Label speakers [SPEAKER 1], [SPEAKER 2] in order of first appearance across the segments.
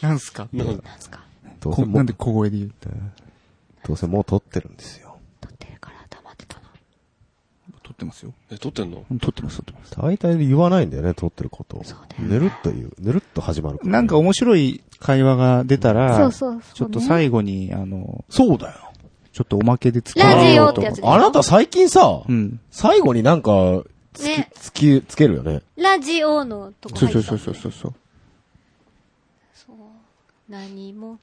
[SPEAKER 1] なんすか
[SPEAKER 2] なんか
[SPEAKER 3] なんすか
[SPEAKER 4] どうせ
[SPEAKER 1] こ
[SPEAKER 4] も
[SPEAKER 1] な
[SPEAKER 4] うん
[SPEAKER 1] で、小声で言う
[SPEAKER 4] どうせもう撮ってるんですよ。
[SPEAKER 3] 撮ってるから黙ってたな。
[SPEAKER 1] 撮ってますよ。
[SPEAKER 2] え、撮ってんの
[SPEAKER 1] 撮ってます、撮ってます。
[SPEAKER 4] 大体言わないんだよね、撮ってることを
[SPEAKER 3] そうだ。よね
[SPEAKER 4] ぬるっと言う。ぬるっと始まるらね
[SPEAKER 1] なんか面白い会話が出たら、
[SPEAKER 3] そうそうそうね
[SPEAKER 1] ちょっと最後に、あの、そうだよ。ちょっとおまけでつ
[SPEAKER 3] ラジオって
[SPEAKER 1] と
[SPEAKER 3] やつでしょ
[SPEAKER 4] あなた最近さ、
[SPEAKER 1] うん。
[SPEAKER 4] 最後になんか、つき
[SPEAKER 3] ね、
[SPEAKER 4] つき、つけるよね。
[SPEAKER 3] ラジオのとこ
[SPEAKER 1] そう
[SPEAKER 3] 入った
[SPEAKER 1] そ
[SPEAKER 3] ん
[SPEAKER 1] う
[SPEAKER 3] で
[SPEAKER 1] そうそうそうそう。
[SPEAKER 3] そう何も。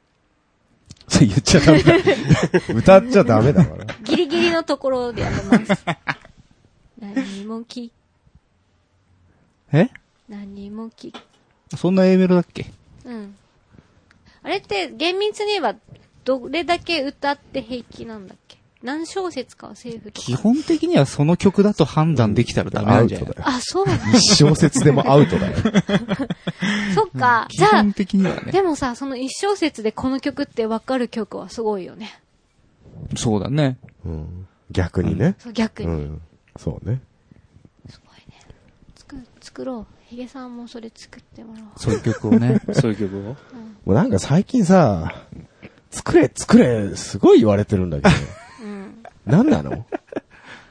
[SPEAKER 4] それ言っちゃダメだ。 歌っちゃダメだから。
[SPEAKER 3] ギリギリのところでやめます。 何もき、
[SPEAKER 1] え
[SPEAKER 3] 何もき、
[SPEAKER 1] そんな A メロだっけ
[SPEAKER 3] うん。あれって厳密に言えばどれだけ歌って平気なんだっけ何小節かはセーフと
[SPEAKER 1] 基
[SPEAKER 3] か。
[SPEAKER 1] 本的にはその曲だと判断できたらダメな
[SPEAKER 4] ア
[SPEAKER 1] ん
[SPEAKER 4] ウ
[SPEAKER 1] じゃな
[SPEAKER 4] ト
[SPEAKER 1] い
[SPEAKER 4] だよ。
[SPEAKER 3] あ、 そうなんだ。
[SPEAKER 4] 一小節でもアウトだよ。
[SPEAKER 3] そっか。
[SPEAKER 1] 基
[SPEAKER 3] じゃあ
[SPEAKER 1] 本、的にはね。
[SPEAKER 3] でもさ、その一小節でこの曲ってわかる曲はすごいよね。
[SPEAKER 1] そうだね。
[SPEAKER 4] うん逆にね。
[SPEAKER 3] そう、逆
[SPEAKER 4] う
[SPEAKER 3] に。
[SPEAKER 4] ん。そうね。
[SPEAKER 3] すごいね。作、作ろう。ヒゲさんもそれ作ってもらおう。
[SPEAKER 1] そういう曲をね。
[SPEAKER 2] そういう曲を
[SPEAKER 4] もうなんか最近さ、作れ、作れ、すごい言われてるんだ けど。
[SPEAKER 3] うん。
[SPEAKER 4] なんなの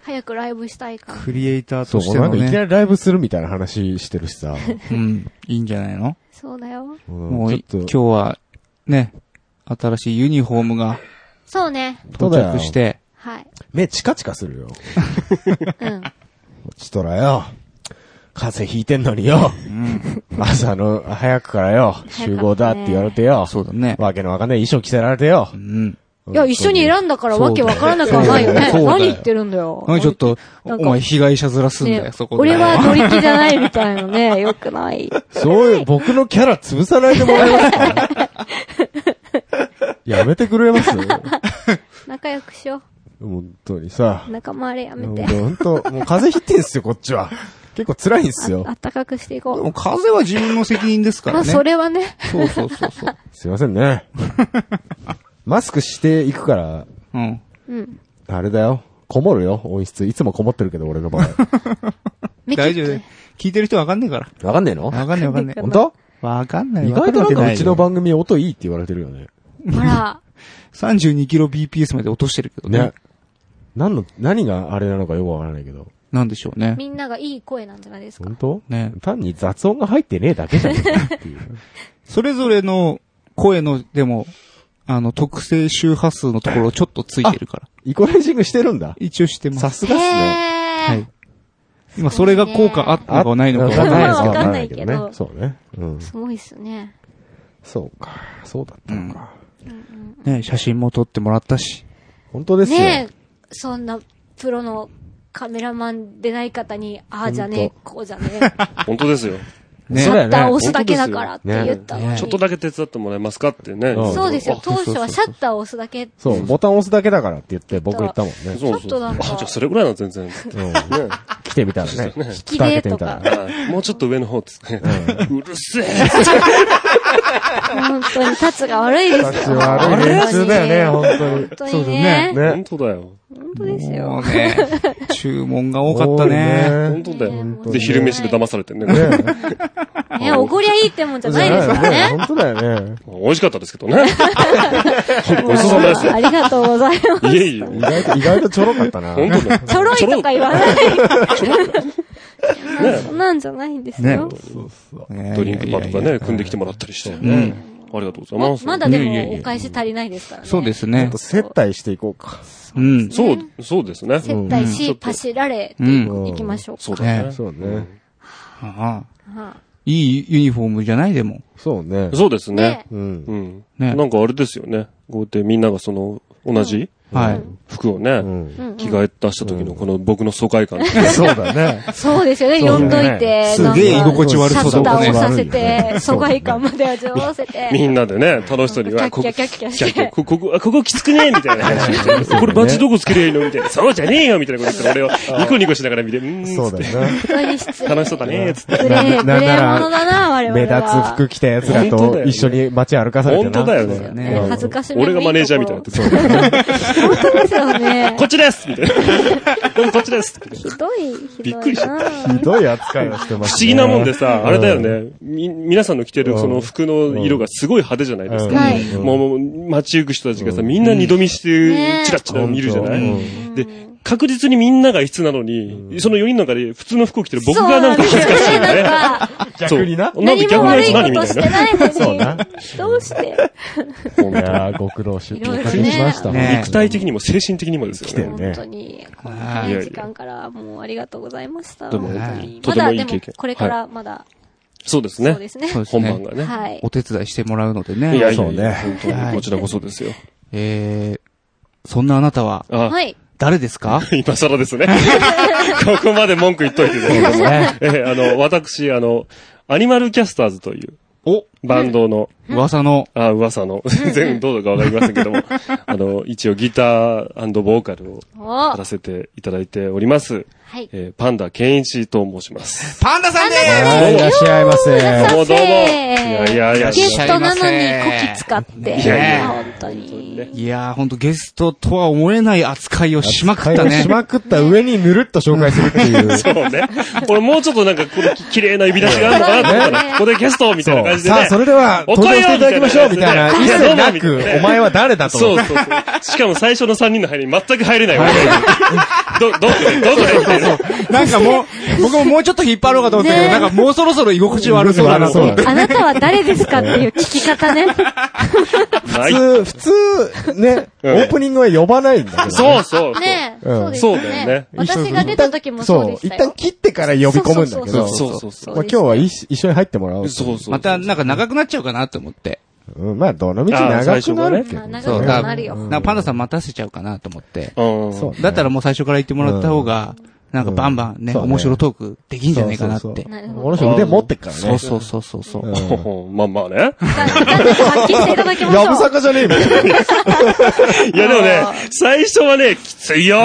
[SPEAKER 3] 早くライブしたいから。
[SPEAKER 1] クリエイターと
[SPEAKER 4] そう、
[SPEAKER 1] し
[SPEAKER 4] も
[SPEAKER 1] て
[SPEAKER 4] うな
[SPEAKER 1] の
[SPEAKER 4] んかいきな
[SPEAKER 1] ね。
[SPEAKER 4] りライブするみたいな話してるしさ。
[SPEAKER 1] うん。いいんじゃないの
[SPEAKER 3] そうだよ。
[SPEAKER 1] も
[SPEAKER 4] も
[SPEAKER 1] うい、今日は、ね、新しいユニフォームが
[SPEAKER 3] そうね。
[SPEAKER 4] そう
[SPEAKER 1] 到
[SPEAKER 4] だよ
[SPEAKER 1] 着して、
[SPEAKER 3] はい。
[SPEAKER 4] 目チカチカするよ。
[SPEAKER 3] うん。
[SPEAKER 4] ちとらよ。風邪ひいてんのによ。朝の早くからよ。集合だって言われてよ。
[SPEAKER 1] そうだね。
[SPEAKER 4] わけのわかんない衣装着せられてよ
[SPEAKER 1] う。ん。
[SPEAKER 3] いや、一緒に選んだからわけわからなくはないよね。
[SPEAKER 1] そうだよ
[SPEAKER 3] 何言ってるんだよ。
[SPEAKER 1] 何ちょっと、
[SPEAKER 3] なん
[SPEAKER 1] お
[SPEAKER 3] か
[SPEAKER 1] 前被害者面すんだ
[SPEAKER 3] ね
[SPEAKER 1] よ、そこで。
[SPEAKER 3] 俺は乗り気じゃないみたいな ね。よくない。
[SPEAKER 4] そういう、僕のキャラ潰さないでもらえま すかやめてくれます
[SPEAKER 3] 仲良くしよ
[SPEAKER 4] 本当にさ
[SPEAKER 3] う。。仲間あれやめて。
[SPEAKER 4] 本当、もう風邪ひいてんすよ、こっちは。結構辛いんすよ
[SPEAKER 3] あ。ったかくしてい
[SPEAKER 1] で
[SPEAKER 3] こ
[SPEAKER 1] も風は自分の責任です
[SPEAKER 3] う。
[SPEAKER 1] か
[SPEAKER 3] ま
[SPEAKER 1] ら
[SPEAKER 3] あ、
[SPEAKER 1] ね。
[SPEAKER 3] それはね。
[SPEAKER 1] そうそうそうそう。
[SPEAKER 4] すいませ んね。マスクしていくから、
[SPEAKER 1] うん。
[SPEAKER 3] うん。
[SPEAKER 4] あれだよ。こもるよ、音質。いつもこもってるけど、俺の場 合。
[SPEAKER 3] め
[SPEAKER 1] 大丈夫。聞いてる人わかんねえから。
[SPEAKER 4] わかんねえの
[SPEAKER 1] わかんねえわかんねえ
[SPEAKER 4] 本。当
[SPEAKER 1] わかんない
[SPEAKER 4] 意外となんかうちの番組音いいって言われてるよね。
[SPEAKER 3] ほ ら、
[SPEAKER 1] 32キロ BPS まで落としてるけどね
[SPEAKER 4] ね。。何の、何があれなのかよくわからないけど。
[SPEAKER 1] なんでしょうね。
[SPEAKER 3] みんながいい声なんじゃないですか
[SPEAKER 4] 本。当
[SPEAKER 1] ね
[SPEAKER 4] 単に雑音が入ってねえだけじゃねえかっていう。
[SPEAKER 1] それぞれの声の、でも、あの、特性周波数のところをちょっとついてるから。
[SPEAKER 4] イコライジングしてるんだ。
[SPEAKER 1] 一応してます。
[SPEAKER 4] さす
[SPEAKER 3] へ
[SPEAKER 4] がっすね。
[SPEAKER 1] は
[SPEAKER 3] ー
[SPEAKER 1] い。。今、それが効果あったのかないのか
[SPEAKER 3] わ
[SPEAKER 1] わ
[SPEAKER 3] か
[SPEAKER 1] か
[SPEAKER 3] ん
[SPEAKER 1] ん
[SPEAKER 3] な
[SPEAKER 1] ないい
[SPEAKER 3] でけ
[SPEAKER 1] ですすけ
[SPEAKER 3] ど
[SPEAKER 1] ど。
[SPEAKER 3] わかんないけど
[SPEAKER 4] ね。そうね。うん。
[SPEAKER 3] すごいっすね。
[SPEAKER 4] そうか。そうだったのか。
[SPEAKER 1] ね、写真も撮ってもらったし。
[SPEAKER 4] 本当ですよ。
[SPEAKER 3] ねえ、そんなプロのカメラマンでない方に、ああじゃねえ、こうじゃねえ、
[SPEAKER 2] 本当ですよ。
[SPEAKER 4] ね
[SPEAKER 3] シ
[SPEAKER 4] そう
[SPEAKER 3] ャ
[SPEAKER 4] だ
[SPEAKER 3] ッ
[SPEAKER 4] よね
[SPEAKER 3] ター押すだけだからって言ったのに。
[SPEAKER 1] ね
[SPEAKER 2] ちょっとだけ手伝ってもらえますかってね。
[SPEAKER 4] うん
[SPEAKER 3] そうですよ。当初はシャッターを押すだけって。
[SPEAKER 4] そう、ボタン押すだけだからって言って僕言ったもんね。
[SPEAKER 2] そう
[SPEAKER 3] ちょっとなんか
[SPEAKER 2] あじゃあそれぐらいなら全然。ね。
[SPEAKER 4] うん。来てみたらね。
[SPEAKER 3] 引きでとか
[SPEAKER 4] 蓋開けてみたら。
[SPEAKER 2] はいもうちょっと上の方ですね。うるせえ
[SPEAKER 3] 本当に、立つが悪いですよ。
[SPEAKER 4] 立ち悪い連中だよね
[SPEAKER 3] 本当に
[SPEAKER 1] そうだ
[SPEAKER 3] ね
[SPEAKER 1] ね。
[SPEAKER 4] ね
[SPEAKER 2] 本。当だよ。
[SPEAKER 3] 本当です
[SPEAKER 1] も
[SPEAKER 3] よ
[SPEAKER 1] う。ね、 注文が多かったね。
[SPEAKER 4] 多い
[SPEAKER 2] 本
[SPEAKER 4] ね。
[SPEAKER 2] 当だ
[SPEAKER 3] ね本
[SPEAKER 2] よ。
[SPEAKER 3] 当
[SPEAKER 2] で、
[SPEAKER 3] に
[SPEAKER 2] 昼飯で騙されてね。
[SPEAKER 3] ね、おごりゃいいってもんじゃないですからね。
[SPEAKER 4] 本当だよね。
[SPEAKER 2] 美味しかったですけどね。本当ごちそうさまですよ
[SPEAKER 3] ありがとうございます。
[SPEAKER 2] いえいえ。
[SPEAKER 4] 意外と、意外とちょろかったな。
[SPEAKER 2] 本当だよ。
[SPEAKER 3] ちょろいとか言わない。そんなんじゃないんですよ。
[SPEAKER 4] そうそう。
[SPEAKER 1] ね
[SPEAKER 2] ドリンクバーとかね、組んできてもらったりして。うんありがとうござい
[SPEAKER 3] ま
[SPEAKER 2] ます。
[SPEAKER 3] まだで
[SPEAKER 1] いやいやい
[SPEAKER 3] も
[SPEAKER 1] や
[SPEAKER 3] お返し足りないですからね。
[SPEAKER 1] そうです
[SPEAKER 4] ちょ
[SPEAKER 1] ね
[SPEAKER 4] っと。接待していこうか。
[SPEAKER 1] うん。
[SPEAKER 2] そう、そうですね。
[SPEAKER 3] 接待
[SPEAKER 2] うんちょ
[SPEAKER 3] し、
[SPEAKER 2] っと
[SPEAKER 3] パシられ
[SPEAKER 1] う、ん。
[SPEAKER 3] 行きましょうか。
[SPEAKER 2] そうだね
[SPEAKER 1] ね。
[SPEAKER 4] そうね。
[SPEAKER 1] ああ
[SPEAKER 3] はい
[SPEAKER 1] いユニフォームじゃないでも。
[SPEAKER 4] そうね。
[SPEAKER 2] そうです
[SPEAKER 3] い
[SPEAKER 2] ね
[SPEAKER 3] ね。。
[SPEAKER 4] うん。
[SPEAKER 2] うん。
[SPEAKER 1] ね
[SPEAKER 2] なんかあれですよね。こうやってみんながその、同じ
[SPEAKER 1] はい。
[SPEAKER 2] 服をね
[SPEAKER 4] う、ん。
[SPEAKER 3] うんうん
[SPEAKER 2] 着替え出した時のこの僕の疎外感。
[SPEAKER 4] そうだね。
[SPEAKER 3] そうですよね、
[SPEAKER 4] そうだ
[SPEAKER 3] 呼
[SPEAKER 4] ね
[SPEAKER 3] んどいて。
[SPEAKER 1] すげえ
[SPEAKER 3] なんか
[SPEAKER 1] 居心地悪そう
[SPEAKER 3] シャッターを
[SPEAKER 1] だね
[SPEAKER 3] 押させ
[SPEAKER 4] 悪い
[SPEAKER 3] て、
[SPEAKER 4] ね
[SPEAKER 3] 疎外感まで味わわせて。
[SPEAKER 2] みんなでね、楽しそうに、
[SPEAKER 3] キャッ
[SPEAKER 2] こ
[SPEAKER 3] キ
[SPEAKER 2] こ
[SPEAKER 3] ャキャッキャして
[SPEAKER 2] キャッキャここ、ここあここきつくねえみたいな話してこれバッジどこつけりゃいいのみたいな。そうじゃねえよみたいなこと言って、俺をニコニコしながら見て、うーんつって
[SPEAKER 4] そうだよ ね。
[SPEAKER 3] 本当に失礼。
[SPEAKER 2] 楽しそうだね、つって。
[SPEAKER 3] グレー、グレーものだな、我々
[SPEAKER 4] 目立
[SPEAKER 3] は。
[SPEAKER 4] つ服着た奴ら
[SPEAKER 2] 本当だ
[SPEAKER 4] と
[SPEAKER 2] よね
[SPEAKER 4] 一緒に街歩かされてな
[SPEAKER 2] 本当だよ
[SPEAKER 3] そう
[SPEAKER 2] ね。
[SPEAKER 3] ね。恥ずかしめのいいとこ
[SPEAKER 2] 俺がマネージャーみたいになって。
[SPEAKER 3] 本当ですよね
[SPEAKER 2] こ。っちですみたいな。どうもこっちです
[SPEAKER 3] ひどい、ひどいな。
[SPEAKER 2] びっくりし
[SPEAKER 4] ひどい扱いをしてま
[SPEAKER 2] 不
[SPEAKER 4] す、
[SPEAKER 2] 思議なもんでさ、あれだよ
[SPEAKER 4] うん。
[SPEAKER 2] ね。み、皆さんの着てるその服の色がすごい派手じゃないです
[SPEAKER 4] うん
[SPEAKER 2] か。
[SPEAKER 3] はい
[SPEAKER 4] うん
[SPEAKER 2] もう、街行く人たちがさ、みんな二度見して
[SPEAKER 3] ね、え
[SPEAKER 2] チラチラ見るじゃな
[SPEAKER 4] う
[SPEAKER 2] い
[SPEAKER 4] ん
[SPEAKER 2] で、確実にみんなが異質なのに、その4人の中で普通の服を着てる僕がなんか恥ずかしい
[SPEAKER 3] そうな
[SPEAKER 2] よ
[SPEAKER 3] んですよね
[SPEAKER 2] ね。
[SPEAKER 3] なんか
[SPEAKER 2] そう
[SPEAKER 4] 逆にな。
[SPEAKER 2] んで
[SPEAKER 3] 何
[SPEAKER 2] 逆
[SPEAKER 3] も
[SPEAKER 2] のや
[SPEAKER 3] 悪
[SPEAKER 2] つ
[SPEAKER 3] い
[SPEAKER 2] 何
[SPEAKER 3] こ
[SPEAKER 2] み
[SPEAKER 3] と
[SPEAKER 2] たい
[SPEAKER 3] して
[SPEAKER 2] な。
[SPEAKER 3] ない
[SPEAKER 4] そうな
[SPEAKER 3] のに。どうして
[SPEAKER 4] いやーご苦労し、お
[SPEAKER 3] いろいろね
[SPEAKER 4] かけしました。
[SPEAKER 1] ね
[SPEAKER 2] 肉体的にも精神的にもですよ
[SPEAKER 4] 来て
[SPEAKER 2] ね
[SPEAKER 4] る。
[SPEAKER 3] 本当に、この
[SPEAKER 1] はい
[SPEAKER 3] 早い時間からもうありがとうございました。
[SPEAKER 2] でも
[SPEAKER 3] 本当に
[SPEAKER 2] と
[SPEAKER 3] ま
[SPEAKER 2] ても
[SPEAKER 3] だ、
[SPEAKER 2] いい
[SPEAKER 3] で
[SPEAKER 2] 経験
[SPEAKER 3] も、これからまだ、
[SPEAKER 2] そうです
[SPEAKER 3] そう
[SPEAKER 2] ね
[SPEAKER 3] で。すね。
[SPEAKER 1] そうです
[SPEAKER 2] 本
[SPEAKER 1] ね
[SPEAKER 2] 番がね。
[SPEAKER 3] はい。
[SPEAKER 1] お手伝いしてもらうので
[SPEAKER 2] いや
[SPEAKER 1] ね。
[SPEAKER 2] いやいや、
[SPEAKER 4] そ
[SPEAKER 2] 本当に
[SPEAKER 1] はい
[SPEAKER 2] こちらこそですよ。
[SPEAKER 1] えー、そんなあなたは
[SPEAKER 2] あ、
[SPEAKER 3] はい。
[SPEAKER 1] 誰ですか
[SPEAKER 2] 今更ですね。 ここまで文句言っといてください。えーあの、私、あの、アニマルキャスターズという
[SPEAKER 1] お
[SPEAKER 2] バンドの、
[SPEAKER 1] 噂の、
[SPEAKER 2] あ噂の、 全然どうだかわかりませんけども、あの、一応ギターボーカルを
[SPEAKER 3] お
[SPEAKER 2] やらせていただいております。
[SPEAKER 3] はい。
[SPEAKER 2] えーパンダ健一と申します。
[SPEAKER 1] パンダさんで
[SPEAKER 4] はいいらっしゃいませ。
[SPEAKER 2] どうもどうも。い
[SPEAKER 3] せ
[SPEAKER 2] やいやいや、
[SPEAKER 1] いら
[SPEAKER 3] ゲ
[SPEAKER 1] っしゃ
[SPEAKER 3] ス
[SPEAKER 1] い
[SPEAKER 3] ト
[SPEAKER 1] ま
[SPEAKER 3] な
[SPEAKER 1] せ
[SPEAKER 3] のにこき使って。
[SPEAKER 2] いや
[SPEAKER 1] い
[SPEAKER 3] 本
[SPEAKER 1] や
[SPEAKER 3] 当
[SPEAKER 2] 本当にね
[SPEAKER 3] に。
[SPEAKER 1] すいやー、ほんとゲストとは思えない扱いをしまくった
[SPEAKER 4] 会話
[SPEAKER 1] ね
[SPEAKER 4] し。まくった上にぬるっと紹介するっていう。
[SPEAKER 2] そうね。俺もうちょっとなんか、このき綺麗な指出しがあるのかなと思ったら、ここでゲストみたいな感じでね。
[SPEAKER 4] さあ、それでは、
[SPEAKER 2] お
[SPEAKER 4] 登
[SPEAKER 2] か
[SPEAKER 4] 場
[SPEAKER 2] えり
[SPEAKER 4] していただきましょう、みたいな。一
[SPEAKER 2] みたい
[SPEAKER 4] 切
[SPEAKER 2] な
[SPEAKER 4] なく
[SPEAKER 2] いやどうもみたい、な
[SPEAKER 4] お前は誰だと。
[SPEAKER 2] そうそうそう。しかも最初の3人の入りに全く入れないわけ。ど、どこでどこでみたいな。
[SPEAKER 1] なんかもう、僕ももうちょっと引っ張ろうかと思ったけど、
[SPEAKER 3] ね
[SPEAKER 1] なんかもうそろそろ居心地悪そうだなと思って。
[SPEAKER 3] あなたは誰ですかっていう聞き方ね。
[SPEAKER 2] は
[SPEAKER 4] 普
[SPEAKER 2] い。
[SPEAKER 4] 通、普通、ね、オ
[SPEAKER 2] うん
[SPEAKER 4] ープニングは呼ばないんだけどね。
[SPEAKER 2] そうそうそう。
[SPEAKER 3] ね
[SPEAKER 4] うん
[SPEAKER 3] そうですよ
[SPEAKER 2] そうだよね
[SPEAKER 3] ね。私が出た時もそうでし
[SPEAKER 4] 一
[SPEAKER 3] た
[SPEAKER 4] 旦
[SPEAKER 3] よ。
[SPEAKER 4] 切ってから呼び込むんだけ
[SPEAKER 3] そ
[SPEAKER 4] ど
[SPEAKER 3] う。
[SPEAKER 2] そうそうそう。
[SPEAKER 4] まあ今日は一緒一緒に入ってもらおう。
[SPEAKER 2] そうそう。
[SPEAKER 1] また、なんか長くなっちゃうかなと思って。
[SPEAKER 4] うんまあ、どの道長くなるけ
[SPEAKER 3] まあ
[SPEAKER 4] ど。
[SPEAKER 3] 長く
[SPEAKER 1] だ
[SPEAKER 3] なるよ。
[SPEAKER 1] なんかパンダさん待たせちゃうかなと思って。
[SPEAKER 2] うん。
[SPEAKER 4] そう
[SPEAKER 1] だったらもう最初から言ってもらった方が、なんかバンバンね、
[SPEAKER 4] そうね
[SPEAKER 1] 面白トークできんじゃないかなっ
[SPEAKER 4] そうそう
[SPEAKER 1] て
[SPEAKER 4] そう。
[SPEAKER 3] なる
[SPEAKER 4] こ
[SPEAKER 3] ほど。
[SPEAKER 4] の人腕持ってっからね。
[SPEAKER 1] そうそうそうそうそうう。
[SPEAKER 4] ん
[SPEAKER 2] まあまあね。
[SPEAKER 3] 発揮していただきまし
[SPEAKER 4] やぶ
[SPEAKER 3] ょ
[SPEAKER 4] さ
[SPEAKER 3] う。
[SPEAKER 4] かじゃねえみたいな。
[SPEAKER 2] いやでもね、最初はね、きついよ。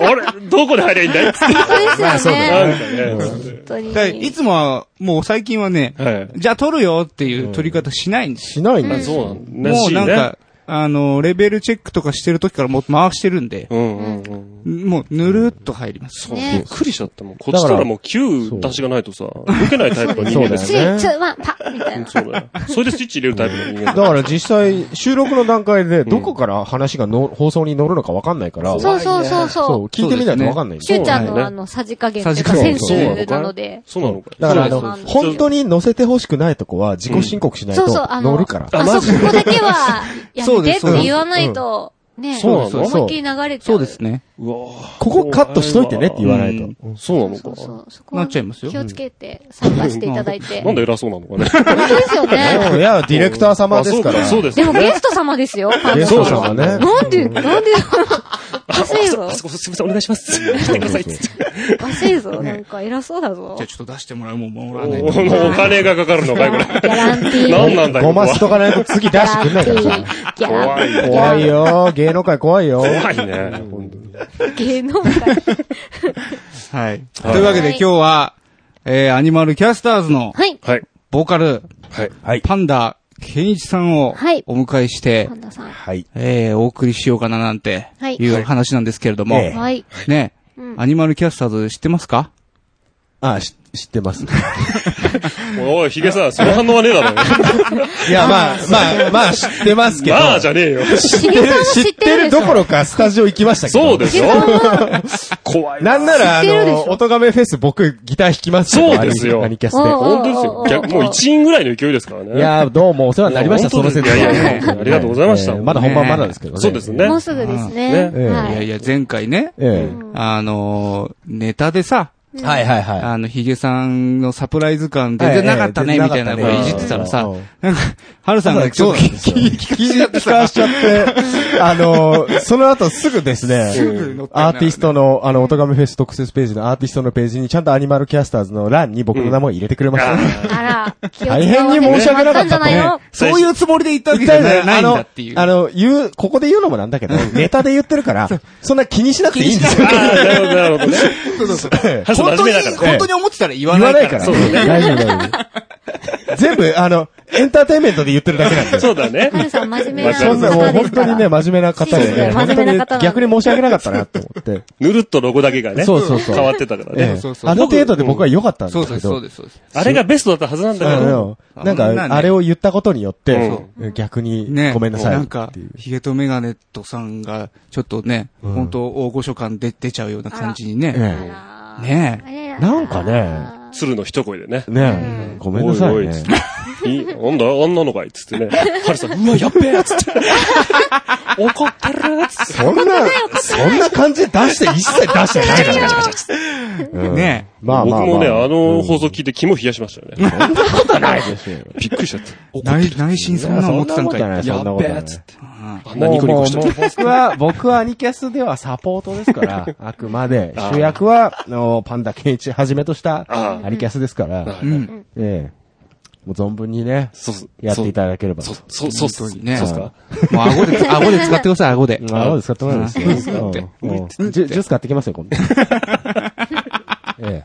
[SPEAKER 2] 俺、どこで入りゃいいんだいっつって。
[SPEAKER 3] 本当ですよ
[SPEAKER 2] な
[SPEAKER 3] ね。
[SPEAKER 2] んかね。
[SPEAKER 3] 本当
[SPEAKER 1] だからい
[SPEAKER 3] に。
[SPEAKER 1] つもは、もう最近はね、
[SPEAKER 2] はい。
[SPEAKER 1] じゃあ撮るよっていう撮り方しないんです。
[SPEAKER 4] しないんだ
[SPEAKER 2] あ
[SPEAKER 4] よ。
[SPEAKER 2] そうなんだ。
[SPEAKER 1] もうなん
[SPEAKER 2] らし
[SPEAKER 1] か、あの、レベルチェックとかしてる時からもう回してるんで
[SPEAKER 2] いね、うんうんうん。
[SPEAKER 1] もうぬるっと入ります。
[SPEAKER 2] そう、
[SPEAKER 3] ね
[SPEAKER 2] びっくりしちゃったもん。こっちからもう9出しがないとさ、動けないタイプの人間です
[SPEAKER 4] そ
[SPEAKER 2] よ。
[SPEAKER 4] うだよね
[SPEAKER 3] 1、2、1、パッみたいな。
[SPEAKER 2] そうだよ。それでスイッチ入れるタイプの人間
[SPEAKER 4] だから実際、収録の段階で、どこから話がの、放送に乗るのかわかんないから、
[SPEAKER 3] そうそうそう
[SPEAKER 4] そう
[SPEAKER 3] そう。
[SPEAKER 4] 聞いてみないとわかんないん
[SPEAKER 3] し
[SPEAKER 4] だ
[SPEAKER 3] ゅ
[SPEAKER 4] よ
[SPEAKER 3] うちゃん
[SPEAKER 2] そうだ
[SPEAKER 3] の
[SPEAKER 2] よ
[SPEAKER 3] あの、さじ加減
[SPEAKER 1] さじ
[SPEAKER 3] と
[SPEAKER 1] 加
[SPEAKER 3] かセ
[SPEAKER 1] 減
[SPEAKER 3] ンスなので。
[SPEAKER 2] そうなのか
[SPEAKER 4] だから、あ
[SPEAKER 3] そう
[SPEAKER 4] の
[SPEAKER 3] なん、ですよ
[SPEAKER 4] 本当に乗せてほしくないとこは、自己申告しない
[SPEAKER 3] そう
[SPEAKER 4] と
[SPEAKER 3] そう、あ、の、
[SPEAKER 4] 乗るから。
[SPEAKER 3] あ
[SPEAKER 2] マ
[SPEAKER 3] そこだけは、やめてって言わないと、ね、
[SPEAKER 2] そうなの
[SPEAKER 4] そう
[SPEAKER 3] 思いっきり流れちゃう。
[SPEAKER 1] そうですね。
[SPEAKER 2] うわぁ
[SPEAKER 4] ここカットしといてねって言わないと。
[SPEAKER 2] そうなの
[SPEAKER 3] そうそ
[SPEAKER 2] か。
[SPEAKER 3] う。そこ
[SPEAKER 1] なっちゃいますよ
[SPEAKER 3] 気をつけて参加していただいて。
[SPEAKER 2] な
[SPEAKER 3] 本
[SPEAKER 2] んで偉そうなのかね。
[SPEAKER 3] 当ですよね。
[SPEAKER 4] いや、ディレクター様ですから。
[SPEAKER 2] あそうそうです
[SPEAKER 3] でも
[SPEAKER 2] よね。
[SPEAKER 3] ゲスト様ですよ、パン
[SPEAKER 4] ゲ
[SPEAKER 3] ダ
[SPEAKER 4] ス
[SPEAKER 3] さん
[SPEAKER 4] ト
[SPEAKER 3] は
[SPEAKER 4] 様ね。
[SPEAKER 3] なんで、なんで、おかしいぞ
[SPEAKER 2] あ。そこ、すみません、お願いします。来てください。
[SPEAKER 3] おかしいぞ。なんか偉そうだぞ
[SPEAKER 1] じゃあ。ちょっと出してもらうもんも
[SPEAKER 2] お
[SPEAKER 1] らわないと。
[SPEAKER 2] お金がかかるのかい、これ。
[SPEAKER 3] ギャランティー。
[SPEAKER 2] 何なんだよ。
[SPEAKER 4] ごますとかないと次
[SPEAKER 3] ギ
[SPEAKER 4] 出
[SPEAKER 3] ャ
[SPEAKER 4] してくんない
[SPEAKER 3] ランテ
[SPEAKER 4] から
[SPEAKER 3] ィ
[SPEAKER 4] さ。
[SPEAKER 3] ー。ギャラン
[SPEAKER 2] 怖いね。
[SPEAKER 4] 怖いよ、芸能界怖いよ。
[SPEAKER 2] 怖いね。本当に
[SPEAKER 3] ティー。芸能界。
[SPEAKER 1] はい。というわけで今日は、えー、アニマルキャスターズの
[SPEAKER 3] はい。
[SPEAKER 2] はい。
[SPEAKER 1] ボーカル、
[SPEAKER 2] はい。
[SPEAKER 4] はい。
[SPEAKER 1] パンダ、ケンイチさんを
[SPEAKER 3] はい
[SPEAKER 1] お迎えして
[SPEAKER 3] パ、ンダさん。
[SPEAKER 4] はい。
[SPEAKER 1] えー、お送りしようかななんて、
[SPEAKER 3] はい
[SPEAKER 1] いう話なんですけれども、
[SPEAKER 4] はいえ
[SPEAKER 3] はい。
[SPEAKER 1] ね、
[SPEAKER 3] うん
[SPEAKER 1] アニマルキャスターズ知ってますか
[SPEAKER 4] あ、し知ってます。
[SPEAKER 2] おい、ヒゲさん、その反応はねえだろ。
[SPEAKER 4] いや、まあ、まあ、ま あ、知ってますけど。
[SPEAKER 2] まあじゃねえよ。
[SPEAKER 3] 知りさん
[SPEAKER 4] 知
[SPEAKER 3] 知
[SPEAKER 4] っ
[SPEAKER 3] ってて
[SPEAKER 4] る
[SPEAKER 3] るでし
[SPEAKER 4] ど
[SPEAKER 3] ょ
[SPEAKER 4] ころか、スタジオ行きましたけど。
[SPEAKER 2] そうでしょ怖い。
[SPEAKER 4] なんなら、あ
[SPEAKER 3] 知ってるでしょ
[SPEAKER 4] の、音亀フェス僕、ギター弾きますけど
[SPEAKER 2] そうですよ
[SPEAKER 4] アニキャス
[SPEAKER 3] おう
[SPEAKER 4] で。
[SPEAKER 2] 本当ですよ。逆、もう一員ぐらいの勢いですからね。
[SPEAKER 4] いやー、どうもお世話になりました、そ
[SPEAKER 2] 本
[SPEAKER 4] の
[SPEAKER 2] 当です
[SPEAKER 4] 説
[SPEAKER 2] いやいやいやありがとうございました
[SPEAKER 4] まだ本番まだですけどね。
[SPEAKER 2] そうですね。
[SPEAKER 3] もうすぐですね。
[SPEAKER 4] ね
[SPEAKER 1] いや
[SPEAKER 3] はい
[SPEAKER 1] や、前回ね、
[SPEAKER 4] え
[SPEAKER 1] あのー、ネタでさ、
[SPEAKER 4] え。はいはいはい。
[SPEAKER 1] あの、ヒゲさんのサプライズ感全然なかった
[SPEAKER 4] え
[SPEAKER 1] ね、
[SPEAKER 4] え
[SPEAKER 1] みたいなこ
[SPEAKER 4] 全
[SPEAKER 1] れ
[SPEAKER 4] 然なかったね
[SPEAKER 1] いじってたらさ
[SPEAKER 4] うん、
[SPEAKER 1] なんか、ハルさんがちょっと聞き聞きしちゃって
[SPEAKER 4] 聞
[SPEAKER 1] さ、
[SPEAKER 4] かしちゃって、あのー、その後すぐです
[SPEAKER 1] す
[SPEAKER 4] ね、
[SPEAKER 1] ぐ乗ってんな
[SPEAKER 4] アーティストの、あの、音亀フェス特設ページのアーティストのページに、ちゃんとアニマルキャスターズの欄に僕の名前を入れてくれました。
[SPEAKER 3] あら、気を
[SPEAKER 4] 大変に申し訳なかったと
[SPEAKER 3] んじゃないの
[SPEAKER 1] そういうつもりで言 ったわけじゃないないんだっていう。
[SPEAKER 4] あの、あの、言う、ここで言うのもなんだけど、ネタで言ってるから、そんな気にしなくていいんですよ。
[SPEAKER 2] ああ、なるほど、なる ほどね。
[SPEAKER 1] そうそうそう
[SPEAKER 4] ええ
[SPEAKER 2] ハルさ
[SPEAKER 1] 本当
[SPEAKER 2] ん真面
[SPEAKER 1] に、
[SPEAKER 2] 目だから。
[SPEAKER 1] 本当に思ってたら言わ
[SPEAKER 4] 言
[SPEAKER 1] な
[SPEAKER 4] わ
[SPEAKER 1] い
[SPEAKER 4] ない
[SPEAKER 1] か。
[SPEAKER 4] からら。
[SPEAKER 1] そう
[SPEAKER 4] 大丈夫大丈夫 全部、あの、エンターテインメントで言ってるだけなんで。
[SPEAKER 2] そうだね。
[SPEAKER 3] ハルさん真面目
[SPEAKER 2] ま
[SPEAKER 3] な
[SPEAKER 2] あ
[SPEAKER 4] そんな、もう本当にね、真面目な方で
[SPEAKER 3] そうです
[SPEAKER 4] ね、
[SPEAKER 3] ね
[SPEAKER 4] 本
[SPEAKER 3] 真
[SPEAKER 4] 当
[SPEAKER 3] 面目
[SPEAKER 4] に
[SPEAKER 3] な方なんで
[SPEAKER 4] 逆に申し訳なかったなと思 って。
[SPEAKER 2] ぬるっとロゴだけがね、
[SPEAKER 4] そうそうそう
[SPEAKER 2] 変わってたから
[SPEAKER 4] え
[SPEAKER 2] ね。
[SPEAKER 1] そう
[SPEAKER 4] え
[SPEAKER 1] そう
[SPEAKER 4] あの程度で僕は良かったん
[SPEAKER 1] そ
[SPEAKER 4] で
[SPEAKER 1] う
[SPEAKER 4] す
[SPEAKER 1] で
[SPEAKER 4] け
[SPEAKER 1] す、そ
[SPEAKER 4] ど
[SPEAKER 1] う。です、そうです。
[SPEAKER 2] あれがベストだったはずなんだけ
[SPEAKER 4] あ
[SPEAKER 2] ど、
[SPEAKER 4] のなん
[SPEAKER 1] あんなね
[SPEAKER 4] か、あれを言ったことによって
[SPEAKER 2] そ、
[SPEAKER 4] 逆に
[SPEAKER 1] ね、
[SPEAKER 4] ごめんなさい
[SPEAKER 1] な
[SPEAKER 4] っ
[SPEAKER 1] んか
[SPEAKER 4] ていう、。
[SPEAKER 1] ヒゲとメガネとさんが、ちょっとね、
[SPEAKER 4] うん
[SPEAKER 1] 本当大御所感で出ちゃうような感じに
[SPEAKER 4] え
[SPEAKER 1] ね。
[SPEAKER 4] え
[SPEAKER 1] ね
[SPEAKER 4] なんかね
[SPEAKER 2] 鶴の一声でね。
[SPEAKER 4] ねえ、ごめんなさ
[SPEAKER 2] お
[SPEAKER 4] い
[SPEAKER 2] いお
[SPEAKER 4] ね
[SPEAKER 2] いっ。つっていいなんだあんなのかいっつってね。ハルさん、うわ、やっべえっつって。怒ってるっつって。
[SPEAKER 4] そんな、そんな感じで出して、一切出してないからうん
[SPEAKER 1] ね
[SPEAKER 4] まあまあまあ。
[SPEAKER 2] 僕もね、あの放
[SPEAKER 4] 放
[SPEAKER 2] 送聞いて肝冷やしましたよね。
[SPEAKER 4] 送ないですよ。
[SPEAKER 2] びっくりしちゃった。
[SPEAKER 1] 内内心そんなの思ってたんかい。
[SPEAKER 4] いやそんなことない
[SPEAKER 1] やっべえっつって。うん
[SPEAKER 2] あんなニコニコして
[SPEAKER 4] もうもうもう僕は、僕はアニキャスではサポートですから、あくまで、主役は、あの、パンダケンイチはじめとした、
[SPEAKER 2] あ
[SPEAKER 4] アニキャスですから、
[SPEAKER 1] う
[SPEAKER 2] うん
[SPEAKER 1] ん。
[SPEAKER 4] ええ、もう存分にね、
[SPEAKER 2] そうそう。
[SPEAKER 4] やっていただければ。
[SPEAKER 2] そうう、そう、そう、そうっ
[SPEAKER 1] 本当
[SPEAKER 2] す
[SPEAKER 1] にね
[SPEAKER 2] そうっすか。
[SPEAKER 1] もう顎で、顎で使ってください、顎で。
[SPEAKER 4] んあ、そうですか、使ってもらうんですよ。うんもうジュジュース買ってきますよ、今 度。ええ。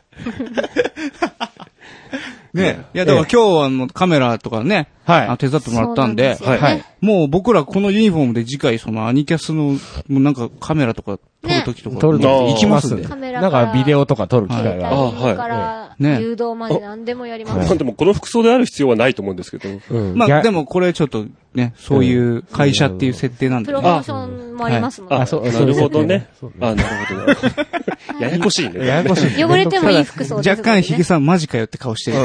[SPEAKER 1] ね。いや、だから今日あの、カメラとかね、
[SPEAKER 4] はい
[SPEAKER 1] あの手伝ってもらったんで、
[SPEAKER 3] そうなんですよね
[SPEAKER 4] はい
[SPEAKER 1] もう僕らこのユニフォームで次回そのアニキャスの、もうなんかカメラとか撮るときとか、
[SPEAKER 4] 撮る
[SPEAKER 2] とき
[SPEAKER 1] 行きますんで
[SPEAKER 2] 行き。
[SPEAKER 3] カメラ
[SPEAKER 4] な
[SPEAKER 3] か、
[SPEAKER 4] んからビデオとか撮る機
[SPEAKER 3] 携
[SPEAKER 4] 会
[SPEAKER 3] 帯
[SPEAKER 4] が。
[SPEAKER 2] あはい
[SPEAKER 3] から、
[SPEAKER 1] ね
[SPEAKER 3] 誘導まで何でもやりま。
[SPEAKER 2] ますあでもこの服装である必要はないと思うんですけど。
[SPEAKER 4] うん
[SPEAKER 1] ま
[SPEAKER 4] ギ
[SPEAKER 1] あ
[SPEAKER 4] ャ
[SPEAKER 1] でもこれちょっとね、そういう会社っていう設定なん
[SPEAKER 3] プ
[SPEAKER 1] で
[SPEAKER 3] ロ
[SPEAKER 1] ね、
[SPEAKER 3] モーションもありますもんね
[SPEAKER 2] あ、
[SPEAKER 4] そう
[SPEAKER 2] なるほどね
[SPEAKER 4] そう。
[SPEAKER 2] あ、なるほど なるほど。ややこしいね。
[SPEAKER 4] ややこしい。
[SPEAKER 3] 汚れてもいい服装です
[SPEAKER 1] 若干ヒゲさんマジかよって顔してる。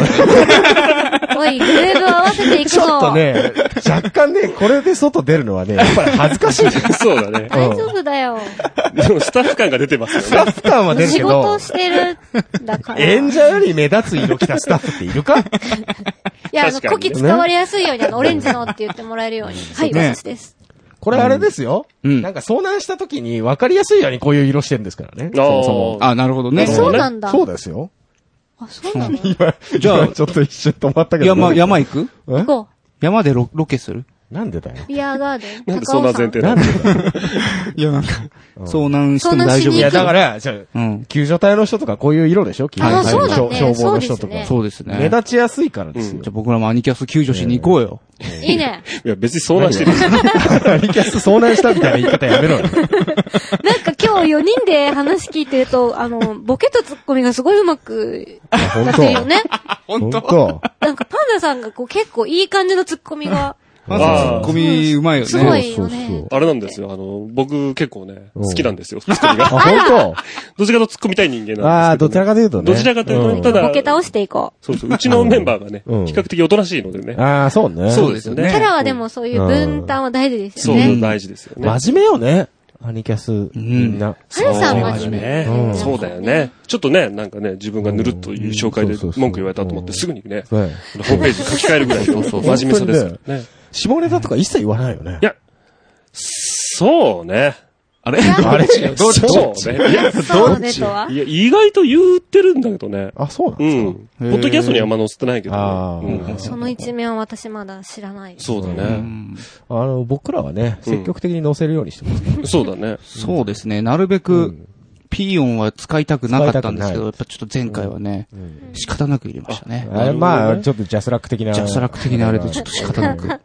[SPEAKER 3] おい、グルーブ合わせていくぞ
[SPEAKER 4] ちょっとね、若干ね、これで外出るのはね、やっぱり恥ずかしい。
[SPEAKER 2] そうだ ね。
[SPEAKER 3] 大丈夫だよ。
[SPEAKER 2] でもスタッフ感が出てますよね。
[SPEAKER 4] スタッフ感は出る
[SPEAKER 3] 仕
[SPEAKER 4] け
[SPEAKER 3] 事
[SPEAKER 4] ど、
[SPEAKER 3] してるんだから。
[SPEAKER 4] 演者より目立つ色着たスタッフっているか
[SPEAKER 3] いや、あの、
[SPEAKER 2] 確か
[SPEAKER 3] こ
[SPEAKER 2] にね
[SPEAKER 3] き使われやすいように、あの、オレンジのって言ってもらえるように。はい、
[SPEAKER 1] ね
[SPEAKER 3] 私です。
[SPEAKER 4] これあれですよ。
[SPEAKER 1] うん
[SPEAKER 4] なんか遭難した時に分かりやすいようにこういう色してるんですからね。
[SPEAKER 2] あー
[SPEAKER 4] そもそも。
[SPEAKER 1] あ、なるほどね。
[SPEAKER 3] そうなんだ。
[SPEAKER 4] そうですよ。
[SPEAKER 3] あ、そうなの
[SPEAKER 1] じゃあ
[SPEAKER 4] 今 ちょっと一瞬止まったけど。
[SPEAKER 1] 山、山行く
[SPEAKER 4] え
[SPEAKER 3] 行こ
[SPEAKER 1] 山でロロケする
[SPEAKER 4] う。なんでだよ。
[SPEAKER 3] う。ビアガーデン。
[SPEAKER 2] なんでそんな前提
[SPEAKER 4] な
[SPEAKER 2] なん
[SPEAKER 4] で
[SPEAKER 2] の
[SPEAKER 4] だよ。
[SPEAKER 1] いや、なんか、遭難しても
[SPEAKER 3] 遭難し
[SPEAKER 1] 大丈
[SPEAKER 3] に
[SPEAKER 1] 夫
[SPEAKER 4] い
[SPEAKER 3] 行
[SPEAKER 4] や、
[SPEAKER 3] く
[SPEAKER 4] だから、じゃあ
[SPEAKER 1] うん。
[SPEAKER 4] 救助隊の人とかこういう色でしょ救助
[SPEAKER 1] あ
[SPEAKER 4] 隊
[SPEAKER 1] そう
[SPEAKER 4] の
[SPEAKER 1] だ
[SPEAKER 3] ね
[SPEAKER 4] 消消防の人とか。
[SPEAKER 1] そうですね。
[SPEAKER 4] 目立ちやすいからですよ。
[SPEAKER 1] じゃあ僕らもアニキャス救助しに行こうよ。
[SPEAKER 3] いいね。
[SPEAKER 2] いや、別にそうなしてる。
[SPEAKER 4] ア ニキャス遭難したみたいな言い方やめろよ。
[SPEAKER 3] なんか今日4人で話聞いてると、あの、ボケとツッコミがすごいうまく
[SPEAKER 4] 本
[SPEAKER 3] なってるよ
[SPEAKER 4] 当。
[SPEAKER 3] ね。
[SPEAKER 4] 本当。
[SPEAKER 3] なんかパンダさんがこう結構いい感じのツッコミが。
[SPEAKER 1] まずツッコミうまいよね。
[SPEAKER 3] すごいよ
[SPEAKER 4] そうそうそ
[SPEAKER 3] ね
[SPEAKER 4] う。
[SPEAKER 2] あれなんですよ。あの、僕結構ね、
[SPEAKER 4] うん
[SPEAKER 2] 好きなんですよ。ツッコミが
[SPEAKER 4] あ、。本
[SPEAKER 2] どちらかと突っ込みたい人間
[SPEAKER 4] 当。あ
[SPEAKER 2] な
[SPEAKER 4] あ、
[SPEAKER 2] んです
[SPEAKER 4] どちら
[SPEAKER 2] けどね、
[SPEAKER 4] かというとね。
[SPEAKER 2] どちらかというと
[SPEAKER 4] ん
[SPEAKER 2] ただ
[SPEAKER 3] ボケ倒していこ
[SPEAKER 2] そうそう。うちのメンバーがね、
[SPEAKER 4] うん
[SPEAKER 2] 比較的おとなしいのでね。
[SPEAKER 4] ああ、そうね。
[SPEAKER 2] そうですよね
[SPEAKER 3] う。キャラはでもそういう分担は大事です
[SPEAKER 2] そ
[SPEAKER 3] よ
[SPEAKER 2] う、
[SPEAKER 3] ね。
[SPEAKER 2] 大事ですよね。
[SPEAKER 4] 真面目よね。アニキャス、みんな。
[SPEAKER 3] ハルさんは
[SPEAKER 2] 真
[SPEAKER 3] 真
[SPEAKER 2] 面
[SPEAKER 3] 面
[SPEAKER 2] 目
[SPEAKER 3] 目。
[SPEAKER 4] うん
[SPEAKER 2] そうだよね。ちょっとね、なんかね、自分がぬるっという紹介で
[SPEAKER 4] うんそうそうそう
[SPEAKER 2] 文句言われたと思って、すぐにね、
[SPEAKER 4] そうや
[SPEAKER 2] ホームページに書き換えるぐらいの真面目さですよね。
[SPEAKER 4] 下ネタとか一切言わないよね
[SPEAKER 2] い。や、そうね。
[SPEAKER 1] あれ
[SPEAKER 4] あれ違うどっち
[SPEAKER 2] そうね。いや
[SPEAKER 3] そうねとは。
[SPEAKER 2] いや、意外と言ってるんだけどね。
[SPEAKER 4] あ、そうなん
[SPEAKER 2] う
[SPEAKER 4] ですか。
[SPEAKER 2] ん。ポッドキャストにはあんま載せてないけど
[SPEAKER 4] あ
[SPEAKER 2] ね。
[SPEAKER 4] ー
[SPEAKER 2] うん
[SPEAKER 3] その一面は私まだ知らない。
[SPEAKER 2] そうだ
[SPEAKER 1] う
[SPEAKER 2] ね。
[SPEAKER 1] ん
[SPEAKER 4] あの、僕らはね、積極的に載せるようにしてます。
[SPEAKER 2] そうだね。
[SPEAKER 1] そうですね。なるべ
[SPEAKER 4] う
[SPEAKER 1] く、ピーヨンは使いたくなかったんですけど、
[SPEAKER 4] 使
[SPEAKER 1] やっぱちょっと前回はね、仕方なく入れましたね。
[SPEAKER 4] あれ、まあ、ちょっとジャスラック的な。
[SPEAKER 1] ジャスラック的なあれでちょっと仕方なく。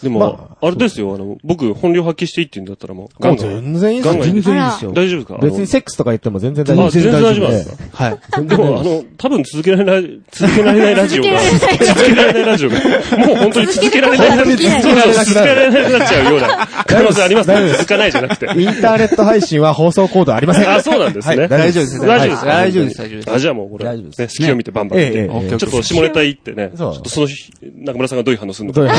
[SPEAKER 2] でも
[SPEAKER 4] ま、
[SPEAKER 2] あれですよ、あの、僕、本領発揮していいって言うんだったらもう、ガ
[SPEAKER 4] も
[SPEAKER 2] ン
[SPEAKER 4] う
[SPEAKER 2] ガン。
[SPEAKER 4] 全然いいです
[SPEAKER 2] ガン
[SPEAKER 4] よ
[SPEAKER 2] ガン
[SPEAKER 1] 全然いいですよ。
[SPEAKER 2] 大丈夫ですか
[SPEAKER 4] 別に
[SPEAKER 2] せ
[SPEAKER 4] セックスとか言っても全然大丈
[SPEAKER 2] あ
[SPEAKER 4] 夫
[SPEAKER 2] 全然大丈夫なんですか
[SPEAKER 1] はい。
[SPEAKER 2] でも、あの、多分続けられない、続けられないラジオが、
[SPEAKER 3] 続
[SPEAKER 2] 続けられないラジオが、もう本当に続けられないラジオ
[SPEAKER 3] 続けられない
[SPEAKER 2] そうそう続けられなくなっちゃうような可能性ありますね。続かないじゃなくて。
[SPEAKER 4] インターネット配信は放送コードありません。
[SPEAKER 2] あ、そうなんです
[SPEAKER 4] は
[SPEAKER 2] ね。
[SPEAKER 4] い大丈夫です
[SPEAKER 2] 大丈夫です。
[SPEAKER 1] 大丈夫です大丈夫です
[SPEAKER 2] あ、じゃあもうこれ、
[SPEAKER 4] 大
[SPEAKER 2] ね
[SPEAKER 4] 丈夫です
[SPEAKER 2] 隙を見てバンバン
[SPEAKER 4] え
[SPEAKER 2] っ
[SPEAKER 4] え
[SPEAKER 2] て。
[SPEAKER 1] オッケーオッケ
[SPEAKER 2] ちょっ
[SPEAKER 1] ー
[SPEAKER 2] と下ネタ言ってね、ち
[SPEAKER 4] そ
[SPEAKER 2] ょ
[SPEAKER 4] う
[SPEAKER 2] っとその日、中村さんがどういう反応するの
[SPEAKER 4] どう
[SPEAKER 2] か
[SPEAKER 4] や。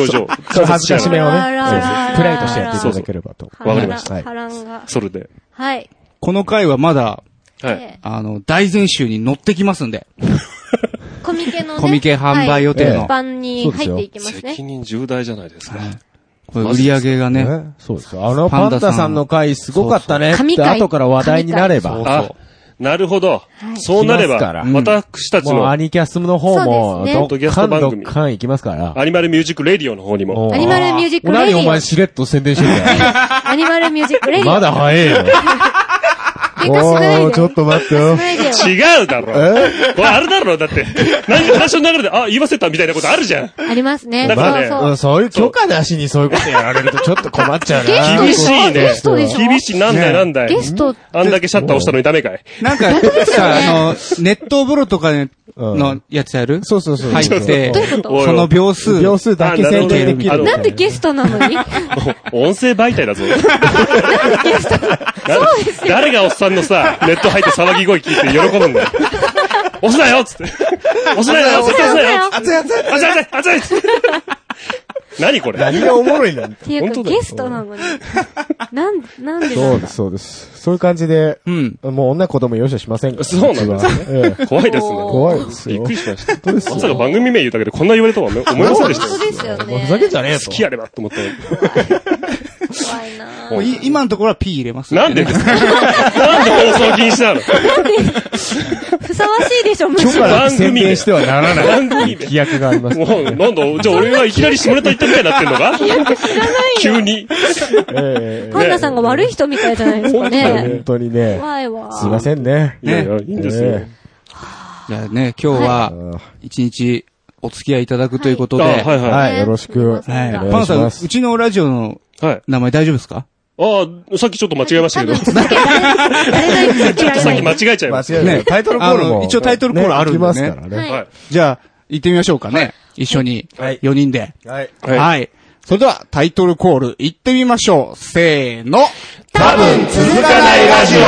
[SPEAKER 4] 表
[SPEAKER 2] 表情。
[SPEAKER 4] ちょっと恥ずかしめをね、
[SPEAKER 3] あらららら
[SPEAKER 4] そうそうプレイとしてやっていただければと。
[SPEAKER 3] 波
[SPEAKER 2] わ
[SPEAKER 3] 乱が
[SPEAKER 2] かりました
[SPEAKER 4] は
[SPEAKER 3] 波乱が。
[SPEAKER 2] それで。
[SPEAKER 3] はい。
[SPEAKER 1] この回はまだ、
[SPEAKER 2] はい。
[SPEAKER 3] で
[SPEAKER 1] あの、大全集に乗ってきますんで、
[SPEAKER 3] コミケのね。
[SPEAKER 1] コミケ販売予定
[SPEAKER 4] は
[SPEAKER 1] の
[SPEAKER 4] い
[SPEAKER 3] 一、般に入っていきますね
[SPEAKER 2] 責。任重大じゃないですか。
[SPEAKER 1] これ売り上げが
[SPEAKER 4] い
[SPEAKER 1] ね、
[SPEAKER 4] ねそうですよ。あの、
[SPEAKER 1] パ
[SPEAKER 4] パ
[SPEAKER 1] ンダ
[SPEAKER 4] ン
[SPEAKER 1] さん
[SPEAKER 4] ダさんの回すごかったね
[SPEAKER 3] そう
[SPEAKER 4] っ
[SPEAKER 3] そ
[SPEAKER 4] て
[SPEAKER 3] う
[SPEAKER 4] 後から話題になれ
[SPEAKER 1] 神
[SPEAKER 4] ば、
[SPEAKER 1] 回
[SPEAKER 2] あ、なるほど。そうなれ
[SPEAKER 4] 来ますから
[SPEAKER 2] ば、私たち
[SPEAKER 4] もう
[SPEAKER 2] の
[SPEAKER 4] アニキャスの方
[SPEAKER 3] そ
[SPEAKER 4] も
[SPEAKER 3] う、ですね
[SPEAKER 4] どっかんどっかん行きますから。
[SPEAKER 2] アニマルミュージックレディオの方にも。
[SPEAKER 4] お
[SPEAKER 3] アニマルミュージックレディ
[SPEAKER 4] 何お前
[SPEAKER 3] オ。
[SPEAKER 4] しれっと宣伝してるんだよ。
[SPEAKER 3] アニマルミュージックレディオ。
[SPEAKER 4] まだ早えよ。
[SPEAKER 3] 喧嘩しない
[SPEAKER 4] おー
[SPEAKER 3] で。
[SPEAKER 4] ちょっと待ってよ
[SPEAKER 3] し。ないでよ。
[SPEAKER 2] 違うだろ。これあるだろ、だって。何か話の流れで、あ、言わせたみたいなことあるじゃん。
[SPEAKER 3] あり ますね。
[SPEAKER 2] だから
[SPEAKER 3] そう
[SPEAKER 4] う。
[SPEAKER 2] ね
[SPEAKER 3] そうん
[SPEAKER 4] そういう許可なしにそういうことやられるとちょっと困っちゃうな。
[SPEAKER 2] 厳しいね
[SPEAKER 3] ゲストでし。ょ
[SPEAKER 2] 厳しい。なんだよ、なんだよ
[SPEAKER 3] ゲ。スト、
[SPEAKER 2] あんだけシャッター押したのにダメかい。
[SPEAKER 1] なんか、さ、あの、熱湯風呂とかのやつやる
[SPEAKER 4] そうそうそう。
[SPEAKER 1] 入って
[SPEAKER 3] どういうこ
[SPEAKER 2] お
[SPEAKER 3] と
[SPEAKER 2] い
[SPEAKER 1] その秒数。
[SPEAKER 4] 秒数だけ宣定でき
[SPEAKER 2] あなるほ
[SPEAKER 4] る。
[SPEAKER 2] ど
[SPEAKER 3] なんでゲストなのに
[SPEAKER 2] 音声媒体だぞ。
[SPEAKER 3] そうですよ。
[SPEAKER 2] 誰がおっさんのさ、ネット入って騒ぎ声聞いて喜ぶんだよ。押すなよっつって。押すなよ絶対押すなよ
[SPEAKER 3] っ
[SPEAKER 4] 熱い熱い
[SPEAKER 2] 熱い熱い熱い何これ
[SPEAKER 4] 何がおもろいなんて。
[SPEAKER 3] ていうか、
[SPEAKER 2] 本当だよ
[SPEAKER 3] ゲストなのに。 なん、なんで
[SPEAKER 4] そ
[SPEAKER 3] な
[SPEAKER 4] うんで
[SPEAKER 3] だ
[SPEAKER 4] す、そうです。そういう感じで、
[SPEAKER 1] うん。
[SPEAKER 4] もう女子供容赦しませんから。
[SPEAKER 2] そうなんですね
[SPEAKER 4] うちはええ
[SPEAKER 2] 怖いですね。
[SPEAKER 4] 怖いです
[SPEAKER 2] びっ
[SPEAKER 4] よ
[SPEAKER 2] く。りしました。
[SPEAKER 4] 当で
[SPEAKER 2] ます
[SPEAKER 4] よ
[SPEAKER 2] さか番組名言うだけでこんな言われたは思いませんでした
[SPEAKER 3] 本当
[SPEAKER 2] よ。
[SPEAKER 3] ですよね。
[SPEAKER 4] ふざけんじゃねえ
[SPEAKER 2] 好
[SPEAKER 4] と。
[SPEAKER 2] きやればと思ったのに
[SPEAKER 3] 怖いな
[SPEAKER 2] も
[SPEAKER 1] もうい今のところは P 入れます。
[SPEAKER 2] なんでですかなんで放送禁止なの
[SPEAKER 3] ふさわしいでしょ、むし
[SPEAKER 4] 許
[SPEAKER 3] ろ。
[SPEAKER 4] 可なく宣伝してはならない。
[SPEAKER 2] 番組名
[SPEAKER 4] 規約があります。
[SPEAKER 2] もう、なんだ、じゃあ俺はいきなり下ネタ言ったみたいになってんのか急に。
[SPEAKER 4] え
[SPEAKER 3] パンダさんが悪い人みたいじゃないですか
[SPEAKER 4] え
[SPEAKER 3] ね
[SPEAKER 4] 本。当にね。
[SPEAKER 3] 怖いわ。
[SPEAKER 4] すいませんね。
[SPEAKER 2] いやいや、いいんですよ
[SPEAKER 4] え。
[SPEAKER 1] じゃあね、今日
[SPEAKER 4] え
[SPEAKER 1] は、一日お付き合いいただくということで。
[SPEAKER 2] あ
[SPEAKER 1] はい。
[SPEAKER 2] はいは
[SPEAKER 4] はい、よろしく。
[SPEAKER 3] は
[SPEAKER 4] お願い
[SPEAKER 1] パン
[SPEAKER 4] し
[SPEAKER 1] さん、
[SPEAKER 4] ま
[SPEAKER 1] う
[SPEAKER 4] す。
[SPEAKER 1] ちのラジオの
[SPEAKER 2] い。はい。
[SPEAKER 1] 名前大丈夫ですか
[SPEAKER 2] ああ、さっきちょっと間違えま したけど。ちょっ
[SPEAKER 3] 誰が言って
[SPEAKER 2] と さっき間
[SPEAKER 3] ない。
[SPEAKER 2] 違えちゃいました。
[SPEAKER 4] 違えない
[SPEAKER 1] ね
[SPEAKER 4] タイトルコール
[SPEAKER 1] あ
[SPEAKER 4] も。
[SPEAKER 1] の一応タイトルコールあるんでね
[SPEAKER 4] ね来ますからね。
[SPEAKER 3] はい
[SPEAKER 2] はい。
[SPEAKER 1] じゃあ、行ってみましょうかね。一緒に。
[SPEAKER 4] はい
[SPEAKER 1] 4人で。
[SPEAKER 4] はい。
[SPEAKER 1] はい。それでは、タイトルコール、行ってみましょう。せーの。
[SPEAKER 3] 多分
[SPEAKER 1] 続かないラジオ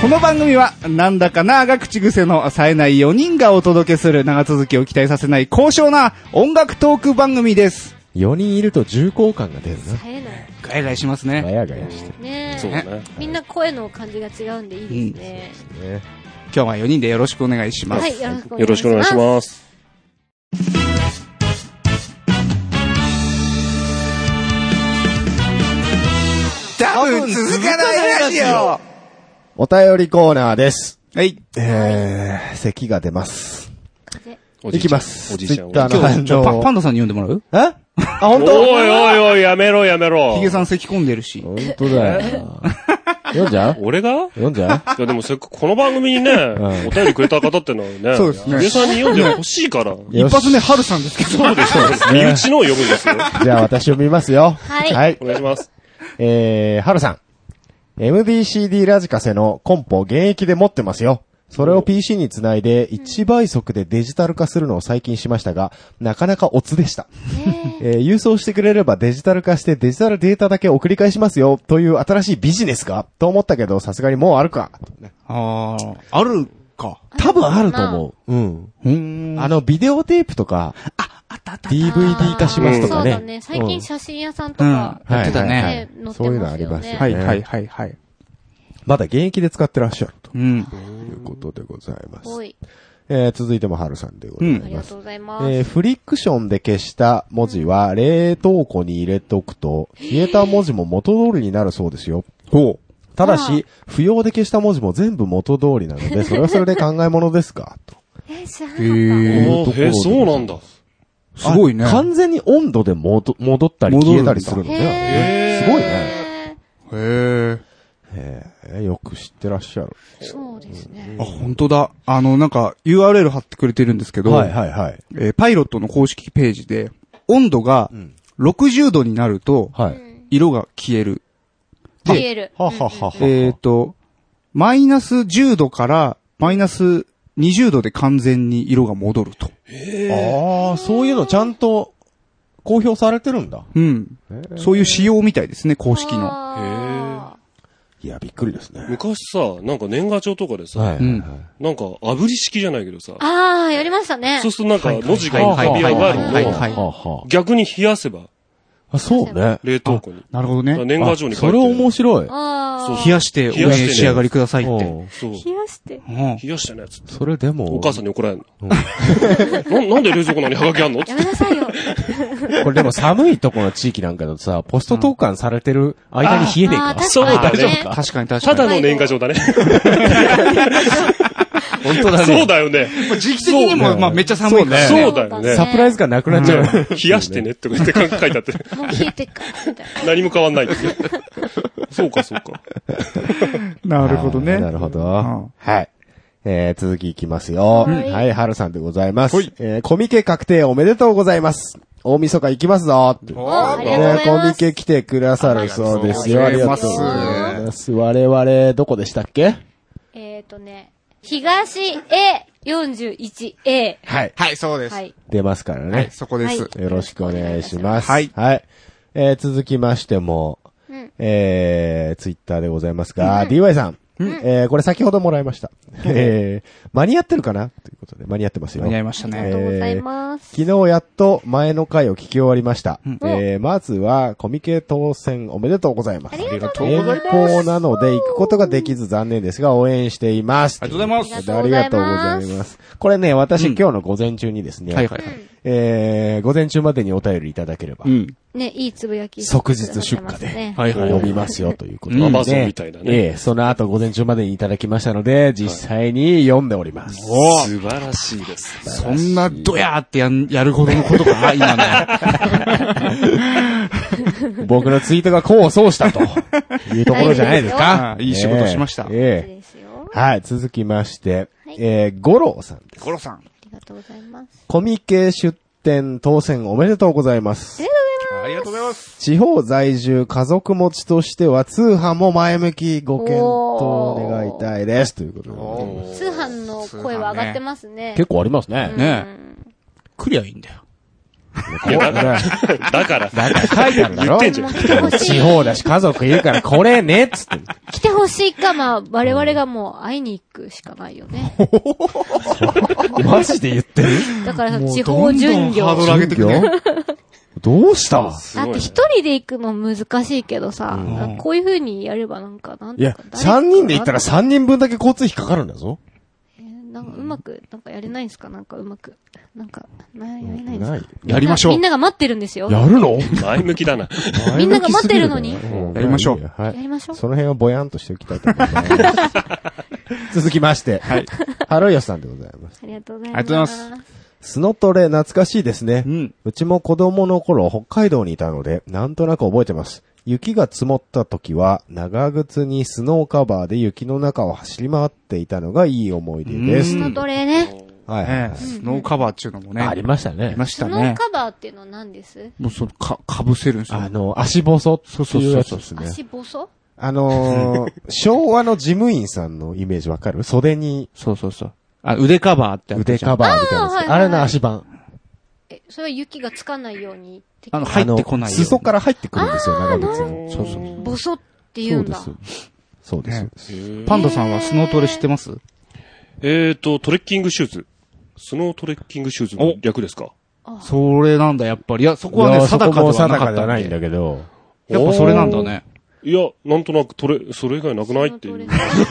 [SPEAKER 1] この番組は、なんだかなが口癖の冴えない4人がお届けする長続きを期待させない高尚な音楽トーク番組です。
[SPEAKER 4] 4人いると重厚感が出る
[SPEAKER 3] 耐えない。
[SPEAKER 1] ガヤガヤします
[SPEAKER 4] な。
[SPEAKER 1] ね
[SPEAKER 4] ガ。ヤガヤして
[SPEAKER 3] ね
[SPEAKER 2] そう
[SPEAKER 3] え。
[SPEAKER 2] ね。
[SPEAKER 3] みんな声の感じが違うんでいいですね。
[SPEAKER 4] ね。
[SPEAKER 1] 今日は4人でよろしくお願いします。
[SPEAKER 3] はい、よ
[SPEAKER 2] よろ
[SPEAKER 3] ろ
[SPEAKER 2] し
[SPEAKER 3] し
[SPEAKER 2] く
[SPEAKER 3] く
[SPEAKER 2] お
[SPEAKER 3] お
[SPEAKER 2] 願
[SPEAKER 3] 願い
[SPEAKER 2] いし
[SPEAKER 3] します。
[SPEAKER 2] ます。
[SPEAKER 1] 多分続かないラジオは
[SPEAKER 4] お便りコーナーです。
[SPEAKER 1] い。
[SPEAKER 4] えー、咳が出ます。
[SPEAKER 2] おじ
[SPEAKER 4] い
[SPEAKER 2] いち
[SPEAKER 4] き
[SPEAKER 2] ゃん
[SPEAKER 4] ます。
[SPEAKER 2] おじいちゃん。おじいち
[SPEAKER 4] Twitter
[SPEAKER 2] ゃん
[SPEAKER 4] の反
[SPEAKER 1] ちょパ
[SPEAKER 4] 応
[SPEAKER 1] パ。ンダさんに読んでもらう
[SPEAKER 4] えあ、本
[SPEAKER 2] おい
[SPEAKER 4] 当
[SPEAKER 2] おいおい、やめろやめろ
[SPEAKER 1] ヒ。ゲさん咳込んでるし。
[SPEAKER 4] 本当だよ。読んじゃう
[SPEAKER 2] 俺が
[SPEAKER 4] 読んじゃう
[SPEAKER 2] いやでもせっかくこの番組にね、お便りくれた方ってのはね、
[SPEAKER 1] そうですね
[SPEAKER 2] ヒゲさんに読んでほしいから。
[SPEAKER 4] よし
[SPEAKER 1] 一発目、ハルさんですけど。
[SPEAKER 2] そうです身内のを読むんですよ。
[SPEAKER 4] じゃあ私読みますよ。
[SPEAKER 3] はい
[SPEAKER 4] はい
[SPEAKER 2] お。願いします。
[SPEAKER 4] えー、はるさん。MBCD ラジカセのコンポ現役で持ってますよ。それを PC につないで1倍速でデジタル化するのを最近しましたが、なかなかオツでした。えー郵送してくれればデジタル化してデジタルデータだけ送り返しますよという新しいビジネスかと思ったけど、さすがにもうあるか。
[SPEAKER 1] あー、あるか。
[SPEAKER 4] 多分あると思う。うん。
[SPEAKER 1] うーん。
[SPEAKER 4] あの、ビデオテープとか、
[SPEAKER 1] あったあった。
[SPEAKER 4] DVD 化しますと
[SPEAKER 3] そ
[SPEAKER 4] か
[SPEAKER 3] う
[SPEAKER 4] ね。
[SPEAKER 3] だね。最近写真屋さんと
[SPEAKER 1] うん。
[SPEAKER 3] か、
[SPEAKER 1] やってた
[SPEAKER 4] はい
[SPEAKER 1] ね。
[SPEAKER 3] ね、載ってますよね。
[SPEAKER 4] そういうのありますよね
[SPEAKER 1] はいはいはいはい。
[SPEAKER 4] まだ現役で使ってらっしゃると
[SPEAKER 1] うん。
[SPEAKER 4] いうことでございます。
[SPEAKER 3] おい。
[SPEAKER 4] えー続いても春さんでござい
[SPEAKER 3] あり
[SPEAKER 4] ま
[SPEAKER 3] が
[SPEAKER 4] す。
[SPEAKER 3] とうございます。
[SPEAKER 4] えーフリクションで消した文字は冷凍庫に入れておくと、消えた文字も元通りになるそうですよ。ほう。ただし、不要で消した文字も全部元通りなので、それはそれで考え物ですかと。
[SPEAKER 3] えー、知らなか
[SPEAKER 1] へ
[SPEAKER 3] っ
[SPEAKER 1] えー
[SPEAKER 2] おーへーそうなんだ。
[SPEAKER 1] すごいね
[SPEAKER 4] あ。完全に温度で戻戻ったり
[SPEAKER 1] 戻る
[SPEAKER 4] 消
[SPEAKER 1] ん
[SPEAKER 4] え
[SPEAKER 1] だ
[SPEAKER 4] たりするの
[SPEAKER 3] た。
[SPEAKER 4] ね。
[SPEAKER 3] へー
[SPEAKER 4] すごいね。。
[SPEAKER 1] へー。
[SPEAKER 4] えーよく知ってらっしゃる。
[SPEAKER 3] そうですね。
[SPEAKER 1] あ、本当だ。あの、なんか、URL 貼ってくれてるんですけど、
[SPEAKER 4] はいはいはい。
[SPEAKER 1] えーパイロットの公式ページで、温度が60度になると、
[SPEAKER 4] は
[SPEAKER 3] う
[SPEAKER 4] い。
[SPEAKER 3] ん
[SPEAKER 1] 色が消える。
[SPEAKER 3] 消える。
[SPEAKER 4] はははは。
[SPEAKER 1] えっ、と、マイナス10度からマイナス20度で完全に色が戻ると。
[SPEAKER 4] ああ、そういうのちゃんと公表されてるんだ。
[SPEAKER 1] うん。そういう仕様みたいですね、公式の。
[SPEAKER 3] の。
[SPEAKER 4] いや、びっくりですね。
[SPEAKER 2] 昔さ、なんか年賀状とかでさ、
[SPEAKER 4] はいはい
[SPEAKER 1] うん
[SPEAKER 4] はい。
[SPEAKER 2] なんか炙り式じゃないけどさ、
[SPEAKER 3] あー、やりましたね
[SPEAKER 2] そう。するとなんか文字が
[SPEAKER 1] はい
[SPEAKER 2] 浮
[SPEAKER 1] はい
[SPEAKER 2] かび上がる
[SPEAKER 1] はいはい
[SPEAKER 2] のを
[SPEAKER 1] はい
[SPEAKER 4] は
[SPEAKER 2] 逆に冷やせば、
[SPEAKER 4] あ、そうね。
[SPEAKER 2] 冷凍庫に。
[SPEAKER 1] なるほど
[SPEAKER 2] だか
[SPEAKER 1] ね。
[SPEAKER 2] ら年賀状に書い
[SPEAKER 4] そ
[SPEAKER 2] て
[SPEAKER 4] れ
[SPEAKER 2] る。
[SPEAKER 4] 面白い。
[SPEAKER 3] あ
[SPEAKER 2] そう
[SPEAKER 3] ー。
[SPEAKER 1] 冷やしてお
[SPEAKER 2] 冷やして
[SPEAKER 1] 召
[SPEAKER 2] ね
[SPEAKER 1] し上がりくださいって。
[SPEAKER 4] うん
[SPEAKER 2] そう。
[SPEAKER 3] 冷やして。
[SPEAKER 1] うん
[SPEAKER 2] 冷やしてないやつって。
[SPEAKER 4] それでも、
[SPEAKER 2] お母さんに怒られるの。 ななんで冷蔵庫なのにハガキあんの
[SPEAKER 3] やめなさいよ。
[SPEAKER 4] これでも寒いとこの地域なんかだとさ、ポスト投函されてる間に冷えねえ
[SPEAKER 3] あー
[SPEAKER 4] か。
[SPEAKER 3] 確
[SPEAKER 2] そうだ
[SPEAKER 3] か
[SPEAKER 2] ね
[SPEAKER 3] にね。
[SPEAKER 1] 確かに確か
[SPEAKER 2] た
[SPEAKER 1] に。
[SPEAKER 2] だの年賀状だね。
[SPEAKER 4] 本当だ
[SPEAKER 2] そう。だよね。
[SPEAKER 1] 時期的にも、まあめっちゃ寒いから。
[SPEAKER 2] そうね
[SPEAKER 1] ね。
[SPEAKER 2] だよね
[SPEAKER 4] サプライズがなくなっちゃう。
[SPEAKER 2] 冷やしてねって書いてあって、
[SPEAKER 3] もう冷えてっから、みたいな。
[SPEAKER 2] 何も変わんないっていう。そうか、そうか。
[SPEAKER 1] なるほど
[SPEAKER 4] は
[SPEAKER 1] ね。
[SPEAKER 4] いなるほど。
[SPEAKER 1] うん
[SPEAKER 4] はい。えー、続きいきますよ。
[SPEAKER 3] はい
[SPEAKER 4] はい、はるさんでございます。
[SPEAKER 2] はい
[SPEAKER 4] えー、コミケ確定おめでとうございます。大晦日行きますぞ。
[SPEAKER 3] おありがとうござい
[SPEAKER 4] コ
[SPEAKER 3] ま
[SPEAKER 4] ミ
[SPEAKER 3] す。
[SPEAKER 4] ケ来てくださるそうですよ。
[SPEAKER 1] あ
[SPEAKER 4] あ
[SPEAKER 1] り
[SPEAKER 4] り
[SPEAKER 1] が
[SPEAKER 4] が
[SPEAKER 1] と
[SPEAKER 4] と
[SPEAKER 1] う
[SPEAKER 4] う
[SPEAKER 1] ご
[SPEAKER 4] ご
[SPEAKER 1] ざ
[SPEAKER 4] ざ
[SPEAKER 1] い
[SPEAKER 4] います。我々、どこでしたっけ
[SPEAKER 3] えっ、ー、とね、東 A41A。
[SPEAKER 4] はい。
[SPEAKER 1] はい、そうです。
[SPEAKER 3] は
[SPEAKER 1] はい、
[SPEAKER 3] い。
[SPEAKER 4] 出ますからね。
[SPEAKER 1] そこです
[SPEAKER 3] は。い
[SPEAKER 4] よろしくお願いします。
[SPEAKER 1] はい
[SPEAKER 4] はい。えー、続きましても、
[SPEAKER 3] うん。
[SPEAKER 4] えー、ツイッターでございますが、DY さん。えー、これ先ほどもらいました。えー、間に合ってるかなということで、間に合ってますよ。
[SPEAKER 1] 間に合いました
[SPEAKER 3] あり
[SPEAKER 1] ね。
[SPEAKER 3] がとうございます。
[SPEAKER 4] 昨日やっと前の回を聞き終わりました。
[SPEAKER 1] ん
[SPEAKER 4] えー、まずはコミケ当選おめでとうございます。
[SPEAKER 3] ありがとうご
[SPEAKER 4] 遠
[SPEAKER 3] ざいます。
[SPEAKER 4] 方なので行くことができず残念ですが応援しています。
[SPEAKER 1] ありがとうござい
[SPEAKER 3] あ
[SPEAKER 1] ま
[SPEAKER 3] り
[SPEAKER 1] す。
[SPEAKER 3] がとうご
[SPEAKER 4] あり
[SPEAKER 3] ざ
[SPEAKER 4] が
[SPEAKER 3] い
[SPEAKER 4] とうご
[SPEAKER 3] ま
[SPEAKER 4] ざ
[SPEAKER 3] す
[SPEAKER 4] います。これね、私、今日の午前中にですね、
[SPEAKER 1] はいはいはい。
[SPEAKER 4] えー、午前中までにお便りいただければ、
[SPEAKER 1] うん。
[SPEAKER 3] ね、いいつぶやき。
[SPEAKER 4] 即日出荷で
[SPEAKER 3] ね、
[SPEAKER 2] はいはい
[SPEAKER 4] 呼びますよということ
[SPEAKER 1] うん
[SPEAKER 4] で、
[SPEAKER 2] アマゾンみたいなね
[SPEAKER 4] ええその後午前中までにいただきましたので、実際に読んでおります。
[SPEAKER 1] おー
[SPEAKER 2] 素晴らしいです。
[SPEAKER 1] そんな、ドヤーってやん、やるほどのことか、今 の。
[SPEAKER 4] 僕のツイートが功を奏したというところじゃないですか。
[SPEAKER 1] あーいい仕事しました。
[SPEAKER 4] ええええ
[SPEAKER 3] ですよ。
[SPEAKER 4] はい、続きまして、
[SPEAKER 3] はい
[SPEAKER 4] えー、五郎さんです。
[SPEAKER 1] ゴロさん。
[SPEAKER 3] ありがとうございます。
[SPEAKER 4] コミケ出店当選おめでとうございます。
[SPEAKER 1] ありがとうございます。
[SPEAKER 4] 地方在住家族持ちとしては通販も前向きご検討願いたいです。ということで。
[SPEAKER 3] 通販の声は上がってますね。
[SPEAKER 4] 構ありますね。
[SPEAKER 1] ね
[SPEAKER 3] うん
[SPEAKER 1] クリアいいんだよ。
[SPEAKER 4] いやだ
[SPEAKER 2] だから、
[SPEAKER 4] 書いてあるだろ
[SPEAKER 2] 言ってんじゃん。
[SPEAKER 3] 来てほし
[SPEAKER 4] 地
[SPEAKER 3] い。
[SPEAKER 4] 方だし家族いるからこれねっ つって。
[SPEAKER 3] 来てほしいか、まあ、我々がもう会いに行くしかないよね。
[SPEAKER 4] マジで言ってる
[SPEAKER 3] だから、地方巡業。
[SPEAKER 1] もうどんどんハードル上げてくね。
[SPEAKER 4] どうした
[SPEAKER 2] す
[SPEAKER 3] だっ
[SPEAKER 2] ご
[SPEAKER 3] て
[SPEAKER 2] い
[SPEAKER 3] 一人で行くの難しいけどさ、なんかこういう風にやればなんか、なん
[SPEAKER 4] い
[SPEAKER 3] と
[SPEAKER 4] や
[SPEAKER 3] か、誰か
[SPEAKER 4] 三人で行ったら三人分だけ交通費かかるんだぞ。
[SPEAKER 3] えーなんかうまく、なんかやれないんすかなんかうまく。なんか、なやれないんです
[SPEAKER 4] な
[SPEAKER 3] か
[SPEAKER 4] い。
[SPEAKER 1] やりましょう
[SPEAKER 3] みん。なが待ってるんですよ。
[SPEAKER 4] やるの
[SPEAKER 2] 前向きだな。
[SPEAKER 3] みんなが待ってるのに
[SPEAKER 4] うん
[SPEAKER 1] やりましょう
[SPEAKER 4] いいよは
[SPEAKER 3] やりましょう
[SPEAKER 4] その辺はぼやんとしておきたいと思います。 続きまして。はい。ハロイヨシさんでございます。
[SPEAKER 3] ありがとうございます。
[SPEAKER 1] ありがとうござい
[SPEAKER 3] ます。
[SPEAKER 4] スノトレ懐かしいですね。
[SPEAKER 1] うん
[SPEAKER 4] うちも子供の頃北海道にいたので、なんとなく覚えてます。雪が積もった時は、長靴にスノーカバーで雪の中を走り回っていたのがいい思い出です。
[SPEAKER 1] う
[SPEAKER 3] ス
[SPEAKER 1] ん
[SPEAKER 3] ノトレね。
[SPEAKER 4] はいはい
[SPEAKER 1] え
[SPEAKER 4] は
[SPEAKER 1] え、スノーカバーっていうのもね。
[SPEAKER 4] い。
[SPEAKER 1] あり
[SPEAKER 4] ましたね
[SPEAKER 1] まし
[SPEAKER 3] ス
[SPEAKER 1] た
[SPEAKER 3] ノー
[SPEAKER 1] ね。
[SPEAKER 3] カバーっていうのは何です
[SPEAKER 1] もうその、か、かぶせるんですよ。
[SPEAKER 4] あの、足細っていうやつですね。
[SPEAKER 3] 足細
[SPEAKER 4] あのー、昭和の事務員さんのイメージわかる袖に
[SPEAKER 1] そうそうそう。あ、腕カバーってあった
[SPEAKER 4] 腕
[SPEAKER 1] じゃん
[SPEAKER 4] カバーみたいなや
[SPEAKER 3] あ
[SPEAKER 4] つ
[SPEAKER 3] ーはいはいはい
[SPEAKER 4] あれの足版。
[SPEAKER 3] え、それは雪がつかないように。
[SPEAKER 1] あの、入ってこないように。
[SPEAKER 4] あの裾から入ってくるんですよ、長靴に。
[SPEAKER 1] そうそう。
[SPEAKER 3] ボソって言うんだ。
[SPEAKER 4] そうです。そうです
[SPEAKER 1] ね
[SPEAKER 4] そうです。
[SPEAKER 1] パンダさんはスノートレ知ってます
[SPEAKER 2] えーと、トレッキングシューズ。スノートレッキングシューズの略ですか
[SPEAKER 1] それなんだ、やっぱり。いや、そこはね、定かではなかったんで。
[SPEAKER 4] けど。
[SPEAKER 1] やっぱそれなんだね。
[SPEAKER 2] いや、なんとなく、トレ、それ以外なくないって
[SPEAKER 3] ス
[SPEAKER 2] い
[SPEAKER 3] ノト
[SPEAKER 2] う。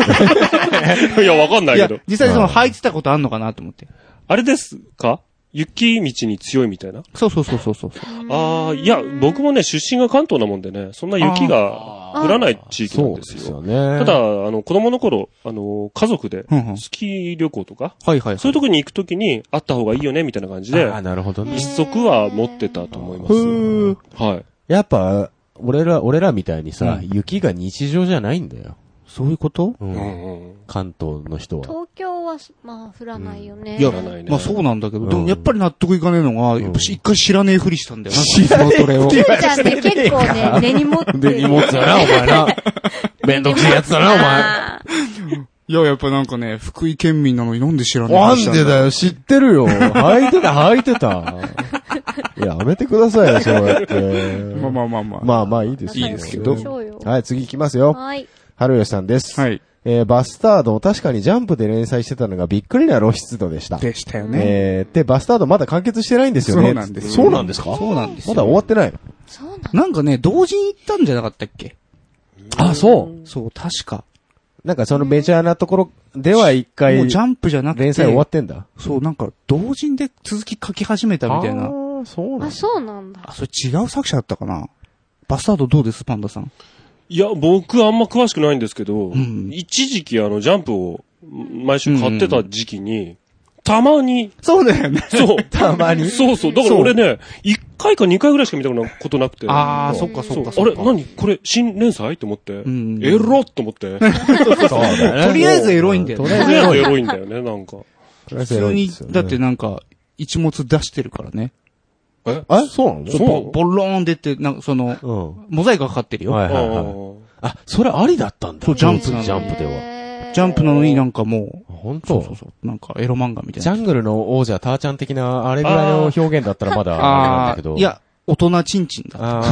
[SPEAKER 3] レ
[SPEAKER 2] いや、わかんない
[SPEAKER 1] い
[SPEAKER 2] け
[SPEAKER 1] や
[SPEAKER 2] ど。、
[SPEAKER 1] 実際その、履いてたことあんのかなと思って。
[SPEAKER 2] あれですか雪道に強いみたいな。
[SPEAKER 1] そうそうそうそうそう。
[SPEAKER 2] ああ、いや、僕もね、出身が関東なもんでね、そんな雪が降らない地域なん
[SPEAKER 4] そう
[SPEAKER 2] で
[SPEAKER 4] ですすよ
[SPEAKER 2] よ。
[SPEAKER 4] ね。
[SPEAKER 2] ただ、あの、子供の頃、あの、家族で
[SPEAKER 1] うんうん、
[SPEAKER 2] スキー旅行とか、
[SPEAKER 1] はいはい。
[SPEAKER 2] そういうとこに行くときに、あった方がいいよね、みたいな感じで、
[SPEAKER 4] あーなるほどね。
[SPEAKER 2] 一足は持ってたと思います。
[SPEAKER 4] ふー
[SPEAKER 2] はい。
[SPEAKER 4] やっぱ、俺ら、俺らみたいにさ、
[SPEAKER 1] うん
[SPEAKER 4] 雪が日常じゃないんだよ。
[SPEAKER 1] そういうこと
[SPEAKER 4] う。
[SPEAKER 2] うんんうん。
[SPEAKER 4] 関東の人は。
[SPEAKER 3] 東京は、まあ、降らないよね。
[SPEAKER 1] いや
[SPEAKER 2] らないね、
[SPEAKER 1] まあそうなんだけど、
[SPEAKER 4] うん
[SPEAKER 1] でもやっぱり納得いかねえのが、やっぱし一回知らねえふりしたんだよな、
[SPEAKER 4] 知
[SPEAKER 1] スノートレを。
[SPEAKER 3] ゆうち ゃんね、結構ね、根に持ってる。
[SPEAKER 4] な、お 前な。めんどくせえやつだな、お
[SPEAKER 3] あー
[SPEAKER 1] いや、やっぱなんかね、福井県民なのになんで知らねえ
[SPEAKER 4] な
[SPEAKER 1] ふりした
[SPEAKER 4] ん
[SPEAKER 1] んだ
[SPEAKER 4] でだよ、知ってるよ。履いてた、履いて た。いや、やめてくださいよ、そうやって。
[SPEAKER 1] まあまあまあまあ。
[SPEAKER 4] まあまあいいですよ
[SPEAKER 1] いいですけ
[SPEAKER 3] 仲良
[SPEAKER 1] ど
[SPEAKER 3] くしましょうよ
[SPEAKER 4] はい、次行きますよ。
[SPEAKER 3] はい。
[SPEAKER 4] 春吉さんです。
[SPEAKER 1] はい。
[SPEAKER 4] えー、バスタードを確かにジャンプで連載してたのがびっくりな露出度でした。
[SPEAKER 1] でしたよね。
[SPEAKER 4] えー、で、バスタードまだ完結してないんですよね。
[SPEAKER 1] そうなんですよ
[SPEAKER 4] そうなんですか
[SPEAKER 1] そうなんです
[SPEAKER 4] ま
[SPEAKER 1] よ。
[SPEAKER 4] だ終わってないの
[SPEAKER 3] そうなの
[SPEAKER 1] なんかね、同時に行ったんじゃなかったっけ
[SPEAKER 4] あ、そう。
[SPEAKER 1] そう、確か。
[SPEAKER 4] なんかそのメジャーなところでは一回、
[SPEAKER 1] もうジャンプじゃなくて、
[SPEAKER 4] 連載終わってんだ。
[SPEAKER 1] そう、なんか同時で続き書き始めたみたい
[SPEAKER 4] あ
[SPEAKER 1] な。
[SPEAKER 4] ーそうなん
[SPEAKER 3] あ、
[SPEAKER 4] だ。
[SPEAKER 3] そうなんだ。
[SPEAKER 1] あ、それ違う作者だったかなバスタードどうですパンダさん。
[SPEAKER 2] いや、僕あんま詳しくないんですけど、
[SPEAKER 1] ん
[SPEAKER 2] 一時期あの、ジャンプを毎週買ってた時期に、たまに、
[SPEAKER 1] そうだよね。
[SPEAKER 2] そう。
[SPEAKER 4] たまに。
[SPEAKER 2] そうそう。だから俺ね、一回か二回ぐらいしか見たことなくて。
[SPEAKER 1] ああ、そっかそ
[SPEAKER 2] そ
[SPEAKER 1] っ
[SPEAKER 2] う
[SPEAKER 1] か。
[SPEAKER 2] あれ、何これ、新連載と思って。
[SPEAKER 1] ん
[SPEAKER 2] エロっと思って。とり
[SPEAKER 4] そうだね
[SPEAKER 1] とりあえずエロいんだよね
[SPEAKER 4] とりあえずエ
[SPEAKER 2] あえ
[SPEAKER 4] ロ
[SPEAKER 2] ず
[SPEAKER 4] い
[SPEAKER 2] エロいんだよね、なんか。
[SPEAKER 4] とりあ
[SPEAKER 1] 普
[SPEAKER 4] えずエロ
[SPEAKER 1] 通
[SPEAKER 4] いん
[SPEAKER 1] に
[SPEAKER 4] ですよ、ね
[SPEAKER 1] だってなんか、一物出してるからね。
[SPEAKER 2] え
[SPEAKER 4] あ、そうなの
[SPEAKER 2] そう
[SPEAKER 1] ボボローン出て、なんかその、
[SPEAKER 4] う
[SPEAKER 1] モザイクがかかってる
[SPEAKER 4] ん。は
[SPEAKER 1] よ。
[SPEAKER 4] いはいはい。あ、それありだったんだ。
[SPEAKER 1] そうジャンプなの
[SPEAKER 4] ジャンプでは。
[SPEAKER 3] は
[SPEAKER 1] ジャンプなのになんかもう、
[SPEAKER 4] 本
[SPEAKER 1] そ
[SPEAKER 4] 当
[SPEAKER 1] うそうそう。なんかエロ漫画みたい
[SPEAKER 4] ジ
[SPEAKER 1] な。
[SPEAKER 4] ャングルの王者、ターちゃん的な、あれぐらいの表現だったらまだあれなんだ
[SPEAKER 1] あ
[SPEAKER 4] け
[SPEAKER 1] あ
[SPEAKER 4] ど。
[SPEAKER 1] ー、い。や、大人チンチンだ。
[SPEAKER 4] あ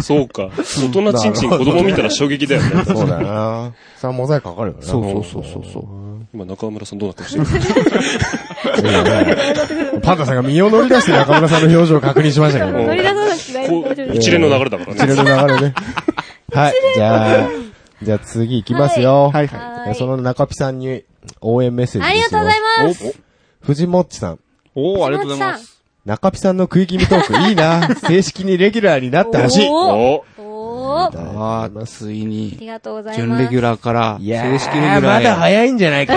[SPEAKER 2] そうか。大人ちんちん子供見たら衝撃だよね
[SPEAKER 4] あ、。そうだな。さあ、モザイクかかるよね。
[SPEAKER 1] そうそうそうそうそう。
[SPEAKER 2] 今中村さんどうなってました
[SPEAKER 4] パンダさんが身を乗り出して中村さんの表情を確認しましたけど。
[SPEAKER 3] 乗り出さなくて 大丈
[SPEAKER 2] こ
[SPEAKER 3] 夫
[SPEAKER 2] う一連の流れだから
[SPEAKER 4] 一
[SPEAKER 2] ね。
[SPEAKER 4] 連の流 れね。はい。じゃあ、じゃあ次行きますよ。
[SPEAKER 1] はいはい。
[SPEAKER 3] は
[SPEAKER 4] その中ピさんに応援メッセージ
[SPEAKER 3] あ
[SPEAKER 4] です
[SPEAKER 3] り
[SPEAKER 4] よ
[SPEAKER 3] がとうございます。
[SPEAKER 4] 藤もっちさん。
[SPEAKER 1] おお、ありがとうござい
[SPEAKER 3] さん
[SPEAKER 1] ます。。
[SPEAKER 4] 中ピさんの食い気味トークいい な。正式にレギュラーになってほしい。
[SPEAKER 3] お
[SPEAKER 2] お
[SPEAKER 3] おー。あ
[SPEAKER 1] ああ、つい
[SPEAKER 3] り
[SPEAKER 1] に、
[SPEAKER 3] がとうござい
[SPEAKER 1] 準
[SPEAKER 3] ます。
[SPEAKER 1] レギュラーから、
[SPEAKER 4] いやー
[SPEAKER 1] 正式レギュラーへ。
[SPEAKER 4] まだ早いんじゃな いか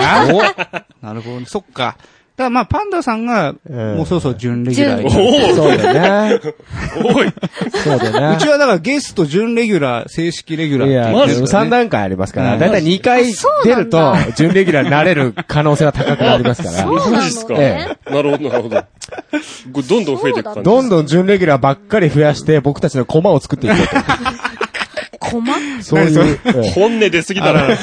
[SPEAKER 1] おなるほどね。そっか。だからまあ、パンダさんが、
[SPEAKER 4] うん
[SPEAKER 1] もうそろそろ準レギュラー
[SPEAKER 2] お
[SPEAKER 1] に
[SPEAKER 4] そうだな。
[SPEAKER 2] おい
[SPEAKER 4] そうだな。
[SPEAKER 1] うちはだからゲスト、準レギュラー、正式レギュラー
[SPEAKER 4] い
[SPEAKER 1] っていう
[SPEAKER 4] や、
[SPEAKER 1] ね。
[SPEAKER 2] マジで
[SPEAKER 4] 3段階ありますか
[SPEAKER 1] う
[SPEAKER 4] ら、
[SPEAKER 1] ん
[SPEAKER 4] だいたい2回出ると、準レギュラーになれる可能性は高くなりますか
[SPEAKER 3] そう
[SPEAKER 4] ら、
[SPEAKER 3] なの
[SPEAKER 2] マジっすか。
[SPEAKER 4] え
[SPEAKER 2] なるほど、なるほど。これどんどん増えていく感じ。
[SPEAKER 4] どんどん準レギュラーばっかり増やして、僕たちのコマを作っていこう
[SPEAKER 3] コマ
[SPEAKER 4] と。そういう、ええ
[SPEAKER 2] 本音出すぎだな。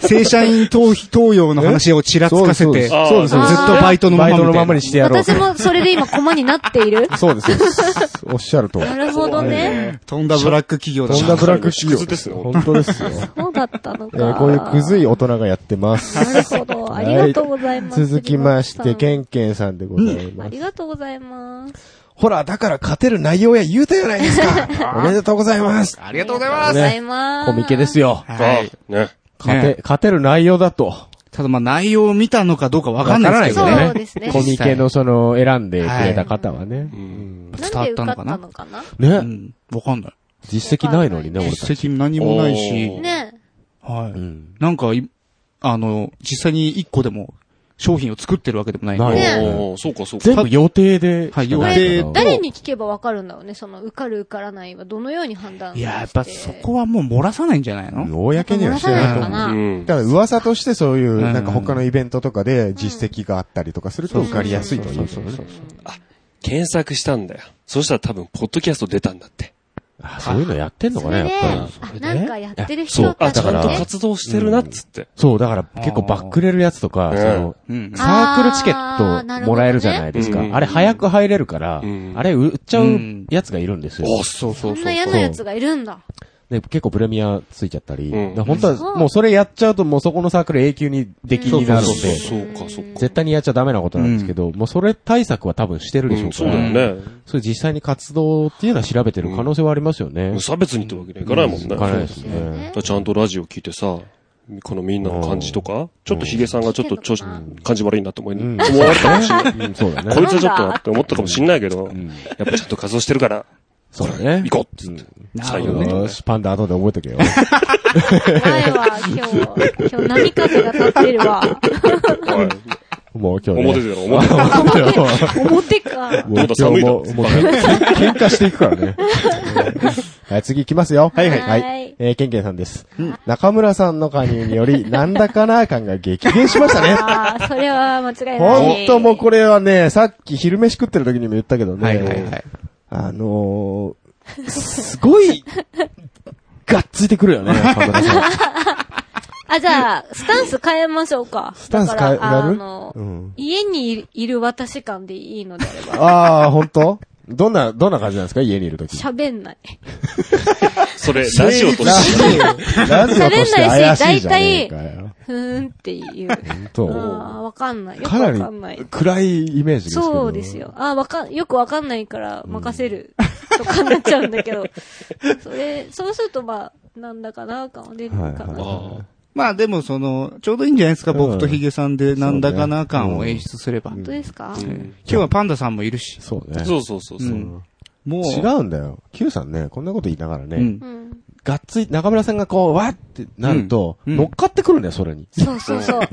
[SPEAKER 1] 正社員投東洋の話をちらつかせ
[SPEAKER 4] そうで
[SPEAKER 1] て、
[SPEAKER 4] す
[SPEAKER 1] ずっ
[SPEAKER 4] そうです。
[SPEAKER 1] と
[SPEAKER 4] そうです
[SPEAKER 3] あー
[SPEAKER 1] バイトのま
[SPEAKER 4] バイ
[SPEAKER 1] ま
[SPEAKER 4] トの
[SPEAKER 1] みた
[SPEAKER 4] ま
[SPEAKER 1] いな
[SPEAKER 4] まに。してやろう
[SPEAKER 3] 私。もそれで今コマになっている
[SPEAKER 4] そうです、そうです。おっしゃ ると。
[SPEAKER 3] なるほどね。
[SPEAKER 1] とんだブラック企業だ
[SPEAKER 4] とんだブラック企業。
[SPEAKER 2] クズですよ
[SPEAKER 4] 本当ですよ。
[SPEAKER 3] そうだったの
[SPEAKER 4] え
[SPEAKER 3] か。
[SPEAKER 4] ーこういうくずい大人がやってます。
[SPEAKER 3] なるほど。ありがとうございます。
[SPEAKER 4] 続きまし
[SPEAKER 3] リ
[SPEAKER 4] て、
[SPEAKER 3] ボット
[SPEAKER 4] ケンケンさんでござい
[SPEAKER 3] さん
[SPEAKER 4] ま
[SPEAKER 3] あ
[SPEAKER 4] す
[SPEAKER 3] り。がとうございます。
[SPEAKER 4] ほら、だから勝てる内容や言うたじゃないですか。おめでとうございます。
[SPEAKER 1] ありがとうござい
[SPEAKER 3] あ
[SPEAKER 1] ま
[SPEAKER 3] りがとうございます。
[SPEAKER 4] コミケですよ。
[SPEAKER 1] す。は
[SPEAKER 2] あ
[SPEAKER 1] い。
[SPEAKER 2] ね。
[SPEAKER 4] 勝て、勝てる内容だと。
[SPEAKER 1] ただまあ内容を見たのかどうかわかんないですけど
[SPEAKER 3] わから
[SPEAKER 1] ね
[SPEAKER 3] な。いですけどね
[SPEAKER 4] コミケのその、選んでくれた方はね
[SPEAKER 2] う。ん。
[SPEAKER 3] なん
[SPEAKER 1] 伝わ
[SPEAKER 3] で
[SPEAKER 1] っ
[SPEAKER 3] 受か
[SPEAKER 1] たの
[SPEAKER 3] っ
[SPEAKER 1] か
[SPEAKER 3] た
[SPEAKER 1] な
[SPEAKER 3] のかな
[SPEAKER 1] う
[SPEAKER 4] ね。
[SPEAKER 1] ん。わかんない。
[SPEAKER 4] 実績ないのにね、俺たち。
[SPEAKER 1] 責任何もないし
[SPEAKER 2] おー、
[SPEAKER 3] ね
[SPEAKER 1] は
[SPEAKER 4] う
[SPEAKER 1] い。
[SPEAKER 4] ん。
[SPEAKER 1] なんかい、あの、実際に一個でも商品を作ってるわけでもないん
[SPEAKER 4] な
[SPEAKER 1] で
[SPEAKER 4] い
[SPEAKER 2] おーそうか、そうか。
[SPEAKER 4] 全部予定で。
[SPEAKER 1] はい
[SPEAKER 4] しかなから
[SPEAKER 1] 予定と
[SPEAKER 3] 誰に聞けばわかるんだろうね。その、受かる受からないはどのように判断し
[SPEAKER 1] い
[SPEAKER 3] て。
[SPEAKER 1] や、やっぱそこはもう漏らさないんじゃないの
[SPEAKER 4] 公にはしてないと思う。
[SPEAKER 3] な
[SPEAKER 2] うん。
[SPEAKER 4] ただ噂としてそういう、
[SPEAKER 1] ん
[SPEAKER 4] なんか他のイベントとかで実績があったりとかすると受かりやすいという。
[SPEAKER 2] 検索したんだよ。そしたら多分、ポッドキャスト出たんだって。
[SPEAKER 4] あそういうのやってんの
[SPEAKER 3] それで、あなんかやってる人
[SPEAKER 2] あ、
[SPEAKER 3] た
[SPEAKER 2] ち
[SPEAKER 3] ち
[SPEAKER 2] ゃんと
[SPEAKER 3] ね。
[SPEAKER 2] 活動してるな、っつって。
[SPEAKER 4] そう、だから結構バックれるやつとか、
[SPEAKER 2] うん
[SPEAKER 4] その、
[SPEAKER 1] うん。
[SPEAKER 4] サークルチケットもらえるじゃないです
[SPEAKER 2] あーなるほど
[SPEAKER 4] か。
[SPEAKER 2] ねうん
[SPEAKER 4] あれ早く入れるから、
[SPEAKER 2] うん
[SPEAKER 4] あれ売っちゃうやつがいるんですよ。
[SPEAKER 2] お
[SPEAKER 1] そう
[SPEAKER 3] こ
[SPEAKER 1] そうんそ
[SPEAKER 3] な
[SPEAKER 1] う。
[SPEAKER 3] 嫌な奴がいるんだ。
[SPEAKER 4] で、結構プレミアついちゃったり、
[SPEAKER 2] うん
[SPEAKER 4] だから本当はもうそれやっちゃうともうそこのサークル永久に出禁になる
[SPEAKER 1] そ
[SPEAKER 4] の
[SPEAKER 1] うそう
[SPEAKER 4] で、
[SPEAKER 2] そうか、そうか。
[SPEAKER 4] 絶対にやっちゃダメなことなんですけど、もうそれ対策は多分してるでし
[SPEAKER 2] う
[SPEAKER 4] ょうんか
[SPEAKER 2] そう
[SPEAKER 4] ら、
[SPEAKER 2] だよね。
[SPEAKER 4] それ実際に活動っていうのは調べてる可能性はありますよね。
[SPEAKER 2] 無差別にってわけにはいかないもんね。
[SPEAKER 4] いかないですね。
[SPEAKER 2] だからちゃんとラジオ聞いてさ、このみんなの感じとか、ちょっとヒゲさんがちょっと調子、感じ悪いなと思い、
[SPEAKER 4] ん
[SPEAKER 2] 思われたかもしれない。
[SPEAKER 4] うん、そうだ
[SPEAKER 2] こ
[SPEAKER 4] ね。
[SPEAKER 2] いつはちょっとなって思ったかもしんないけど、やっぱちゃんと活動してるから、
[SPEAKER 4] そうだね
[SPEAKER 2] 行。こうっつって。
[SPEAKER 1] なる
[SPEAKER 2] 採
[SPEAKER 1] ほ
[SPEAKER 2] 用
[SPEAKER 1] ど
[SPEAKER 2] ね。
[SPEAKER 4] よし、パンダ後で覚えとけよ。
[SPEAKER 3] 前は今日、今日波風が立ってる わ。
[SPEAKER 2] はい
[SPEAKER 4] もう今日ね。
[SPEAKER 2] 表出たら表出たら。
[SPEAKER 3] 表か。
[SPEAKER 4] もう今日も、もう喧嘩していくからね。はい、次行きますよ。はい
[SPEAKER 3] はいはい
[SPEAKER 4] えー、ケンケンさんです。中村さんの加入により、なんだかな感が激減しましたね。
[SPEAKER 3] ああ、それは間違いない。
[SPEAKER 4] ほんともうこれはね、さっき昼飯食ってる時にも言ったけどね。
[SPEAKER 1] はいはいはい。
[SPEAKER 4] あのー、すごい、がっついてくるよね、中村さん。
[SPEAKER 3] あ、じゃあ、スタンス変えましょうか。ス
[SPEAKER 4] スタンス変え、
[SPEAKER 3] あ
[SPEAKER 4] なる
[SPEAKER 3] の、
[SPEAKER 4] うん。
[SPEAKER 3] 家にいるいる私感でいいのであれば、
[SPEAKER 4] ああ、ほんとどんな、どんな感じなんですか家にいる時。
[SPEAKER 3] 喋んない。
[SPEAKER 2] それ、ラジオとして。
[SPEAKER 4] ラジオとして怪しいじゃねえかよ。
[SPEAKER 3] ふーんっていう。
[SPEAKER 4] ほん
[SPEAKER 3] あ
[SPEAKER 4] と
[SPEAKER 3] あ、わかんない。よく
[SPEAKER 4] かな
[SPEAKER 3] わかんない
[SPEAKER 4] り。暗いイメージですけど。
[SPEAKER 3] そうですよ。。あ、わかん、よくわかんないから任せるとかになっちゃうんだ けど、それ、そうするとまあ、なんだかな、感は出るのか
[SPEAKER 4] はい
[SPEAKER 3] な。
[SPEAKER 2] ああ
[SPEAKER 1] まあでもその、ちょうどいいんじゃないですか、僕とヒゲさんでなんだかな感を演出すれば。
[SPEAKER 3] 本当ですか
[SPEAKER 1] 今日はパンダさんもいるし。
[SPEAKER 4] そうね。
[SPEAKER 2] そうそうそうそうう。
[SPEAKER 1] んもう、
[SPEAKER 5] 違うんだよ。Q さんね、こんなこと言いながらね、
[SPEAKER 1] うん
[SPEAKER 3] う。ん。
[SPEAKER 5] がっつい、中村さんがこう、わーってなると、
[SPEAKER 1] うんうん
[SPEAKER 5] 乗っかってくるんだよ、それに。
[SPEAKER 3] そうそう そう。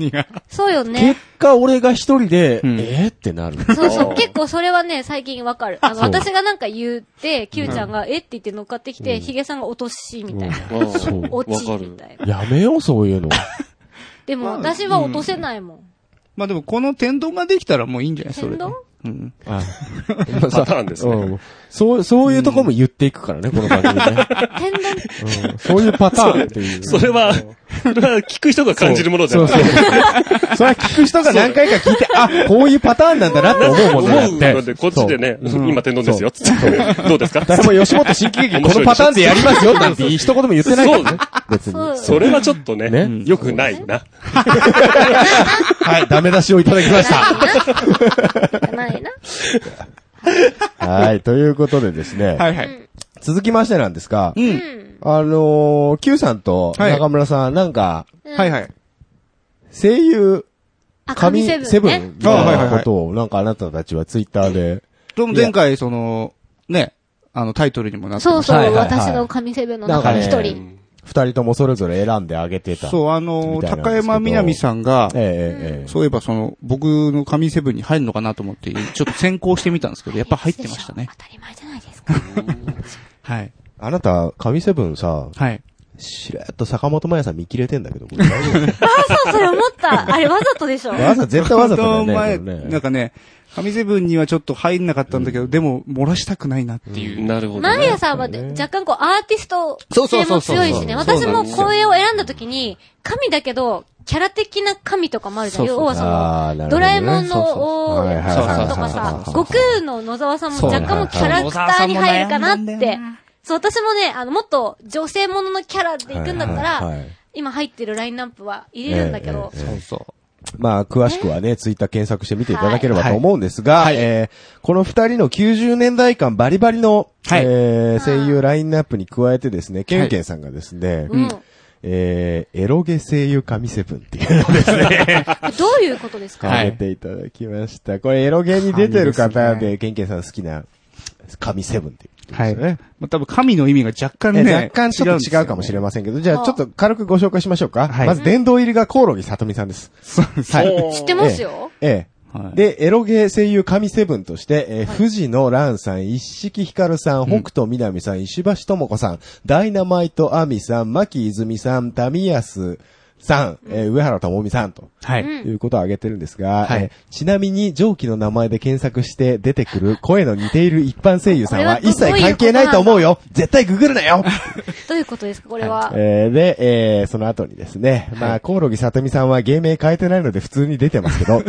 [SPEAKER 3] そうよね
[SPEAKER 5] 結。果、俺が一人で、
[SPEAKER 1] うん
[SPEAKER 5] えーってなる。
[SPEAKER 3] そうそ
[SPEAKER 2] あー
[SPEAKER 3] う。結構それはね、最近わかる。あの、
[SPEAKER 5] そう
[SPEAKER 3] 私がなんか言って、キューちゃんが、えって言って乗っかってきて、ヒゲさんが落とし、みたいな。
[SPEAKER 5] そう
[SPEAKER 3] 落ち、
[SPEAKER 2] わか
[SPEAKER 3] み
[SPEAKER 2] る
[SPEAKER 3] た。いな。
[SPEAKER 5] やめよう、そ ういうの。
[SPEAKER 3] でも私は落とせないもん。
[SPEAKER 1] まあでも、この天丼ができたらもういいんじゃないそれで。
[SPEAKER 3] 天丼
[SPEAKER 1] うん。
[SPEAKER 5] あ
[SPEAKER 2] パターンですね
[SPEAKER 5] うんそう、そういうとこも言っていくからね、この番組ね。
[SPEAKER 3] 天丼
[SPEAKER 5] うんそういうパターンっていう。
[SPEAKER 2] それは、それは聞く人が感じるものじゃ
[SPEAKER 5] そ
[SPEAKER 2] な
[SPEAKER 5] う
[SPEAKER 2] い
[SPEAKER 5] そう。それは聞く人が何回か聞いて、あ、こういうパターンなんだなって思うもんね。
[SPEAKER 2] 思う
[SPEAKER 5] だ
[SPEAKER 2] の
[SPEAKER 5] って
[SPEAKER 2] で、こっちでね、
[SPEAKER 5] そう
[SPEAKER 2] 今天丼ですよ、つって。どうですか
[SPEAKER 5] 誰も吉本新喜劇このパターンでやりますよなんて一言も言ってないからね。別
[SPEAKER 3] そう
[SPEAKER 5] に。
[SPEAKER 2] それはちょっとね、
[SPEAKER 5] ね
[SPEAKER 2] 良くないな。
[SPEAKER 5] はい、ダメ出しをいただきました。
[SPEAKER 3] じゃないな。
[SPEAKER 5] はい、ということでですね。
[SPEAKER 1] はいはい。
[SPEAKER 5] 続きましてなんですが、
[SPEAKER 1] うん。
[SPEAKER 3] うん。
[SPEAKER 5] あのー、Q さんと中村さん、なんか、
[SPEAKER 1] はいはい。
[SPEAKER 5] 声優、
[SPEAKER 3] あ、
[SPEAKER 5] 神
[SPEAKER 3] 神
[SPEAKER 5] セ
[SPEAKER 3] セ
[SPEAKER 5] ブ
[SPEAKER 3] ブ
[SPEAKER 5] ン
[SPEAKER 3] ン。
[SPEAKER 5] み
[SPEAKER 3] ね。
[SPEAKER 1] あはい
[SPEAKER 5] た
[SPEAKER 1] はいい
[SPEAKER 5] な
[SPEAKER 1] はい
[SPEAKER 5] ことを、なんかあなたたちはツイッターで、
[SPEAKER 1] でも前回、その、ね、あの、タイトルにもなって
[SPEAKER 3] そう
[SPEAKER 1] ました
[SPEAKER 3] そう、
[SPEAKER 5] はいはいはい
[SPEAKER 3] 私の神セブンの中の一
[SPEAKER 5] なんかね
[SPEAKER 3] 人。
[SPEAKER 5] 二人ともそれぞれ選んであげてた。う。
[SPEAKER 1] そう、あの
[SPEAKER 5] み、たいなんですけ
[SPEAKER 1] 高
[SPEAKER 5] ど
[SPEAKER 1] 山みなみさんが、
[SPEAKER 5] ええええええ
[SPEAKER 1] そういえばその、僕の神セブンに入るのかなと思って、ちょっと先行してみたんですけど、やっぱ入ってましたね。
[SPEAKER 3] 当たり前じゃないですか。
[SPEAKER 1] はい。
[SPEAKER 5] あなた、神セブンさ、
[SPEAKER 1] はい。
[SPEAKER 5] しれっと坂本真也さん見切れてんだけど、これ大丈
[SPEAKER 3] そう、それ思った。あれわざとでしょ
[SPEAKER 5] 夫わざ、絶対わ ざとだ
[SPEAKER 1] 前、
[SPEAKER 5] よね。
[SPEAKER 1] なんかね、神セブンにはちょっと入んなかったんだけど、でも、漏らしたくないなっていう。
[SPEAKER 2] なるほど
[SPEAKER 3] マ
[SPEAKER 2] ね。
[SPEAKER 3] ヤさんは若干こうアーティスト
[SPEAKER 1] そうそう
[SPEAKER 3] 性
[SPEAKER 1] そう
[SPEAKER 3] も
[SPEAKER 1] そう
[SPEAKER 3] 強いしね。私も声を選んだ時に、神だけど、キャラ的な神とかもあるじゃん。
[SPEAKER 1] そうそう
[SPEAKER 3] 要はそ
[SPEAKER 5] あーなるほどね
[SPEAKER 3] の、ドラえもん
[SPEAKER 5] そうそう
[SPEAKER 3] の王
[SPEAKER 5] はいはい
[SPEAKER 1] はい
[SPEAKER 3] さんとか
[SPEAKER 5] そう
[SPEAKER 3] さ、
[SPEAKER 5] そうそう
[SPEAKER 3] 悟空の野沢さんも若干もうキャラクターに入るかな
[SPEAKER 1] そう
[SPEAKER 3] っ
[SPEAKER 1] だよ
[SPEAKER 3] て
[SPEAKER 1] な。
[SPEAKER 3] そう、私もね、あの、もっと女性もののキャラで行くんだった
[SPEAKER 5] はいはいは
[SPEAKER 3] ら
[SPEAKER 5] い、
[SPEAKER 3] 今入ってるラインナップは入れるんだけど
[SPEAKER 5] ええ、ええ
[SPEAKER 1] そうそ
[SPEAKER 5] まあ、詳しくはね、ツイッター検索してみていただければと思うんですが、
[SPEAKER 1] はいはい
[SPEAKER 5] えーこの二人の90年代間バリバリの、
[SPEAKER 1] はい
[SPEAKER 5] えー声優ラインナップに加えてですね、ケンケンさんがですね、
[SPEAKER 3] うん。こ
[SPEAKER 5] えーエロゲ声優神セブンっていう のをですね、
[SPEAKER 3] れどういうことですか
[SPEAKER 1] はい
[SPEAKER 5] 挙げていただきました。これエロゲに出てる方で、ケンケンさん好きな神セブンっていうことですよね。
[SPEAKER 1] まあ、多分、神の意味が若干
[SPEAKER 5] え
[SPEAKER 1] ね。
[SPEAKER 5] 若干ちょっと違うかもしれ
[SPEAKER 1] ま
[SPEAKER 5] ませんけど、じゃ
[SPEAKER 3] あ
[SPEAKER 5] あ
[SPEAKER 3] あ
[SPEAKER 5] ちょっと軽くご紹介しましょうか。
[SPEAKER 1] はい
[SPEAKER 5] まず、殿堂入りがコオロギさとみさんです。
[SPEAKER 1] せん。そうです。
[SPEAKER 5] はい
[SPEAKER 2] おー
[SPEAKER 3] 知ってますよ
[SPEAKER 5] ええ。
[SPEAKER 1] はい
[SPEAKER 5] で、エロゲー声優神セブンとして、えー藤野蘭さん、一色ひかるさん、北斗みなみさん、石橋智子さん、ダイナマイトアミさん、牧泉さん、民安さん、えー上原智美さんと。
[SPEAKER 1] はい。
[SPEAKER 3] うん
[SPEAKER 5] いうことを挙げてるんですが、
[SPEAKER 1] はい
[SPEAKER 5] えーちなみに上記の名前で検索して出てくる声の似ている一般声優さんは
[SPEAKER 3] これ
[SPEAKER 5] 一
[SPEAKER 3] はどういう
[SPEAKER 5] 切関係ないと思うよ絶対ググるなよ
[SPEAKER 3] どういうことですかこれは。
[SPEAKER 5] えーで、えーその後にですね、まあ、コオロギさとみさんは芸名変えてないので普通に出てますけど、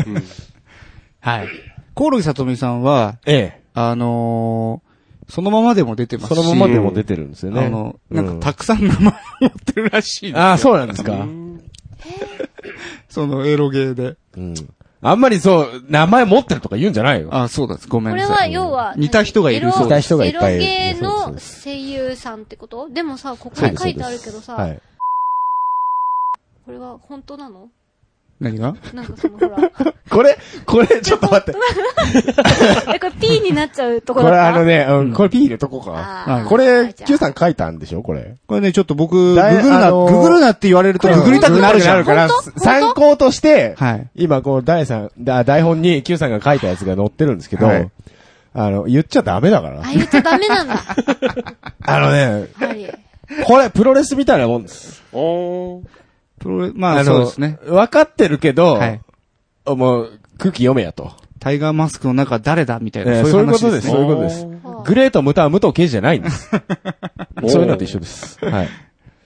[SPEAKER 1] はい。コオロギさとみさんは、
[SPEAKER 5] ええ
[SPEAKER 1] あのーそのままでも出てます
[SPEAKER 5] そ
[SPEAKER 1] し。
[SPEAKER 5] のままでも出てるんですよね。
[SPEAKER 1] あの、なん
[SPEAKER 5] う
[SPEAKER 1] か、たくさん名前持ってるらしいですよ
[SPEAKER 5] ああ、そうなんですか。
[SPEAKER 1] そのエロゲーで。
[SPEAKER 5] うん。あんまりそう、名前持ってるとか言うんじゃないよ。
[SPEAKER 1] あ、そうなんです。ごめん
[SPEAKER 3] こ
[SPEAKER 1] な
[SPEAKER 3] れ
[SPEAKER 1] さ
[SPEAKER 3] は
[SPEAKER 1] い。
[SPEAKER 3] 要は、
[SPEAKER 1] 似た人がいるそう
[SPEAKER 5] 似た人がいっぱいいる
[SPEAKER 3] エロゲー
[SPEAKER 5] そう
[SPEAKER 3] の
[SPEAKER 5] で
[SPEAKER 3] 声優さんってことでもさ、ここ
[SPEAKER 5] そうで
[SPEAKER 3] に
[SPEAKER 5] す
[SPEAKER 3] 書いてあるけどさ、
[SPEAKER 5] はい。
[SPEAKER 3] これは本当なの
[SPEAKER 1] 何が
[SPEAKER 3] なんかそのほら。
[SPEAKER 5] これ、これ、ちょっと待って。
[SPEAKER 3] え、これ P になっちゃうと
[SPEAKER 5] こ
[SPEAKER 3] こ
[SPEAKER 5] れ
[SPEAKER 3] だった
[SPEAKER 5] あのね、うん、これ P 入れとこうか。
[SPEAKER 3] あー
[SPEAKER 5] これ、
[SPEAKER 3] じゃあ
[SPEAKER 5] Q さん書いたんでしょこれ。
[SPEAKER 1] これね、ちょっと僕、ググ
[SPEAKER 5] だい
[SPEAKER 1] るな、
[SPEAKER 5] あのー
[SPEAKER 1] ググるなって言われる
[SPEAKER 3] こ
[SPEAKER 1] と
[SPEAKER 3] れ
[SPEAKER 1] ググりたくなるじゃん。
[SPEAKER 3] ググりたくなるから本当
[SPEAKER 5] 参考として、
[SPEAKER 1] はい
[SPEAKER 5] 今こう、第三、だ台本に Q さんが書いたやつが載ってるんですけど、
[SPEAKER 1] はい
[SPEAKER 5] あの、言っちゃダメだから
[SPEAKER 3] あ、。言っちゃダメなんだ。は
[SPEAKER 5] あのね、
[SPEAKER 3] い。
[SPEAKER 5] これ、プロレスみたいなもんです。
[SPEAKER 2] おー
[SPEAKER 1] プロレまあ、
[SPEAKER 5] の
[SPEAKER 1] そうですね。
[SPEAKER 5] 分かってるけど、
[SPEAKER 1] はい。
[SPEAKER 5] もう、空気読めやと。
[SPEAKER 1] タイガーマスクの中誰だみたい
[SPEAKER 5] え
[SPEAKER 1] な、
[SPEAKER 5] ー
[SPEAKER 1] そういう話です
[SPEAKER 5] そう
[SPEAKER 1] ね。
[SPEAKER 5] いうことです
[SPEAKER 3] はあ
[SPEAKER 5] グレートムタは武藤刑事じゃないん です。そういうのと一緒です。はい。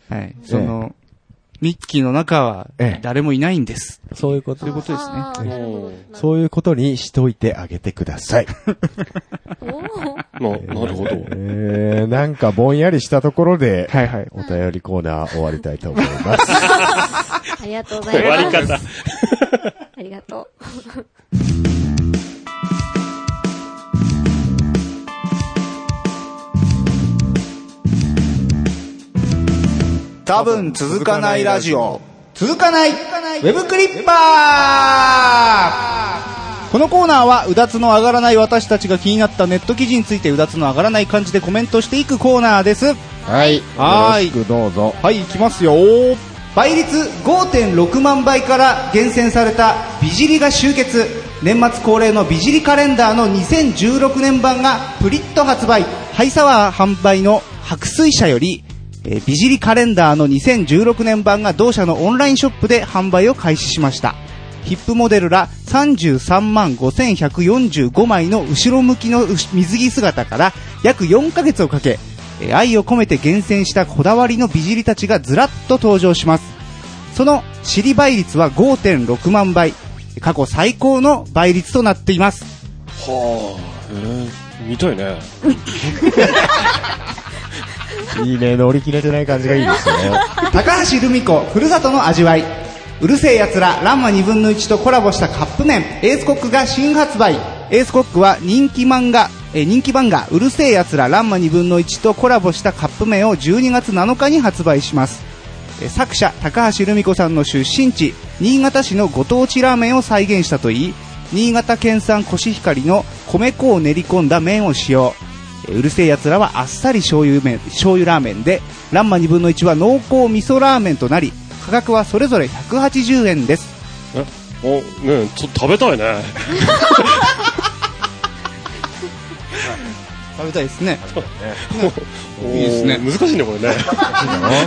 [SPEAKER 1] はい。その、ミッキーの中は
[SPEAKER 5] ええ、
[SPEAKER 1] 誰もいないんです。
[SPEAKER 5] そういうこと
[SPEAKER 1] ということですね
[SPEAKER 3] あーなるほど。
[SPEAKER 5] そういうことにしといてあげてください。
[SPEAKER 3] おー
[SPEAKER 2] ななるほど。
[SPEAKER 5] えー、なんかぼんやりしたところで、
[SPEAKER 1] はいはい。
[SPEAKER 5] お便りコーナー終わりたいと思います。
[SPEAKER 3] ありがとうござ
[SPEAKER 2] 終わ
[SPEAKER 3] い
[SPEAKER 2] り
[SPEAKER 3] ます。
[SPEAKER 2] 方。
[SPEAKER 3] ありがとう。
[SPEAKER 1] 多分続かないラジオ。続かないウェブクリッパーこのコーナーはうだつの上がらない私たちが気になったネット記事についてうだつの上がらない感じでコメントしていくコーナーです
[SPEAKER 5] はい。
[SPEAKER 1] はーい
[SPEAKER 5] よろしくどうぞ。
[SPEAKER 1] はいいきますよ倍率5.6万倍から厳選された美尻が集結年末恒例の美尻カレンダーの2016年版がプリッと発売ハイサワー販売の白水社より、えー美尻カレンダーの2016年版が同社のオンラインショップで販売を開始しましたヒップモデルら33万5145枚の後ろ向きの水着姿から約4ヶ月をかけ、えー愛を込めて厳選したこだわりの美尻たちがずらっと登場します。その尻倍率は5.6万倍、過去最高の倍率となっています。
[SPEAKER 2] はあ。えー、見たいね。
[SPEAKER 5] いいね、乗り切れてない感じがいいですね。
[SPEAKER 1] 高橋留美子ふるさとの味わいうるせえやつらランマ2分の1とコラボしたカップ麺エースコックが新発売エースコックは人気漫画えー人気漫画「うるせえやつらランマ2分の1」とコラボしたカップ麺を12月7日に発売しますえー作者高橋留美子さんの出身地新潟市のご当地ラーメンを再現したといい新潟県産コシヒカリの米粉を練り込んだ麺を使用えーうるせえやつらはあっさり醤油麺醤油ラーメンでランマ2分の1は濃厚味噌ラーメンとなり価格はそれぞれ180円です
[SPEAKER 2] えお、ねえちょっと食べたいね。
[SPEAKER 1] 食べたいですね
[SPEAKER 2] お
[SPEAKER 1] いいですね
[SPEAKER 2] 難しいね、これね。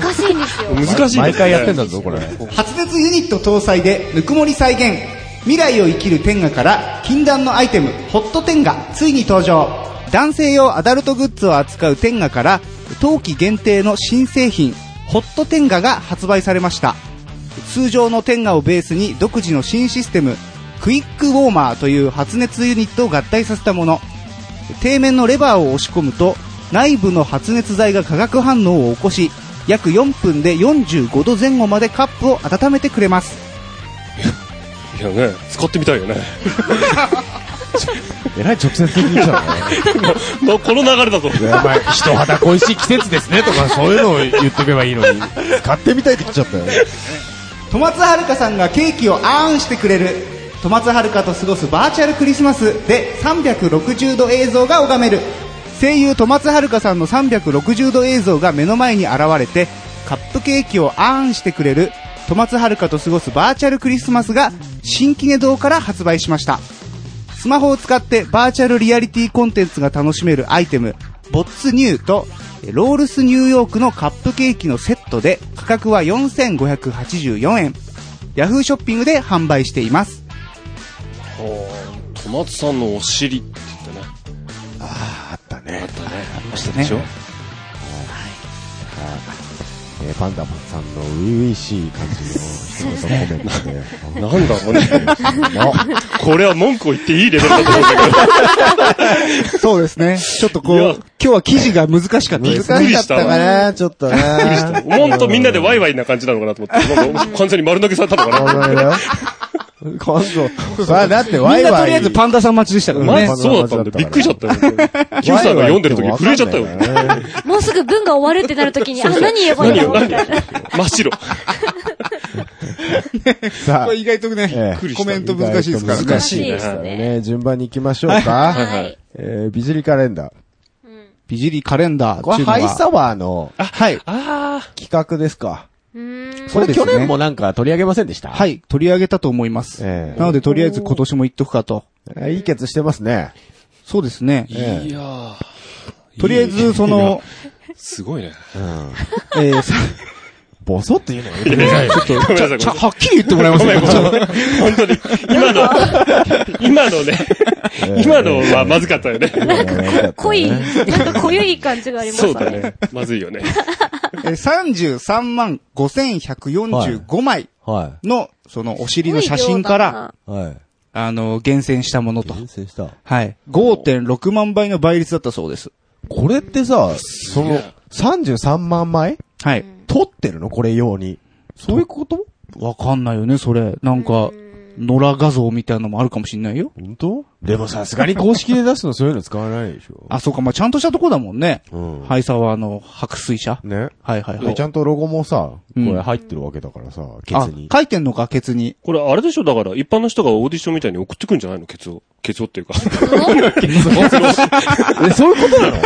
[SPEAKER 3] 難しいんですよ。
[SPEAKER 2] 難しいですね。
[SPEAKER 5] 毎回やってんだぞ、これ。
[SPEAKER 1] 発熱ユニット搭載でぬくもり再現未来を生きる天下から禁断のアイテムホット天下ついに登場男性用アダルトグッズを扱う天下から冬季限定の新製品ホット天下が発売されました通常の天下をベースに独自の新システムクイックウォーマーという発熱ユニットを合体させたもの底面のレバーを押し込むと内部の発熱剤が化学反応を起こし約4分で45度前後までカップを温めてくれます
[SPEAKER 2] いやね、使ってみたいよね。
[SPEAKER 5] えらい直接的に来たね。
[SPEAKER 2] まこの流れだと。
[SPEAKER 5] お前、人肌恋しい季節ですねと か、そういうのを言っておけばいいのに。買ってみたいって来ちゃったよ。
[SPEAKER 1] 戸松遥さんがケーキをあーんしてくれる戸松遥と過ごすバーチャルクリスマスで360度映像が拝める声優戸松遥さんの360度映像が目の前に現れてカップケーキをあーんしてくれる戸松遥と過ごすバーチャルクリスマスが新木根堂から発売しましたスマホを使ってバーチャルリアリティコンテンツが楽しめるアイテム、ボッツニューとえロールスニューヨークのカップケーキのセットで価格は4584円。ヤフーショッピングで販売しています。
[SPEAKER 2] はあ、小松さんのお尻って言ってね。ああ、あったね。あったね。ありましたでしょ
[SPEAKER 1] ね
[SPEAKER 5] えーパンダさんの初々しい感じの一言コメント で。
[SPEAKER 2] なんだろう ね。これは文句を言っていいレベルだと思うんだけど。
[SPEAKER 1] そうですね。ちょっとこう
[SPEAKER 2] いや、
[SPEAKER 1] 今日は記事が難しかったで
[SPEAKER 5] 難
[SPEAKER 1] す
[SPEAKER 5] し
[SPEAKER 1] ね。
[SPEAKER 5] かったかな、ちょっとな。
[SPEAKER 2] もっとみんなでワイワイな感じなのかなと思って、なんか完全に丸投げされたのか
[SPEAKER 5] お 前だよ今度、 まあだってワイ
[SPEAKER 1] みんなと
[SPEAKER 5] ワ
[SPEAKER 1] りあえ
[SPEAKER 5] イ
[SPEAKER 1] ず。パンダさん待ちでしたか
[SPEAKER 2] な。
[SPEAKER 1] ら
[SPEAKER 2] 前
[SPEAKER 1] ね。
[SPEAKER 2] そうだったんで、びっくりしちゃったよ。キムさんが読んでる時震えちゃったよ。
[SPEAKER 5] よ。
[SPEAKER 3] もうすぐ文が終わるってなるときに、あ、何言えばいいん
[SPEAKER 2] 何
[SPEAKER 3] だろ
[SPEAKER 2] よ、
[SPEAKER 3] うみ
[SPEAKER 2] 何
[SPEAKER 3] た
[SPEAKER 2] よ
[SPEAKER 3] いな。
[SPEAKER 2] 真っ白。
[SPEAKER 5] さあ、
[SPEAKER 1] 意外とね
[SPEAKER 5] ええ
[SPEAKER 1] コメント難しいですからね。
[SPEAKER 5] 難
[SPEAKER 3] しいですね。
[SPEAKER 5] ね、順番に行きましょうか。
[SPEAKER 3] はい。
[SPEAKER 5] えー、ビジリカレンダー。
[SPEAKER 1] ビジリカレンダー
[SPEAKER 5] こ
[SPEAKER 1] ってい
[SPEAKER 5] れ、
[SPEAKER 1] うの
[SPEAKER 5] ハイ
[SPEAKER 1] は。
[SPEAKER 5] サワーの
[SPEAKER 1] はい。
[SPEAKER 2] あ
[SPEAKER 5] 企画ですか。
[SPEAKER 3] うーん。
[SPEAKER 5] こ
[SPEAKER 1] そうで
[SPEAKER 5] れ
[SPEAKER 1] すね
[SPEAKER 5] 去年もなんか取り上げませんでした。
[SPEAKER 1] はいい。取り上げたと思います。
[SPEAKER 5] ええ
[SPEAKER 1] なので、とりあえず今年も言っとくかと。
[SPEAKER 5] えーいいケツしてますね。
[SPEAKER 1] そうですね。
[SPEAKER 2] あ。いやー
[SPEAKER 1] とりあえず、そ、
[SPEAKER 2] いや
[SPEAKER 1] の、
[SPEAKER 2] すごいね。
[SPEAKER 1] えー、さ
[SPEAKER 5] ボソって言うのやめてくださいよ。
[SPEAKER 2] ごめんなさい、ごめんな
[SPEAKER 1] ち
[SPEAKER 2] さ
[SPEAKER 1] ゃ
[SPEAKER 2] い。
[SPEAKER 1] はっきり言ってもらえま
[SPEAKER 2] ご
[SPEAKER 1] す
[SPEAKER 2] めんごめん。
[SPEAKER 1] か
[SPEAKER 2] 本当に。今の、 今のね、今のはまずかったよね。
[SPEAKER 3] 濃い、なんか濃ゆい感じがあります
[SPEAKER 2] そ
[SPEAKER 3] ね。
[SPEAKER 2] うだね。まずいよね。
[SPEAKER 1] えー33万5145枚
[SPEAKER 5] は
[SPEAKER 1] の、そのお尻の写真から、
[SPEAKER 5] い。はい。
[SPEAKER 1] あの、厳選したものと。
[SPEAKER 5] 厳選した。
[SPEAKER 1] はい。5.6万倍の倍率だったそうです。
[SPEAKER 5] これってさ、その、33万枚
[SPEAKER 1] はい。
[SPEAKER 5] 撮ってるのこれ用に。そういうこと
[SPEAKER 1] わかんないよね、それ。なんか、野良画像みたいなのもあるかもしんないよ。
[SPEAKER 5] 本当でもさすがに公式で出すのそういうの使わないでしょ。
[SPEAKER 1] あ、そうか、まあちゃんとしたとこだもんね。
[SPEAKER 5] うん。
[SPEAKER 1] ハイサワーの白水車。
[SPEAKER 5] ね。
[SPEAKER 1] はいはいは
[SPEAKER 5] で
[SPEAKER 1] い
[SPEAKER 5] ち。ゃんとロゴもさ、こ
[SPEAKER 1] うん
[SPEAKER 5] れ入ってるわけだからさ、ケ
[SPEAKER 1] あ
[SPEAKER 5] ツに、。
[SPEAKER 1] 書いてんのか、ケツに。
[SPEAKER 2] これあれでしょだから、一般の人がオーディションみたいに送ってくんじゃないのケツを。ケツをっていうか。
[SPEAKER 5] え、そういうことなの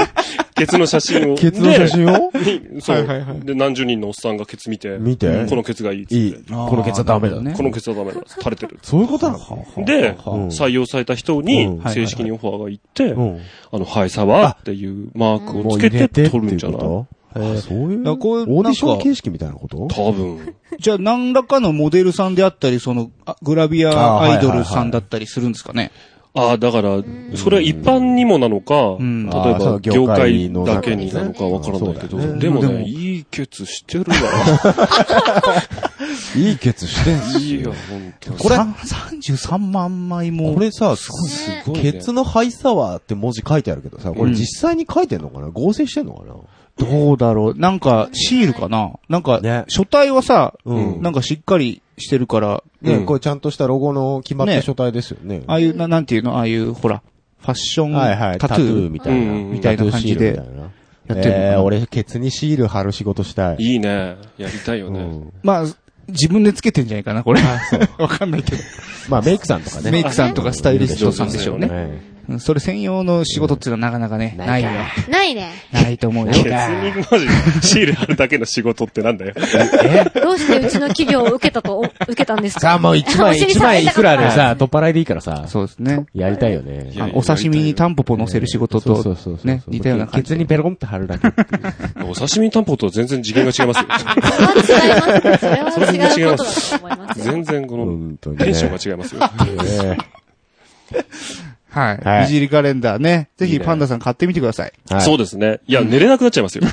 [SPEAKER 2] ケツの写真を。
[SPEAKER 5] ケツの写真を
[SPEAKER 2] でに そう、
[SPEAKER 5] はいはいはい
[SPEAKER 2] で、何十人のおっさんがケツ見て。
[SPEAKER 5] 見て
[SPEAKER 2] このケツがいいっつって。
[SPEAKER 5] いい。
[SPEAKER 1] あー
[SPEAKER 5] このケツはダメだ
[SPEAKER 1] なる
[SPEAKER 5] ね。
[SPEAKER 1] ほ
[SPEAKER 2] このケツはダメだ。垂れてる。
[SPEAKER 5] そういうことなの
[SPEAKER 2] で、
[SPEAKER 5] うん
[SPEAKER 2] 採用された人
[SPEAKER 5] うん
[SPEAKER 2] に
[SPEAKER 1] はい
[SPEAKER 2] 正式にオファーがいって、
[SPEAKER 5] うん。
[SPEAKER 2] あの、ハイサワーっていうマークを
[SPEAKER 5] もう
[SPEAKER 2] つ
[SPEAKER 5] 入
[SPEAKER 2] け
[SPEAKER 5] れ
[SPEAKER 2] て
[SPEAKER 5] てって
[SPEAKER 2] 取るん
[SPEAKER 5] い
[SPEAKER 2] じ
[SPEAKER 5] う
[SPEAKER 2] ゃない
[SPEAKER 5] ことあそういう。
[SPEAKER 1] だからこう
[SPEAKER 5] オーディショ
[SPEAKER 1] なん
[SPEAKER 5] ン
[SPEAKER 1] か
[SPEAKER 5] 形式みたいなこと
[SPEAKER 2] 多分。
[SPEAKER 1] じゃあ、何らかのモデルさんであったり、その、あグラビア
[SPEAKER 5] あ
[SPEAKER 1] アイドルさんだったりするんですかね。
[SPEAKER 2] ああ、だから、それは一般にもなのか、
[SPEAKER 1] ん
[SPEAKER 2] 例え
[SPEAKER 5] あーそ
[SPEAKER 2] ば
[SPEAKER 5] う
[SPEAKER 2] 業
[SPEAKER 5] 業界
[SPEAKER 2] 界
[SPEAKER 5] の
[SPEAKER 2] だ
[SPEAKER 5] 中
[SPEAKER 2] け
[SPEAKER 5] にね
[SPEAKER 2] になのかわからないけど、
[SPEAKER 5] そうだね
[SPEAKER 2] でも
[SPEAKER 1] でも
[SPEAKER 2] ね、いいケツしてるわ。
[SPEAKER 5] いいケツしてんす
[SPEAKER 2] いいよ、本当に。
[SPEAKER 1] これ、
[SPEAKER 5] さ
[SPEAKER 1] 33万枚も。
[SPEAKER 5] これさ、す
[SPEAKER 2] ご
[SPEAKER 5] ご
[SPEAKER 2] い
[SPEAKER 5] い、
[SPEAKER 2] ね
[SPEAKER 5] ケツのハイサワーって文字書いてあるけどさ、これ実際に書いてんのかな合成してんのかな
[SPEAKER 1] どうだろう。なんか、シールかななんか
[SPEAKER 5] ね、
[SPEAKER 1] 書体はさ、
[SPEAKER 5] うん
[SPEAKER 1] なんかしっかりしてるから、
[SPEAKER 5] ね、
[SPEAKER 2] うん
[SPEAKER 5] これちゃんとしたロゴの決まった
[SPEAKER 1] ね
[SPEAKER 5] 書体ですよね。
[SPEAKER 1] ああいう、ななんていうのああいう、ほら、ファッション、
[SPEAKER 5] はいはい、
[SPEAKER 1] タ
[SPEAKER 5] タ
[SPEAKER 1] ト
[SPEAKER 5] ト
[SPEAKER 1] ゥー
[SPEAKER 5] ゥーみたいな。
[SPEAKER 2] うんみ
[SPEAKER 1] たいな感じで
[SPEAKER 5] タトゥーシールみたいな
[SPEAKER 1] やってるのかな
[SPEAKER 5] えー、俺、ケツにシール貼る仕事したい。
[SPEAKER 2] いいね。やりたいよ
[SPEAKER 5] う
[SPEAKER 2] ね。
[SPEAKER 5] ん
[SPEAKER 1] まあ、自分でつけてんじゃないかな、これ。わかんないけど。
[SPEAKER 5] まあ、メイクさんとかね。
[SPEAKER 1] メイクさんとかスタイリストさんでしょうね。
[SPEAKER 5] ね。
[SPEAKER 1] うんそれ専用の仕事っていうのはなかなかね、ないよ。
[SPEAKER 3] ないね。
[SPEAKER 1] ないと思うよ。
[SPEAKER 2] ケツに文字、シール貼るだけの仕事ってなんだよ。
[SPEAKER 3] どうしてうちの企業を受けたと、お受けたんですか
[SPEAKER 5] さあ、もう一
[SPEAKER 3] お
[SPEAKER 5] 枚、
[SPEAKER 3] 尻
[SPEAKER 5] 一
[SPEAKER 3] 触り
[SPEAKER 5] 枚い
[SPEAKER 3] たか
[SPEAKER 5] く
[SPEAKER 3] った
[SPEAKER 5] らでさ、取っ払いでいいからさ、
[SPEAKER 1] そうですね。
[SPEAKER 5] やりたいよね
[SPEAKER 2] い。や
[SPEAKER 1] あお刺身にタンポポ乗せる仕事
[SPEAKER 5] そうそ
[SPEAKER 1] と
[SPEAKER 5] うそう、そう。
[SPEAKER 1] ね、似たような感
[SPEAKER 5] ケツ
[SPEAKER 1] じ。
[SPEAKER 5] にペロコンって貼るだけっていう。
[SPEAKER 2] お刺身担保とは全然次元が違いますよ。
[SPEAKER 3] それは違います。それは違うことだと思いますよ。
[SPEAKER 2] 全然この
[SPEAKER 5] 本、当にね
[SPEAKER 2] テンションが違いますよ。
[SPEAKER 5] ね
[SPEAKER 1] は。
[SPEAKER 5] はいい
[SPEAKER 1] いじりカレンダーね。ぜ
[SPEAKER 2] いい
[SPEAKER 1] ひ
[SPEAKER 2] ね
[SPEAKER 1] パンダさん買ってみてください。
[SPEAKER 5] はい
[SPEAKER 2] そうですね。いや、寝れなくなっちゃいますよ。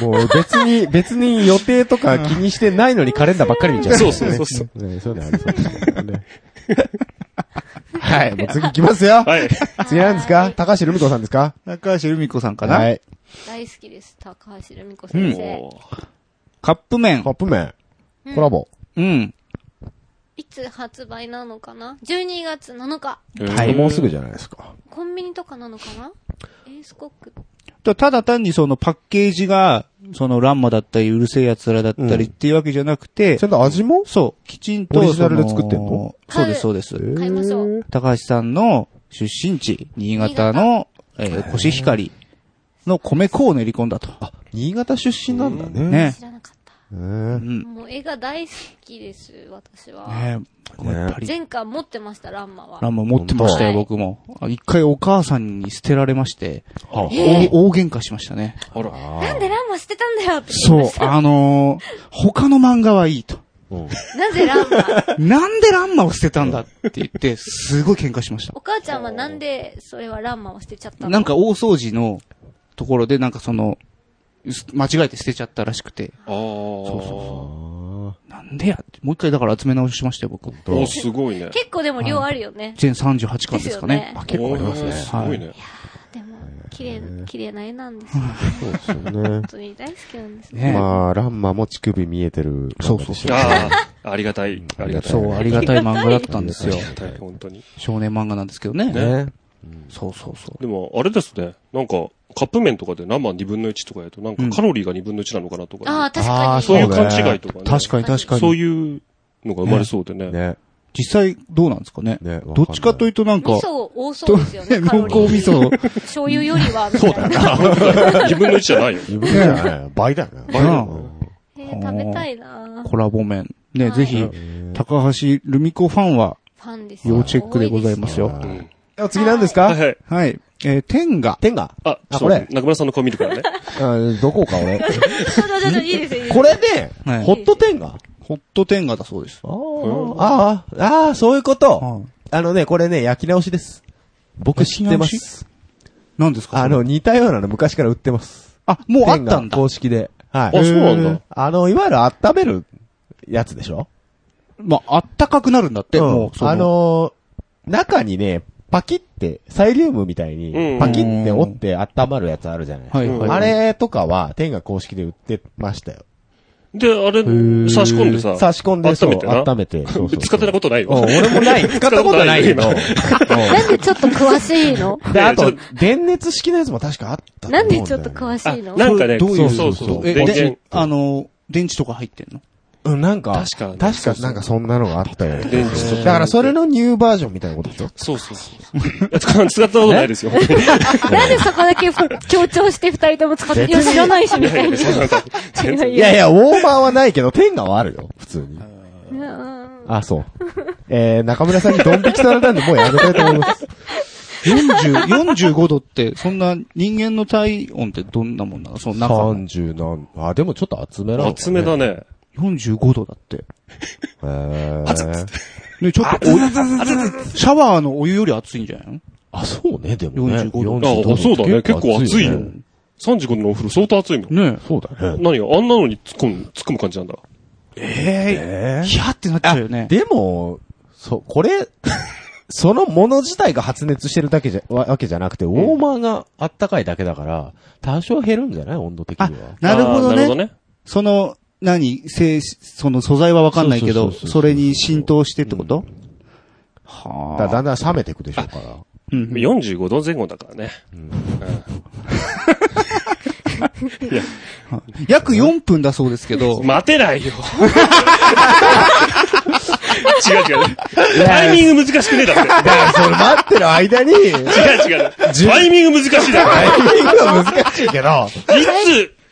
[SPEAKER 5] もう別に、別に予定とか気にしてないのにカレンダーばっかり見ちゃう、
[SPEAKER 2] そうそうそうそう。
[SPEAKER 5] ねそういうのありそうですね。
[SPEAKER 1] はい。
[SPEAKER 5] もう次行きますよ。
[SPEAKER 2] はい。
[SPEAKER 5] 次なんですか高橋留美子さんですか
[SPEAKER 1] 中橋留美子さんかな。
[SPEAKER 5] はい。
[SPEAKER 3] 大好きです。高橋留美子先生。
[SPEAKER 1] カップ麺
[SPEAKER 5] カ。ップ麺、
[SPEAKER 3] うん
[SPEAKER 5] コラボ。
[SPEAKER 1] うん。
[SPEAKER 3] いつ発売なのかな ?12 月7日。
[SPEAKER 2] はい
[SPEAKER 5] もうすぐじゃないですか。
[SPEAKER 3] コンビニとかなのかなエースコック。
[SPEAKER 1] とただ単にそのパッケージが、そのランマだったり、うるせえ奴らだったりっていうわけじゃなくて、
[SPEAKER 5] ちゃんと味も
[SPEAKER 1] そう、きちんと。
[SPEAKER 5] オリジナルで作ってんの
[SPEAKER 1] そのそうです、そうで
[SPEAKER 5] え
[SPEAKER 1] す。
[SPEAKER 5] ー
[SPEAKER 3] 買いましょう
[SPEAKER 1] 高橋さんの出身地、新潟の、えー、コシヒカリの米粉を練り込んだと。
[SPEAKER 5] 新潟出身なんだね。
[SPEAKER 1] ね
[SPEAKER 3] 知らなかった。
[SPEAKER 5] え
[SPEAKER 1] う
[SPEAKER 5] ー
[SPEAKER 1] ん。ね
[SPEAKER 3] もう絵が大好きです、私は。
[SPEAKER 1] やっぱり。
[SPEAKER 3] 前回持ってました、ランマは
[SPEAKER 1] ラ。ンマ持ってましたよ、
[SPEAKER 3] 本
[SPEAKER 1] 僕も。あ一回お母さんに捨てられまして、
[SPEAKER 5] あ
[SPEAKER 1] 大大喧嘩しましたね。
[SPEAKER 2] あら。
[SPEAKER 3] なんでランマしてたんだよって言い
[SPEAKER 1] そ
[SPEAKER 3] ま
[SPEAKER 1] う
[SPEAKER 3] し、
[SPEAKER 1] あのー他の漫画はいい と。
[SPEAKER 5] うん
[SPEAKER 3] た。なぜランマ
[SPEAKER 1] なんでランマを捨てたんだって言って、すごい喧嘩しました。
[SPEAKER 3] お母ちゃんはなんで、それはランマを捨てちゃったの
[SPEAKER 1] なんか大掃除のところで、なんかその、す間違えて捨てちゃったらしくて、
[SPEAKER 2] ああ。そうそ
[SPEAKER 1] なんでやって、もう一回だから集め直しましたよ、僕。
[SPEAKER 2] お、すごいね。
[SPEAKER 3] 結構でも量あるよね。
[SPEAKER 1] 全38巻ですか
[SPEAKER 3] ですよ
[SPEAKER 1] ね
[SPEAKER 3] ね。
[SPEAKER 5] あ結構あります
[SPEAKER 2] おー
[SPEAKER 5] ね。
[SPEAKER 2] すごいね。
[SPEAKER 3] でも、綺麗、綺麗な絵なんですよ。
[SPEAKER 5] そうですよね
[SPEAKER 3] 本。当に大好きなん ですね。
[SPEAKER 1] ね
[SPEAKER 5] まあ、ランマも乳首見えてる。
[SPEAKER 1] そうそうそう
[SPEAKER 2] ああ、ありがたい。ありがたい。
[SPEAKER 1] そう、ありがたい漫画だったんです
[SPEAKER 2] あ
[SPEAKER 1] よ
[SPEAKER 2] り。がたい、本当に。
[SPEAKER 1] 少年漫画なんですけどね。
[SPEAKER 2] ね
[SPEAKER 5] ね。
[SPEAKER 1] そうそうそう。
[SPEAKER 2] でも、あれですね。なんか、カップ麺とかで何万2分の1とかやると、なんかカロリーが2分の1なのかなと
[SPEAKER 3] ああ、
[SPEAKER 2] か、
[SPEAKER 3] 確か
[SPEAKER 5] あ
[SPEAKER 3] に。
[SPEAKER 5] ー
[SPEAKER 2] そういう
[SPEAKER 5] ね
[SPEAKER 2] 勘違いとかね。
[SPEAKER 5] 確かに確かに。
[SPEAKER 2] そういうのが生まれそうでね。
[SPEAKER 5] ね。
[SPEAKER 1] 実際どうなんですかね。
[SPEAKER 5] ね
[SPEAKER 1] どっちかというとなんか
[SPEAKER 3] 味、噌多そうですよね、カ
[SPEAKER 1] 濃
[SPEAKER 3] ロリー。
[SPEAKER 1] 厚味噌。
[SPEAKER 3] 醤油よりは、みたいな。
[SPEAKER 2] 2分の1じゃない よ。
[SPEAKER 5] 自分じゃない。倍だよね。
[SPEAKER 1] 倍だよ
[SPEAKER 3] えー食べたいな
[SPEAKER 1] コラボ麺。ね、
[SPEAKER 3] はい
[SPEAKER 1] ぜひ、高橋留美子ファンは
[SPEAKER 3] ファンですよ。
[SPEAKER 1] 要チェックでございますよ。
[SPEAKER 2] うん
[SPEAKER 5] あ次何です
[SPEAKER 2] は
[SPEAKER 5] か
[SPEAKER 2] いはい。
[SPEAKER 1] はい。えー、天が。
[SPEAKER 5] 天が。
[SPEAKER 2] あ、
[SPEAKER 5] あ
[SPEAKER 2] ちょっ
[SPEAKER 5] これ
[SPEAKER 2] と、中村さんの顔見る からね。
[SPEAKER 5] うんどこか俺。
[SPEAKER 3] 多分。ちょちょちょ、いいですよいいですよ。
[SPEAKER 5] これね
[SPEAKER 1] はい、
[SPEAKER 5] ホット天が。
[SPEAKER 1] ホット天がだそうです。
[SPEAKER 5] ああ、ああ、ああ、そういうこと
[SPEAKER 1] は。
[SPEAKER 5] あのね、これね、焼き直しです。僕知ってます。
[SPEAKER 1] 何ですか
[SPEAKER 5] あ、
[SPEAKER 1] そ
[SPEAKER 5] の、
[SPEAKER 1] れ
[SPEAKER 5] 似たようなの昔から売ってます。
[SPEAKER 1] あ、もうあっ
[SPEAKER 5] 天
[SPEAKER 1] た
[SPEAKER 5] が
[SPEAKER 1] んだ。
[SPEAKER 5] 公式で。はい。
[SPEAKER 2] あそうなんだ
[SPEAKER 5] へーあの、いわゆる温めるやつでしょ
[SPEAKER 1] まあ、あったかくなるんだって、
[SPEAKER 5] うん
[SPEAKER 1] もう、その
[SPEAKER 5] あ、のー中にね、パキって、サイリウムみたい
[SPEAKER 2] うん
[SPEAKER 5] に、パキって折って温まるやつあるじゃない。
[SPEAKER 1] はいはい。
[SPEAKER 5] あれとかは、天が公式で売ってましたよ。
[SPEAKER 2] で、あれ、差し込んでさ。
[SPEAKER 5] 差し込んで、そ
[SPEAKER 2] 温
[SPEAKER 5] う
[SPEAKER 2] めてな。
[SPEAKER 5] 温めてそうそうそう
[SPEAKER 2] 使ってたことないよ。
[SPEAKER 5] うん俺 も ない。使ったことないけど。
[SPEAKER 2] 使っ
[SPEAKER 5] う
[SPEAKER 3] なんでちょっと詳しいの
[SPEAKER 5] んで、あ
[SPEAKER 2] いや
[SPEAKER 5] と
[SPEAKER 2] ちょ、
[SPEAKER 5] 電熱式のやつも確かあったと思
[SPEAKER 3] な
[SPEAKER 5] うんんだよね。
[SPEAKER 3] でちょっと詳
[SPEAKER 2] あ、
[SPEAKER 3] しいの
[SPEAKER 2] なんかね、
[SPEAKER 5] それどういう
[SPEAKER 2] そう
[SPEAKER 5] そ
[SPEAKER 2] そうう。
[SPEAKER 5] そう
[SPEAKER 1] え、
[SPEAKER 2] 電
[SPEAKER 1] で
[SPEAKER 2] 源。、
[SPEAKER 1] あの、電池とか入ってんの
[SPEAKER 5] うん、なんか、
[SPEAKER 2] 確かね
[SPEAKER 5] 確
[SPEAKER 2] そう
[SPEAKER 5] か
[SPEAKER 2] そう
[SPEAKER 5] なんかそんなのがあったよ。
[SPEAKER 2] 電池とか
[SPEAKER 5] だからそれのニューバージョンみたいなことでしょ
[SPEAKER 2] そうそうそう。使ったことないですよ。
[SPEAKER 3] なんでそこだけ強調して二人とも使って、いや、知らないし、み たいな。いや
[SPEAKER 5] いやいや、ウォーマーはないけど、天下はあるよ、普通に。
[SPEAKER 3] うん
[SPEAKER 5] あ、そう。えー、中村さんにドン引きされたんで、もうやめたいと思い ます。
[SPEAKER 1] 40 ?45 度って、そんな人間の体温ってどんなもんなのその中の。
[SPEAKER 5] 30なん、あ、でもちょっと厚めなのかね
[SPEAKER 2] 厚めだ。ね。
[SPEAKER 1] 45度だって。
[SPEAKER 5] えー、
[SPEAKER 1] ね、ちょっとお湯、シャワーのお湯より熱いんじゃないの
[SPEAKER 5] あ、そうね、でもね。
[SPEAKER 1] 45度
[SPEAKER 2] あ、そうだね。結構熱いよ
[SPEAKER 5] ね。
[SPEAKER 2] 35度のお風呂相当熱いもん。
[SPEAKER 1] ね
[SPEAKER 5] そうだね。
[SPEAKER 2] 何があんなのに突っ込む、突っ込む感じなんだ。
[SPEAKER 1] え
[SPEAKER 5] え
[SPEAKER 1] えヒャってなっちゃうよね。
[SPEAKER 5] でも、そ、これ、 そのもの自体が発熱してるだけじゃ、わわけじゃなくて、ウォーマーがあったかいだけだから、多少減るんじゃない温度的には。
[SPEAKER 1] なるほど
[SPEAKER 2] あーなるほど
[SPEAKER 1] ね。
[SPEAKER 2] ね。
[SPEAKER 1] その、何、性、その素材はわかんないけ
[SPEAKER 5] そう
[SPEAKER 1] ど、
[SPEAKER 5] そうそうそう
[SPEAKER 1] それに浸透してってことは
[SPEAKER 5] だ
[SPEAKER 1] あ。
[SPEAKER 5] だんだん冷めていくでしょうから。
[SPEAKER 1] うん
[SPEAKER 2] 45度前後だからね。
[SPEAKER 1] 約4分だそうですけ ど、
[SPEAKER 2] 待てない よ。違う違う。タイミング難しくねえだって。
[SPEAKER 5] だからそれ待ってる間に、
[SPEAKER 2] 違う違う。タイミング難しいだ
[SPEAKER 5] タ
[SPEAKER 2] か
[SPEAKER 5] イミングは難しいけど、
[SPEAKER 2] ら。い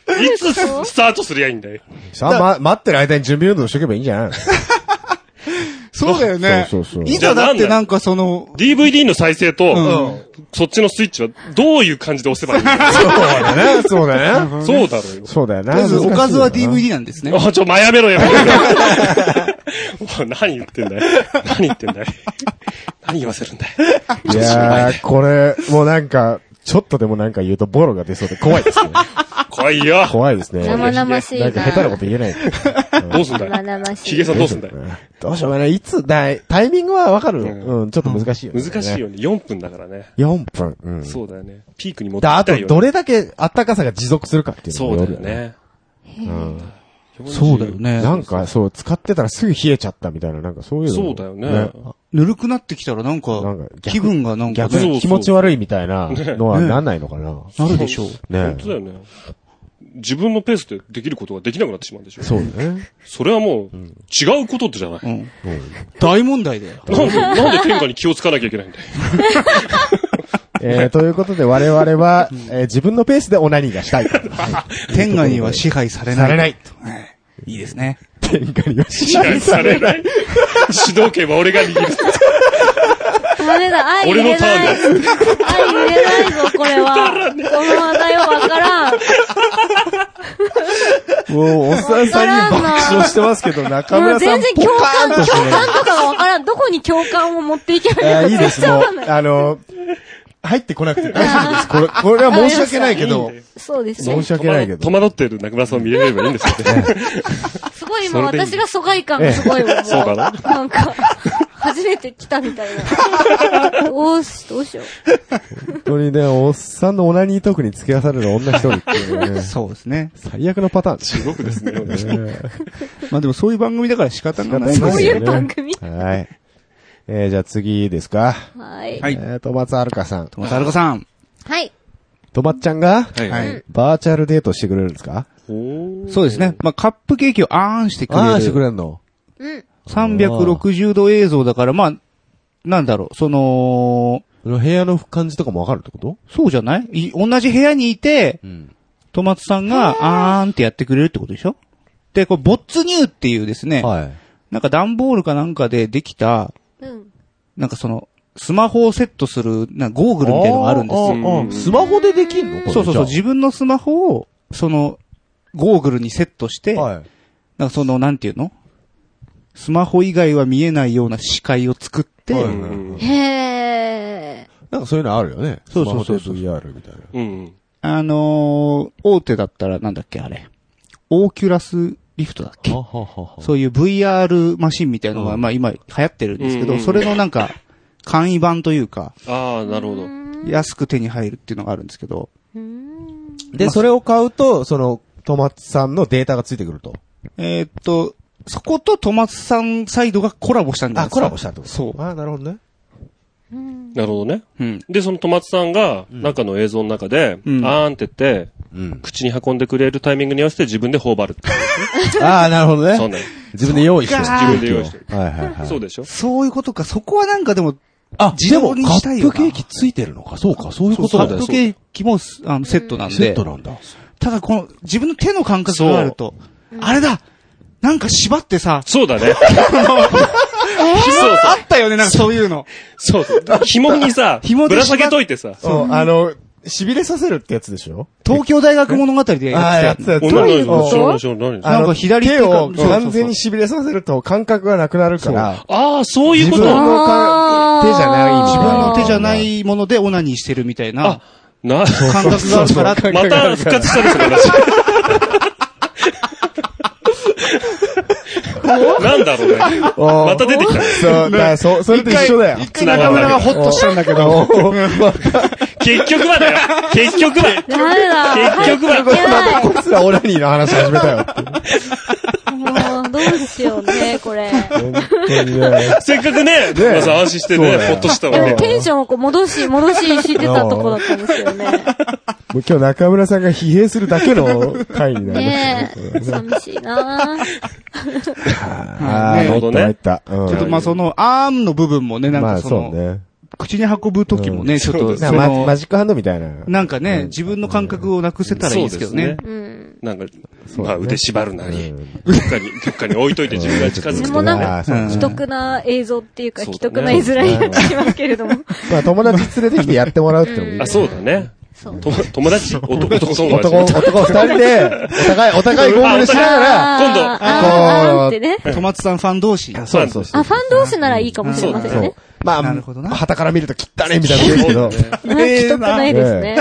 [SPEAKER 2] つ、いつスタートすりゃいいんだよ。
[SPEAKER 5] さあ、ま、待ってる間に準備運動しとけばいいんじゃないの
[SPEAKER 1] そうだよね。
[SPEAKER 5] そうそうそう
[SPEAKER 1] いざだってなんかその、
[SPEAKER 2] DVD の再生と、そっちのスイッチはどういう感じで押せばいいん だ
[SPEAKER 5] そうだね、 そうだね。
[SPEAKER 2] そうだろうよ。
[SPEAKER 5] そうだよな。
[SPEAKER 1] とりあえずおかずは
[SPEAKER 5] 難しいよな
[SPEAKER 1] DVD なんですね。
[SPEAKER 2] おちょ、まやめろ やめろ。おい何言ってんだよ。何言ってんだよ。何言わせるんだよ。
[SPEAKER 5] いやー、これ、もうなんか、ちょっとでもなんか言うとボロが出そうで怖いです ね。
[SPEAKER 2] 来いよ。
[SPEAKER 5] 怖いです
[SPEAKER 2] ん
[SPEAKER 5] ね。な
[SPEAKER 2] か
[SPEAKER 5] ん
[SPEAKER 4] 生々しいな。
[SPEAKER 5] か下手なこと言えない。
[SPEAKER 2] どうすんだ
[SPEAKER 4] 生
[SPEAKER 2] よ。
[SPEAKER 4] 々し
[SPEAKER 2] ヒ
[SPEAKER 4] い
[SPEAKER 2] ゲ。さんどうすんだよ。
[SPEAKER 5] どうしようもない。いつだ、タイミングはわかる
[SPEAKER 2] ん
[SPEAKER 5] のうん、ちょっと難しいよね。
[SPEAKER 2] 難しい。よね。4分だからね。
[SPEAKER 5] 4分。うん。
[SPEAKER 2] そうだよね。ピークに持って
[SPEAKER 5] だあ
[SPEAKER 2] きた
[SPEAKER 5] と
[SPEAKER 2] い、よ
[SPEAKER 5] ど
[SPEAKER 2] ね。
[SPEAKER 5] れだけ暖かさが持続するかっていうの
[SPEAKER 2] そ
[SPEAKER 5] も
[SPEAKER 2] うだ
[SPEAKER 5] よ
[SPEAKER 2] よ
[SPEAKER 5] る。
[SPEAKER 2] ね。
[SPEAKER 1] そうだよね。
[SPEAKER 5] なんか、そう、使ってたらすぐ冷えちゃったみたいな、なんかそういうの。
[SPEAKER 2] そうだよね。
[SPEAKER 1] ぬるくなってきたらなん
[SPEAKER 5] な
[SPEAKER 1] か
[SPEAKER 5] んか、逆
[SPEAKER 1] 気分がなんか
[SPEAKER 5] 逆
[SPEAKER 1] ね、
[SPEAKER 5] に気持ち悪いみたいなのはなんないのかな。
[SPEAKER 1] なるでしょう。
[SPEAKER 5] ね
[SPEAKER 2] 本当だよね。自分のペースでできることができなくなってしまうんでしょ。
[SPEAKER 5] そうだね。
[SPEAKER 2] それはもう、違うことじゃない。
[SPEAKER 1] うん。大問題だよ。
[SPEAKER 2] なんで、なんで天下に気をつかなきゃいけないん だよ。
[SPEAKER 5] えー、ということで我々は、えー自分のペースでオナニーがしたい。
[SPEAKER 1] 天下には支配されない。
[SPEAKER 5] されない
[SPEAKER 1] はい。いいですね。
[SPEAKER 5] 天下には支
[SPEAKER 2] 支
[SPEAKER 5] 配
[SPEAKER 2] 配
[SPEAKER 5] さ
[SPEAKER 2] さ
[SPEAKER 5] れ
[SPEAKER 2] れ
[SPEAKER 5] な
[SPEAKER 2] な
[SPEAKER 5] い。
[SPEAKER 2] い。指導権は俺が握る。
[SPEAKER 3] ダメだ、愛入れない。愛入れないぞ、これは。この話題はわからん。
[SPEAKER 5] もう、おっさんさんに爆笑してますけど、中
[SPEAKER 3] も
[SPEAKER 5] 村
[SPEAKER 3] う
[SPEAKER 5] さ
[SPEAKER 3] 全
[SPEAKER 5] ん
[SPEAKER 3] 然
[SPEAKER 5] ポ
[SPEAKER 3] 共
[SPEAKER 5] カー
[SPEAKER 3] 感、
[SPEAKER 5] ンと
[SPEAKER 3] 共
[SPEAKER 5] してね
[SPEAKER 3] 感とかがわからん。どこに共感を持っていけばいいの
[SPEAKER 5] あ
[SPEAKER 3] か
[SPEAKER 5] ー。いいです、
[SPEAKER 3] 全然
[SPEAKER 5] もう
[SPEAKER 3] わかんない。
[SPEAKER 5] あの、入ってこなくて大丈夫です。これ、これは申し訳ないけど、
[SPEAKER 3] そうです
[SPEAKER 5] 申
[SPEAKER 3] ね。
[SPEAKER 5] し訳ないけ
[SPEAKER 2] 戸
[SPEAKER 5] ど。
[SPEAKER 2] 惑ってる中村さんを見れればいいんですよね。
[SPEAKER 3] すごい
[SPEAKER 2] そ
[SPEAKER 3] 今
[SPEAKER 2] れでいい
[SPEAKER 3] 私が疎外感がすごいわ。も
[SPEAKER 2] そう かな
[SPEAKER 3] なんか、初めて来たみたいな。どうし、どうしよう。
[SPEAKER 5] 本当にね、おっさんのオナニートークに付き合わされる女一人っていうね、
[SPEAKER 1] そうですね。
[SPEAKER 5] 最悪のパターン。
[SPEAKER 2] 地獄ですね。
[SPEAKER 1] まあでもそういう番組だから仕方がない。
[SPEAKER 5] 仕
[SPEAKER 3] そ
[SPEAKER 5] 方な
[SPEAKER 3] う
[SPEAKER 5] で
[SPEAKER 3] い
[SPEAKER 5] すよね
[SPEAKER 3] う番組
[SPEAKER 5] はい。えー、じゃあ次ですか。
[SPEAKER 3] はい
[SPEAKER 1] は。い。
[SPEAKER 5] えー、とまつはるかさん。
[SPEAKER 1] トマサルコさん。
[SPEAKER 3] はい。
[SPEAKER 5] とまっちゃんが、
[SPEAKER 2] はい
[SPEAKER 1] は
[SPEAKER 2] はい。
[SPEAKER 1] い。
[SPEAKER 5] バーチャルデートしてくれるんですか
[SPEAKER 1] そうですね。まあカップケーキをあーんしてくれる。
[SPEAKER 5] ああ、してくれるの。
[SPEAKER 3] うん。
[SPEAKER 1] 360度映像だから、まあ、なんだろう、その、
[SPEAKER 5] 部屋の感じとかもわかるってこと
[SPEAKER 1] そうじゃないい同じ部屋にいて、
[SPEAKER 5] うん。
[SPEAKER 1] トマツさんが、あーんってやってくれるってことでしょで、これ、ボッツニューっていうですね、
[SPEAKER 5] はい。
[SPEAKER 1] なんか段ボールかなんかでできた、
[SPEAKER 3] うん。
[SPEAKER 1] なんかその、スマホをセットする、なんかゴーグルみたいのがあるんです
[SPEAKER 5] あ
[SPEAKER 1] よ。
[SPEAKER 5] ーあーあースマホでできんのこれ
[SPEAKER 1] そうそうそう、
[SPEAKER 5] じ
[SPEAKER 1] 自分のスマホを、その、ゴーグルにセットして、
[SPEAKER 5] ゃあはい。
[SPEAKER 1] なんかその、なんていうのスマホ以外は見えないような視界を作って、
[SPEAKER 5] はい
[SPEAKER 2] うん。
[SPEAKER 3] へー。
[SPEAKER 5] なんかそういうのあるよね。
[SPEAKER 1] そうそうそう
[SPEAKER 5] スマホで VR みたいな。
[SPEAKER 2] うん。
[SPEAKER 1] あのー、大手だったらなんだっけあれ。オーキュラスリフトだっけ
[SPEAKER 5] ははは
[SPEAKER 1] そういう VR マシンみたいなのが、
[SPEAKER 5] うん
[SPEAKER 1] まあ今流行ってるんですけ
[SPEAKER 2] う
[SPEAKER 1] ど、
[SPEAKER 2] んうん
[SPEAKER 1] それのなんか、簡易版というか、
[SPEAKER 2] ああ、なるほど。
[SPEAKER 1] 安く手に入るっていうのがあるんですけど、
[SPEAKER 3] うーん
[SPEAKER 5] で、それを買うと、その、トマツさんのデータがついてくると。
[SPEAKER 1] えーっと、そことトマスさんサイドがコラボしたんじゃない
[SPEAKER 5] あ、
[SPEAKER 1] ですか。
[SPEAKER 5] コラボしたってこと
[SPEAKER 1] そう。
[SPEAKER 5] あ、なるほどね。
[SPEAKER 3] うん。
[SPEAKER 2] なるほどね。
[SPEAKER 1] うん。
[SPEAKER 2] で、そのトマツさんが、中の映像の中で、
[SPEAKER 1] うん
[SPEAKER 2] あーんって言って、
[SPEAKER 5] うん。
[SPEAKER 2] 口に運んでくれるタイミングに合わせて自分で頬張るっていう。
[SPEAKER 5] ああ、なるほど
[SPEAKER 2] そう
[SPEAKER 5] ね。
[SPEAKER 2] ね。
[SPEAKER 5] 自分で用意してる。
[SPEAKER 1] そっか
[SPEAKER 2] 自分で用意してる
[SPEAKER 5] はいはいはい。
[SPEAKER 2] そうでしょ
[SPEAKER 1] そういうことか。そこはなんかでも、
[SPEAKER 5] あ、
[SPEAKER 1] 自動にしたいよな
[SPEAKER 5] でもカップケーキついてるのか。そうか、そういうこと
[SPEAKER 1] カ
[SPEAKER 5] だ
[SPEAKER 1] ップ。
[SPEAKER 5] よ
[SPEAKER 1] ケーキもすあのセットなん
[SPEAKER 5] セ
[SPEAKER 1] で
[SPEAKER 5] ット。なんだ。
[SPEAKER 1] ただこの、自分の手の感覚があると、あれだなんか縛ってさ、
[SPEAKER 2] そうだね。
[SPEAKER 1] あったよね、なんかそういうの。
[SPEAKER 2] そうそう。紐にさ、
[SPEAKER 1] 紐
[SPEAKER 2] ぶ
[SPEAKER 1] で
[SPEAKER 2] ら
[SPEAKER 1] 縛
[SPEAKER 2] 下
[SPEAKER 1] っ
[SPEAKER 2] げといてさ、
[SPEAKER 5] そう、あの、痺れさせるってやつでしょ
[SPEAKER 1] 東京大学物語でや ってたやつ。
[SPEAKER 5] や
[SPEAKER 2] 女
[SPEAKER 3] どういう
[SPEAKER 2] の
[SPEAKER 3] こ
[SPEAKER 2] 子、
[SPEAKER 3] と
[SPEAKER 2] 知らない知らない。
[SPEAKER 1] あなんか左手
[SPEAKER 5] 手
[SPEAKER 1] か
[SPEAKER 5] を
[SPEAKER 1] そうそうそう
[SPEAKER 5] 完全に痺れさせると感覚がなくなるから、
[SPEAKER 2] ああ、そういうこ
[SPEAKER 5] 自分
[SPEAKER 2] と
[SPEAKER 5] のか
[SPEAKER 3] あー
[SPEAKER 5] 手じゃない。
[SPEAKER 1] 自分の手じゃ
[SPEAKER 5] い。
[SPEAKER 1] ないものでオナニーしてるみたいな
[SPEAKER 2] あ、な、
[SPEAKER 1] 感覚があるからって、
[SPEAKER 2] また復活したんですね、私。なんだろうね。
[SPEAKER 5] ま
[SPEAKER 2] また出てきたね。
[SPEAKER 5] そう、だからそう、それと一緒だよ。
[SPEAKER 1] 一回中村がホッとしたんだけ ど、
[SPEAKER 2] 結局はだよ。結局は。
[SPEAKER 3] ダメだ。
[SPEAKER 2] 結局は
[SPEAKER 3] 入っていけない
[SPEAKER 5] こいつらオナニーの話始めたよって。
[SPEAKER 3] もう、どうしよう ね、これ。
[SPEAKER 5] 本当にね。
[SPEAKER 2] せっかくね、
[SPEAKER 5] え
[SPEAKER 2] まさ安心して
[SPEAKER 5] そう
[SPEAKER 2] ね
[SPEAKER 5] だ、よ
[SPEAKER 2] ほっとした
[SPEAKER 3] で
[SPEAKER 2] わけ
[SPEAKER 3] も。テンションをこう戻し、戻ししてたとこだったんですよね。
[SPEAKER 5] もう今日中村さんが疲弊するだけの回になりま
[SPEAKER 3] ね
[SPEAKER 5] した
[SPEAKER 3] え、寂しい な
[SPEAKER 5] あ
[SPEAKER 1] ね
[SPEAKER 5] ー
[SPEAKER 1] な
[SPEAKER 2] るほどね
[SPEAKER 5] 入った入った
[SPEAKER 1] ちょっとまあその、アームの部分もね、
[SPEAKER 5] う
[SPEAKER 1] なんん
[SPEAKER 5] ま
[SPEAKER 1] か
[SPEAKER 5] あ
[SPEAKER 1] そ
[SPEAKER 5] そう
[SPEAKER 1] の、
[SPEAKER 5] ね。
[SPEAKER 1] 口に運ぶ時もね、ちょっ
[SPEAKER 2] そう
[SPEAKER 1] と、
[SPEAKER 2] です
[SPEAKER 1] そ
[SPEAKER 5] まマ
[SPEAKER 1] の、
[SPEAKER 5] ジックハンドみたいな。
[SPEAKER 1] なんかね、自分の感覚をなくせたらいいですけどね。
[SPEAKER 3] ーうん。
[SPEAKER 2] なんか、
[SPEAKER 5] う
[SPEAKER 2] まあ腕縛るなり、
[SPEAKER 5] うん
[SPEAKER 2] どっかに、どっかに置いといて自分が近づ
[SPEAKER 3] で
[SPEAKER 2] く
[SPEAKER 3] も
[SPEAKER 2] と
[SPEAKER 3] なん
[SPEAKER 2] か。
[SPEAKER 3] か、
[SPEAKER 5] あーそうね
[SPEAKER 3] 既得な映像っていうか、
[SPEAKER 2] そう
[SPEAKER 3] 既
[SPEAKER 2] だね
[SPEAKER 3] 得な絵面になってしまうけ れども。
[SPEAKER 5] まあ友達連れてきてやってもらうってのもいいよね。
[SPEAKER 2] あ、そうだね。
[SPEAKER 3] そう。
[SPEAKER 2] と友達男、男友達
[SPEAKER 5] 男、。男二人で、お互い、お互いゴーグルし
[SPEAKER 3] あーあ
[SPEAKER 2] 今度
[SPEAKER 5] ながら、
[SPEAKER 3] ー
[SPEAKER 5] こう
[SPEAKER 3] あーってね。
[SPEAKER 1] トマツさんファン同士。
[SPEAKER 5] そうそうそう。
[SPEAKER 3] あ、ファン同士ならいいかもしれません
[SPEAKER 5] そ
[SPEAKER 3] よ
[SPEAKER 5] う
[SPEAKER 3] ね。。
[SPEAKER 5] まあ、
[SPEAKER 1] なるほどな
[SPEAKER 5] 旗から見ると切ったね、みたいな言うんですけど。
[SPEAKER 3] あー既得な絵です
[SPEAKER 5] え
[SPEAKER 3] ね。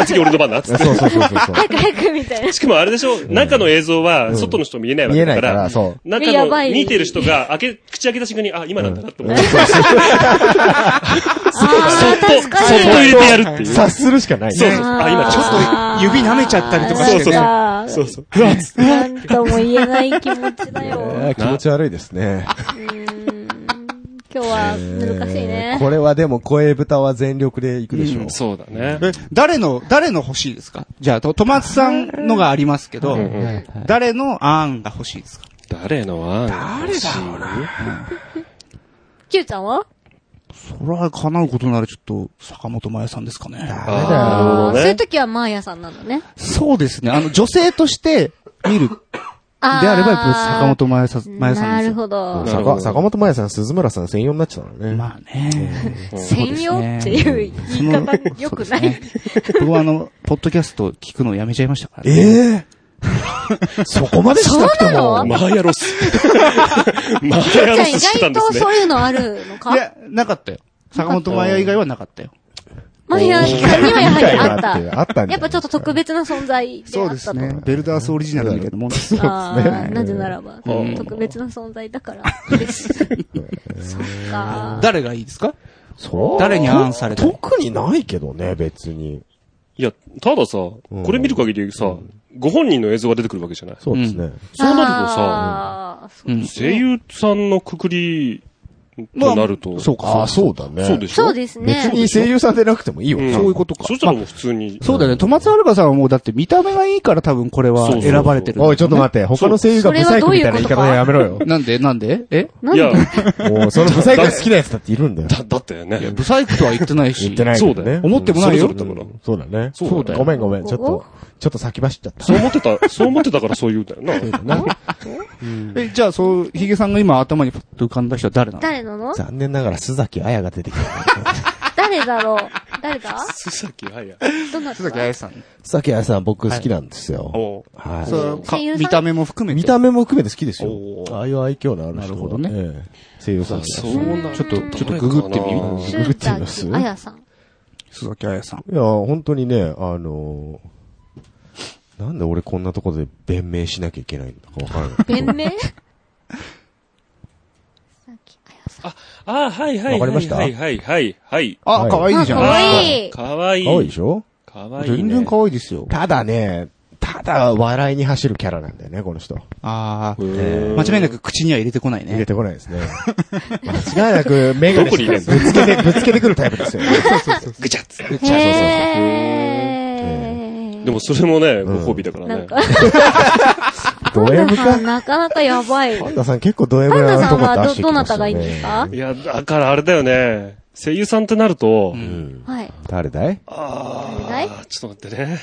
[SPEAKER 2] あ次俺の番だっつって。
[SPEAKER 5] そうそうそうそうそ
[SPEAKER 3] 早く早くみたいな。
[SPEAKER 2] しかもあれでしょ中の映像は、外の人見えないわけだか。
[SPEAKER 5] 見えないかららそう
[SPEAKER 2] 中
[SPEAKER 3] でやば
[SPEAKER 2] の、
[SPEAKER 3] い
[SPEAKER 2] 見てる人が、開け、口開けた瞬間に、あ、今なんだなって思って。そっ
[SPEAKER 3] ああ、
[SPEAKER 2] と、そ
[SPEAKER 3] 確
[SPEAKER 2] っと
[SPEAKER 3] かに。
[SPEAKER 2] 入れてやるって
[SPEAKER 5] う。
[SPEAKER 2] いう。
[SPEAKER 5] 察するしかないね。
[SPEAKER 2] そうそう。
[SPEAKER 3] あー
[SPEAKER 2] あ、今ちょっと、
[SPEAKER 1] 指舐めちゃったりとかしてね
[SPEAKER 3] そうそう
[SPEAKER 2] そうそう。
[SPEAKER 3] なんとも言えない気持ちだ
[SPEAKER 5] え
[SPEAKER 3] よ。
[SPEAKER 5] ー気持ち悪いですね。
[SPEAKER 3] 今日は難しい
[SPEAKER 5] えー
[SPEAKER 3] ね。
[SPEAKER 5] これはでも声豚は全力で行くでしょう。
[SPEAKER 2] そうだね。
[SPEAKER 1] え誰の、誰の欲しいですかじゃあ、とトマツさんのがありますけど、誰のアーンが欲しいですか
[SPEAKER 2] 誰の案誰だろう
[SPEAKER 3] キューちゃんは
[SPEAKER 1] それは叶うことならちょっと、坂本真綾さんですかね。
[SPEAKER 2] なるほど
[SPEAKER 3] そういう
[SPEAKER 2] ね。
[SPEAKER 3] 時はマーヤさんなのね。
[SPEAKER 1] そうですね。あの、女性として見る。で
[SPEAKER 3] あー
[SPEAKER 1] あれば、やっぱ坂本真綾さん、真綾さん
[SPEAKER 3] な
[SPEAKER 1] です
[SPEAKER 3] る
[SPEAKER 1] よ。
[SPEAKER 3] ほど。
[SPEAKER 2] なるほど
[SPEAKER 5] 坂坂本真綾さん、鈴村さん専用になっちゃったのね。
[SPEAKER 1] まあね。
[SPEAKER 3] 専用っていう言い方良くない。
[SPEAKER 1] 僕はあの、ポッドキャスト聞くのやめちゃいましたから、ね。
[SPEAKER 5] ええそこまでしなくて
[SPEAKER 3] そうな
[SPEAKER 5] も。
[SPEAKER 3] の
[SPEAKER 2] マーヤロス。マーヤ
[SPEAKER 3] じゃ
[SPEAKER 2] ロ
[SPEAKER 3] あ
[SPEAKER 2] ス
[SPEAKER 3] 意
[SPEAKER 2] してた
[SPEAKER 3] 外
[SPEAKER 2] んです
[SPEAKER 3] と
[SPEAKER 2] ね。
[SPEAKER 3] そういうのあるのか
[SPEAKER 1] いや、なかったよ。坂本真綾以外はなかったよ。
[SPEAKER 3] マーヤさんにはやはりあった。
[SPEAKER 5] あったんだ
[SPEAKER 3] やっぱちょっと特別な存在であったと。
[SPEAKER 1] ね。ベルダースオリジナルみたいなもんです。
[SPEAKER 3] ああ、なぜならば、
[SPEAKER 2] うん
[SPEAKER 3] 特別な存在だから嬉しい。そっか。
[SPEAKER 1] 誰がいいですか
[SPEAKER 5] そう
[SPEAKER 1] 誰にアーンされたの
[SPEAKER 5] 特にないけどね、別に。
[SPEAKER 2] いや、たださ、これ見る限りさ、ご本人の映像が出てくるわけじゃない。
[SPEAKER 5] そうですね。
[SPEAKER 2] そうなるとさ、
[SPEAKER 3] あーそう
[SPEAKER 1] うん
[SPEAKER 2] 声優さんのくくりとなると。
[SPEAKER 5] そうか、あそうだね。
[SPEAKER 2] そうでしょ
[SPEAKER 3] そうです
[SPEAKER 5] 別
[SPEAKER 3] ね。
[SPEAKER 5] に声優さんでなくてもいいわ。
[SPEAKER 2] ん
[SPEAKER 1] そういうことか
[SPEAKER 2] そしたらもう普通に。
[SPEAKER 1] そうだね。トマツアルカさんはもうだって見た目がいいから多分これは
[SPEAKER 2] そうそうそう
[SPEAKER 1] 選ばれてるんだよね。
[SPEAKER 5] おい、ちょっと待って、他の声優がブサイクみたいな言い方やめろよ。
[SPEAKER 1] なんでなんでえ
[SPEAKER 2] いや、
[SPEAKER 5] もう、そのブサイクが好きなやつだっているん だよ。
[SPEAKER 2] だ、だって
[SPEAKER 1] い
[SPEAKER 2] ね
[SPEAKER 1] や、。ブサイクとは言ってないし。
[SPEAKER 5] 言ってないけ
[SPEAKER 2] そ
[SPEAKER 5] ど
[SPEAKER 2] うだ
[SPEAKER 5] ね
[SPEAKER 2] よ。。
[SPEAKER 1] 思ってもないよ
[SPEAKER 2] それぞれだから。
[SPEAKER 5] そうだね。
[SPEAKER 2] そうだよ
[SPEAKER 5] ごめんごめん、ちょっ
[SPEAKER 3] こ
[SPEAKER 5] と、ちょっと先走っちゃった。
[SPEAKER 2] そう思ってた、そう思ってたからそう言うん だよな。
[SPEAKER 1] え、じゃあ、そう、ヒゲさんが今頭にふっと浮かんだ人は誰なの
[SPEAKER 3] 誰なの
[SPEAKER 5] 残念ながら、須崎彩が出てきた。
[SPEAKER 3] 誰だろう誰だ
[SPEAKER 2] 須崎や
[SPEAKER 3] どなた
[SPEAKER 1] 綾さん。
[SPEAKER 5] 須崎彩さん僕好きなんですよ。
[SPEAKER 2] お
[SPEAKER 5] は
[SPEAKER 1] そう、か
[SPEAKER 3] 声優さん
[SPEAKER 1] 見た目も含
[SPEAKER 5] い。
[SPEAKER 1] めて。
[SPEAKER 5] 見た目も含めて好きですよ
[SPEAKER 2] お。ー
[SPEAKER 5] ああいう愛嬌のある人
[SPEAKER 1] なるほどね
[SPEAKER 5] ええ声優さんです。
[SPEAKER 2] そう
[SPEAKER 5] い
[SPEAKER 2] なんだ
[SPEAKER 1] ちょっと、ちょっとググってみ
[SPEAKER 2] 誰かな
[SPEAKER 1] る
[SPEAKER 3] スーザキあやさん。
[SPEAKER 1] 鈴木彩さん。
[SPEAKER 5] や、本当にね、あのー、なんで俺こんなとこで弁明しなきゃいけないんだか わからない。
[SPEAKER 3] 弁明スザキあやさん。
[SPEAKER 2] あ、はいはい。
[SPEAKER 5] わかりました
[SPEAKER 2] はいはいはいはい。
[SPEAKER 1] あ、
[SPEAKER 5] はい
[SPEAKER 1] 可愛いじゃ
[SPEAKER 3] あ可
[SPEAKER 1] ん。
[SPEAKER 3] 愛い
[SPEAKER 2] かわいい。
[SPEAKER 5] 可愛いでしょ
[SPEAKER 2] かわいいね。
[SPEAKER 1] 全然可愛いですよ。
[SPEAKER 5] ただね、ただ笑いに走るキャラなんだよね、この人。
[SPEAKER 1] ああ、
[SPEAKER 2] 間
[SPEAKER 1] 間違いなく口には入れてこない
[SPEAKER 5] 入れ
[SPEAKER 1] ね。
[SPEAKER 5] てこな いですね。間違いなく、メガ
[SPEAKER 2] ど
[SPEAKER 5] ネ
[SPEAKER 2] こに入れ
[SPEAKER 5] ぶ
[SPEAKER 2] んの
[SPEAKER 5] つけて、ぶつけてくるタイプですよね。
[SPEAKER 2] ぐちゃっつって
[SPEAKER 3] へえ。
[SPEAKER 2] でもそれもね、
[SPEAKER 5] ん
[SPEAKER 2] ご褒美だから
[SPEAKER 3] な
[SPEAKER 2] ね
[SPEAKER 3] ん。か、
[SPEAKER 5] ド M
[SPEAKER 3] さ
[SPEAKER 5] か
[SPEAKER 3] ん。なかなかやばい。
[SPEAKER 5] パンダさん結構ド M なとこ出してきますよね。
[SPEAKER 3] パンダさんはどどなたがいいんですか
[SPEAKER 2] いや、だからあれだよね。声優さんってなると、
[SPEAKER 1] うん
[SPEAKER 3] はい。
[SPEAKER 5] 誰だい
[SPEAKER 3] 誰
[SPEAKER 2] あーちょっと待ってね。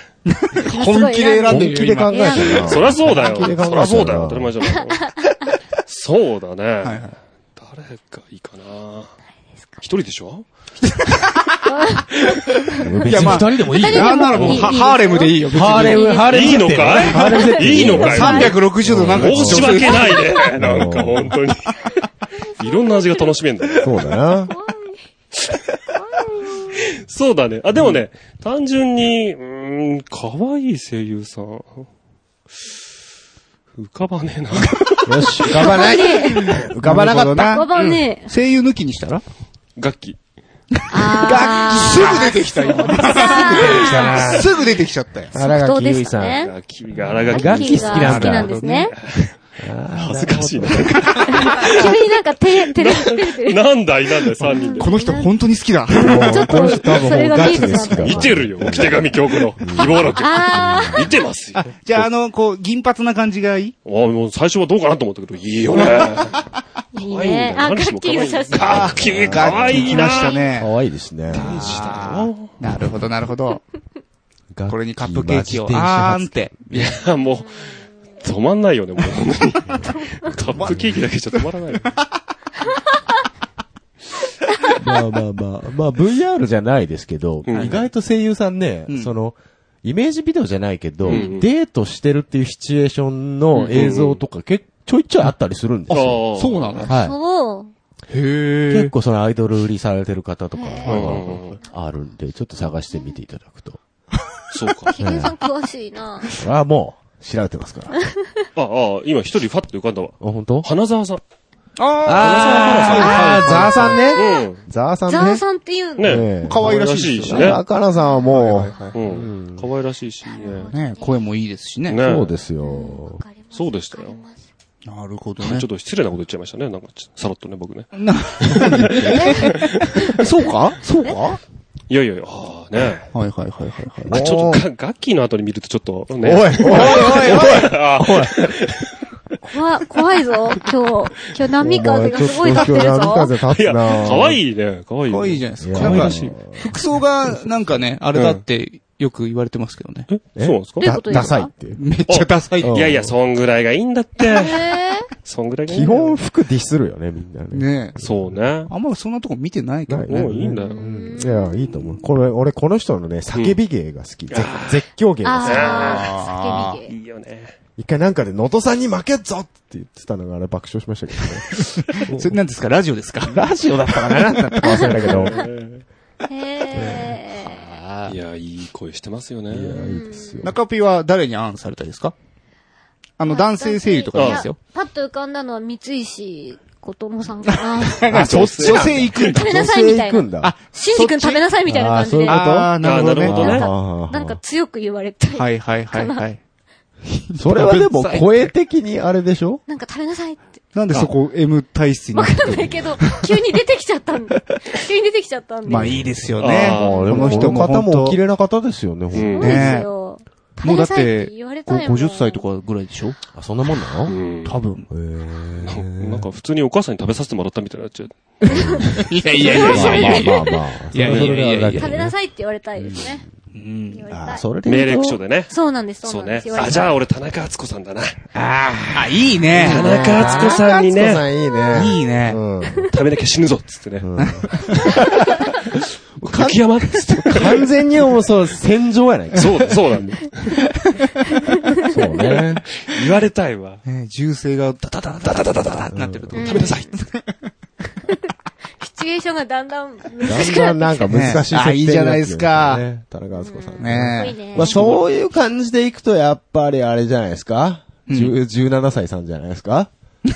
[SPEAKER 1] 本気で選
[SPEAKER 5] 本
[SPEAKER 1] んで
[SPEAKER 5] 気
[SPEAKER 1] る
[SPEAKER 5] で
[SPEAKER 1] よ、
[SPEAKER 5] 考
[SPEAKER 1] 今。
[SPEAKER 5] えてるな。
[SPEAKER 2] そりゃそう だよ。そ
[SPEAKER 5] 本気
[SPEAKER 2] り
[SPEAKER 5] で考えたな
[SPEAKER 2] ゃそうだよ。当たり前じゃん。そうだね。
[SPEAKER 1] はいはい
[SPEAKER 2] 誰がいいかな。一人でしょ
[SPEAKER 5] 別に
[SPEAKER 1] いやまあ
[SPEAKER 4] 二人でもいいよ。
[SPEAKER 1] なんならもう、
[SPEAKER 3] いい
[SPEAKER 1] ハ
[SPEAKER 3] いい
[SPEAKER 1] ハーレムでいいよ、別に。
[SPEAKER 4] ハーレム、ハーレム
[SPEAKER 2] いいの
[SPEAKER 4] ハーレム
[SPEAKER 2] か
[SPEAKER 4] 設定
[SPEAKER 2] いいのかよ。
[SPEAKER 1] 360度なんか
[SPEAKER 2] 申し訳ないね。なんか本当に。いろんな味が楽しめんだよ。
[SPEAKER 5] そうだな。
[SPEAKER 2] そうだね。あ、でもね、単純に、うーん、可愛い声優さん。浮かばねえな。
[SPEAKER 5] よ し、浮かばない。浮かばなかった。
[SPEAKER 3] ババね。
[SPEAKER 1] 声優抜きにしたら
[SPEAKER 2] 楽器。
[SPEAKER 3] あ
[SPEAKER 1] すぐ出てきた、今。
[SPEAKER 3] ーあ
[SPEAKER 1] すぐ出てきちゃったよ。
[SPEAKER 3] ー。
[SPEAKER 5] 荒
[SPEAKER 3] 即答
[SPEAKER 5] 垣
[SPEAKER 3] で
[SPEAKER 5] 結
[SPEAKER 3] し
[SPEAKER 5] 衣さ
[SPEAKER 3] た
[SPEAKER 5] ん。
[SPEAKER 3] ね。
[SPEAKER 2] 楽器が荒
[SPEAKER 5] 楽
[SPEAKER 2] 楽器。
[SPEAKER 5] 器好きなんだ
[SPEAKER 3] 好きなんですね。
[SPEAKER 2] 恥ずかしいな。
[SPEAKER 3] 急になんか手、手で照れてる。
[SPEAKER 2] なんだいなんだい、三人で。
[SPEAKER 1] この人本当に好きだ。
[SPEAKER 3] ちょっと、それが見えてしまっ
[SPEAKER 5] ガチで
[SPEAKER 3] た
[SPEAKER 5] す。
[SPEAKER 2] 見てるよ、置き手紙教区の。希望楽。
[SPEAKER 3] あ
[SPEAKER 2] 見てますよ。
[SPEAKER 1] じゃあ、あの、こう、銀髪な感じがいい
[SPEAKER 2] あもう最初はどうかなと思ったけど、いいよね。
[SPEAKER 3] ー、いいね。あ、ガッキーの写真。
[SPEAKER 2] かっきー、かわいい
[SPEAKER 1] 来
[SPEAKER 2] な。
[SPEAKER 1] ました
[SPEAKER 5] 可
[SPEAKER 1] ね。
[SPEAKER 5] 愛いですね。
[SPEAKER 1] なるほど、なるほ ど。これにカップケーキを、あ
[SPEAKER 5] あ
[SPEAKER 1] ーんって。
[SPEAKER 2] いや、もう、止まんないよね、もう。カップケーキだけじゃ止まらないよ。
[SPEAKER 5] まあまあまあ、まあ VR じゃないですけど、
[SPEAKER 2] うん
[SPEAKER 5] 意外と声優さんね、
[SPEAKER 1] ん
[SPEAKER 5] その、イメージビデオじゃないけど、
[SPEAKER 2] うんうん
[SPEAKER 5] デートしてるっていうシチュエーションの映像とか、けちょいちょいあったりするんですよ。
[SPEAKER 2] ああ
[SPEAKER 1] そうなの
[SPEAKER 5] はい。
[SPEAKER 3] そう。
[SPEAKER 1] へ
[SPEAKER 5] 結構そのアイドル売りされてる方とか
[SPEAKER 2] へ
[SPEAKER 5] あるんで、ちょっと探してみていただくと。
[SPEAKER 2] そうか。
[SPEAKER 3] ヒゲさん詳しいな。
[SPEAKER 5] それはもう、調べてますから。あ、
[SPEAKER 2] ああ、今一人ファッと浮かんだわ。
[SPEAKER 5] 本当？
[SPEAKER 2] 花沢さん。
[SPEAKER 5] あー、ザーさんね。
[SPEAKER 2] う。
[SPEAKER 5] ザーさんね。
[SPEAKER 3] ザワさんっていうんの。
[SPEAKER 5] え
[SPEAKER 2] ね
[SPEAKER 5] え
[SPEAKER 1] 可愛らしいですよ
[SPEAKER 2] 可愛らしいしね。
[SPEAKER 5] 中野さんはもう、
[SPEAKER 2] うん。可愛らしいしね。
[SPEAKER 1] ね声もいいですしね。
[SPEAKER 2] ね
[SPEAKER 5] そうですよ。
[SPEAKER 3] わかります
[SPEAKER 2] そうでしたよ
[SPEAKER 3] わかります
[SPEAKER 1] なるほど
[SPEAKER 2] ちょ
[SPEAKER 1] ね
[SPEAKER 2] っ。と失礼なこと言っちゃいましたね。なんか、さらっとね、僕ね。
[SPEAKER 5] そうかそうか
[SPEAKER 2] いやいやいや、ああ、ね。
[SPEAKER 1] はいはいはいはいはい。
[SPEAKER 2] あちょっとガ、ガッキーの後に見るとちょっと、
[SPEAKER 5] おい、おい
[SPEAKER 2] ね。、
[SPEAKER 5] おい、
[SPEAKER 2] ああ
[SPEAKER 3] 怖、怖いぞ、今日。今日波風がすごい立ってる
[SPEAKER 5] 今日波風
[SPEAKER 3] ぞ。
[SPEAKER 5] 立
[SPEAKER 2] い
[SPEAKER 5] つ
[SPEAKER 2] や、
[SPEAKER 5] な
[SPEAKER 2] 可愛いね。可愛い。
[SPEAKER 1] 可愛いじゃないですか。
[SPEAKER 5] い
[SPEAKER 1] なん
[SPEAKER 5] や可
[SPEAKER 1] か
[SPEAKER 5] 愛らしい、
[SPEAKER 1] 服装が、なんかね、あれだって、よく言われてますけどね。
[SPEAKER 2] えそうなんですか
[SPEAKER 3] どういうことですか
[SPEAKER 5] ダサいっていう。
[SPEAKER 1] めっちゃダサい。
[SPEAKER 5] お
[SPEAKER 2] いやいや、そんぐらいがいいんだって。
[SPEAKER 3] え
[SPEAKER 2] そんぐらいがいい
[SPEAKER 5] 基
[SPEAKER 2] んだよ。
[SPEAKER 5] 本服ディスるよね、みんなね。
[SPEAKER 1] ねえ。
[SPEAKER 2] そうね。
[SPEAKER 1] あんまそんなとこ見てないけど
[SPEAKER 5] ない
[SPEAKER 1] ね。
[SPEAKER 2] もういいんだよ。
[SPEAKER 5] うんいや、いいと思う。これ、俺、この人のね、叫び芸が好き。ぜ絶叫
[SPEAKER 3] ー、
[SPEAKER 5] 芸が好き。
[SPEAKER 3] あー、叫び芸。
[SPEAKER 2] いいよね。
[SPEAKER 5] 一回なんかで、能登さんに負けっぞって言ってたのが、あれ爆笑しましたけどね。
[SPEAKER 1] それなんですかラジオですか
[SPEAKER 5] ラジオだったかなだったか忘れたけど。
[SPEAKER 3] へー。
[SPEAKER 2] いや、いい声してますよ
[SPEAKER 5] いや、
[SPEAKER 2] ね。
[SPEAKER 5] いいですよ。
[SPEAKER 1] 中ピは誰にアンされたいですかあの、男性声優とかいいですよ。
[SPEAKER 3] パッと浮かんだのは三石琴乃さんかな。
[SPEAKER 1] あ、そっち女性行くんだ。
[SPEAKER 3] 食べなさいみたい
[SPEAKER 5] 行くん
[SPEAKER 3] な。
[SPEAKER 5] だ。
[SPEAKER 1] あ、
[SPEAKER 3] シンジ君食べなさいみたいな感じで。
[SPEAKER 5] あーそういう
[SPEAKER 3] な
[SPEAKER 5] こ
[SPEAKER 1] あー、なるほど
[SPEAKER 2] あーなるほ
[SPEAKER 3] ん
[SPEAKER 2] ど
[SPEAKER 5] と
[SPEAKER 2] ね
[SPEAKER 5] あ
[SPEAKER 3] か、
[SPEAKER 5] ー
[SPEAKER 3] なんか強く言われたい。
[SPEAKER 1] はいはいはいはい。
[SPEAKER 5] それはでも、声的にあれでしょ
[SPEAKER 3] なんか食べなさいって。
[SPEAKER 1] なんでそこ M 体質に
[SPEAKER 3] わかんないけど、急に出てきちゃったんで。急に出てきちゃったんで。
[SPEAKER 1] まあ
[SPEAKER 3] い
[SPEAKER 1] いいですよね。
[SPEAKER 2] あー
[SPEAKER 1] こ
[SPEAKER 5] あでも
[SPEAKER 1] の人も
[SPEAKER 5] この
[SPEAKER 1] 本
[SPEAKER 5] 方
[SPEAKER 1] 当
[SPEAKER 5] もお綺麗な方ですよね、ほん
[SPEAKER 3] そう
[SPEAKER 5] と
[SPEAKER 3] ですよ。食
[SPEAKER 1] も
[SPEAKER 3] べな
[SPEAKER 1] うだっ
[SPEAKER 3] さいって
[SPEAKER 1] て
[SPEAKER 3] 言われ、たいもん。
[SPEAKER 1] 50歳とかぐらいでしょ
[SPEAKER 5] あ、そんなもんなの
[SPEAKER 2] うん
[SPEAKER 1] 多分。
[SPEAKER 2] なんか普通にお母さんに食べさせてもらったみたいになっちゃう。
[SPEAKER 1] いやいやいや
[SPEAKER 5] まあまあまあまあ。
[SPEAKER 1] いやいやいやいや
[SPEAKER 3] 食べなさいって言われたいですね。言われた
[SPEAKER 5] あ
[SPEAKER 3] い。
[SPEAKER 5] それで言
[SPEAKER 2] 命
[SPEAKER 5] うと
[SPEAKER 2] 令口調でね。
[SPEAKER 3] そうなんです、そ
[SPEAKER 2] そう
[SPEAKER 3] うなんで
[SPEAKER 2] ね
[SPEAKER 3] す。言。われた
[SPEAKER 2] あ、
[SPEAKER 3] い
[SPEAKER 2] じゃあ俺田中敦子さんだな。
[SPEAKER 1] あ、いいね。
[SPEAKER 2] 田中敦子さんに
[SPEAKER 5] 敦子
[SPEAKER 2] ね、
[SPEAKER 5] さんいいね。
[SPEAKER 1] いいね
[SPEAKER 5] うん。
[SPEAKER 2] 食べなきゃ死ぬぞっつってね。 柿山っつって。
[SPEAKER 5] 完全にもうそう、戦場やないか。
[SPEAKER 2] そうだ、そうなんだ。
[SPEAKER 5] そうね。
[SPEAKER 2] 言われたいわ。
[SPEAKER 1] ね銃声がダダダダダダダダってなってると。
[SPEAKER 2] 食べなさい。
[SPEAKER 3] シチュエーションがだんだん難
[SPEAKER 5] だ
[SPEAKER 3] し
[SPEAKER 5] ん
[SPEAKER 3] くな
[SPEAKER 5] だ
[SPEAKER 3] っ
[SPEAKER 5] ん
[SPEAKER 3] て。
[SPEAKER 5] なんか難しい設定になって
[SPEAKER 1] ねあ
[SPEAKER 5] るんですよね
[SPEAKER 1] いいじゃないですか。
[SPEAKER 5] 田中敦子さん。
[SPEAKER 3] かっこいい
[SPEAKER 1] ね
[SPEAKER 3] ね
[SPEAKER 5] まあそういう感じでいくとやっぱりあれじゃないですか。じゅう17歳さんじゃないですか。
[SPEAKER 2] あ
[SPEAKER 5] うん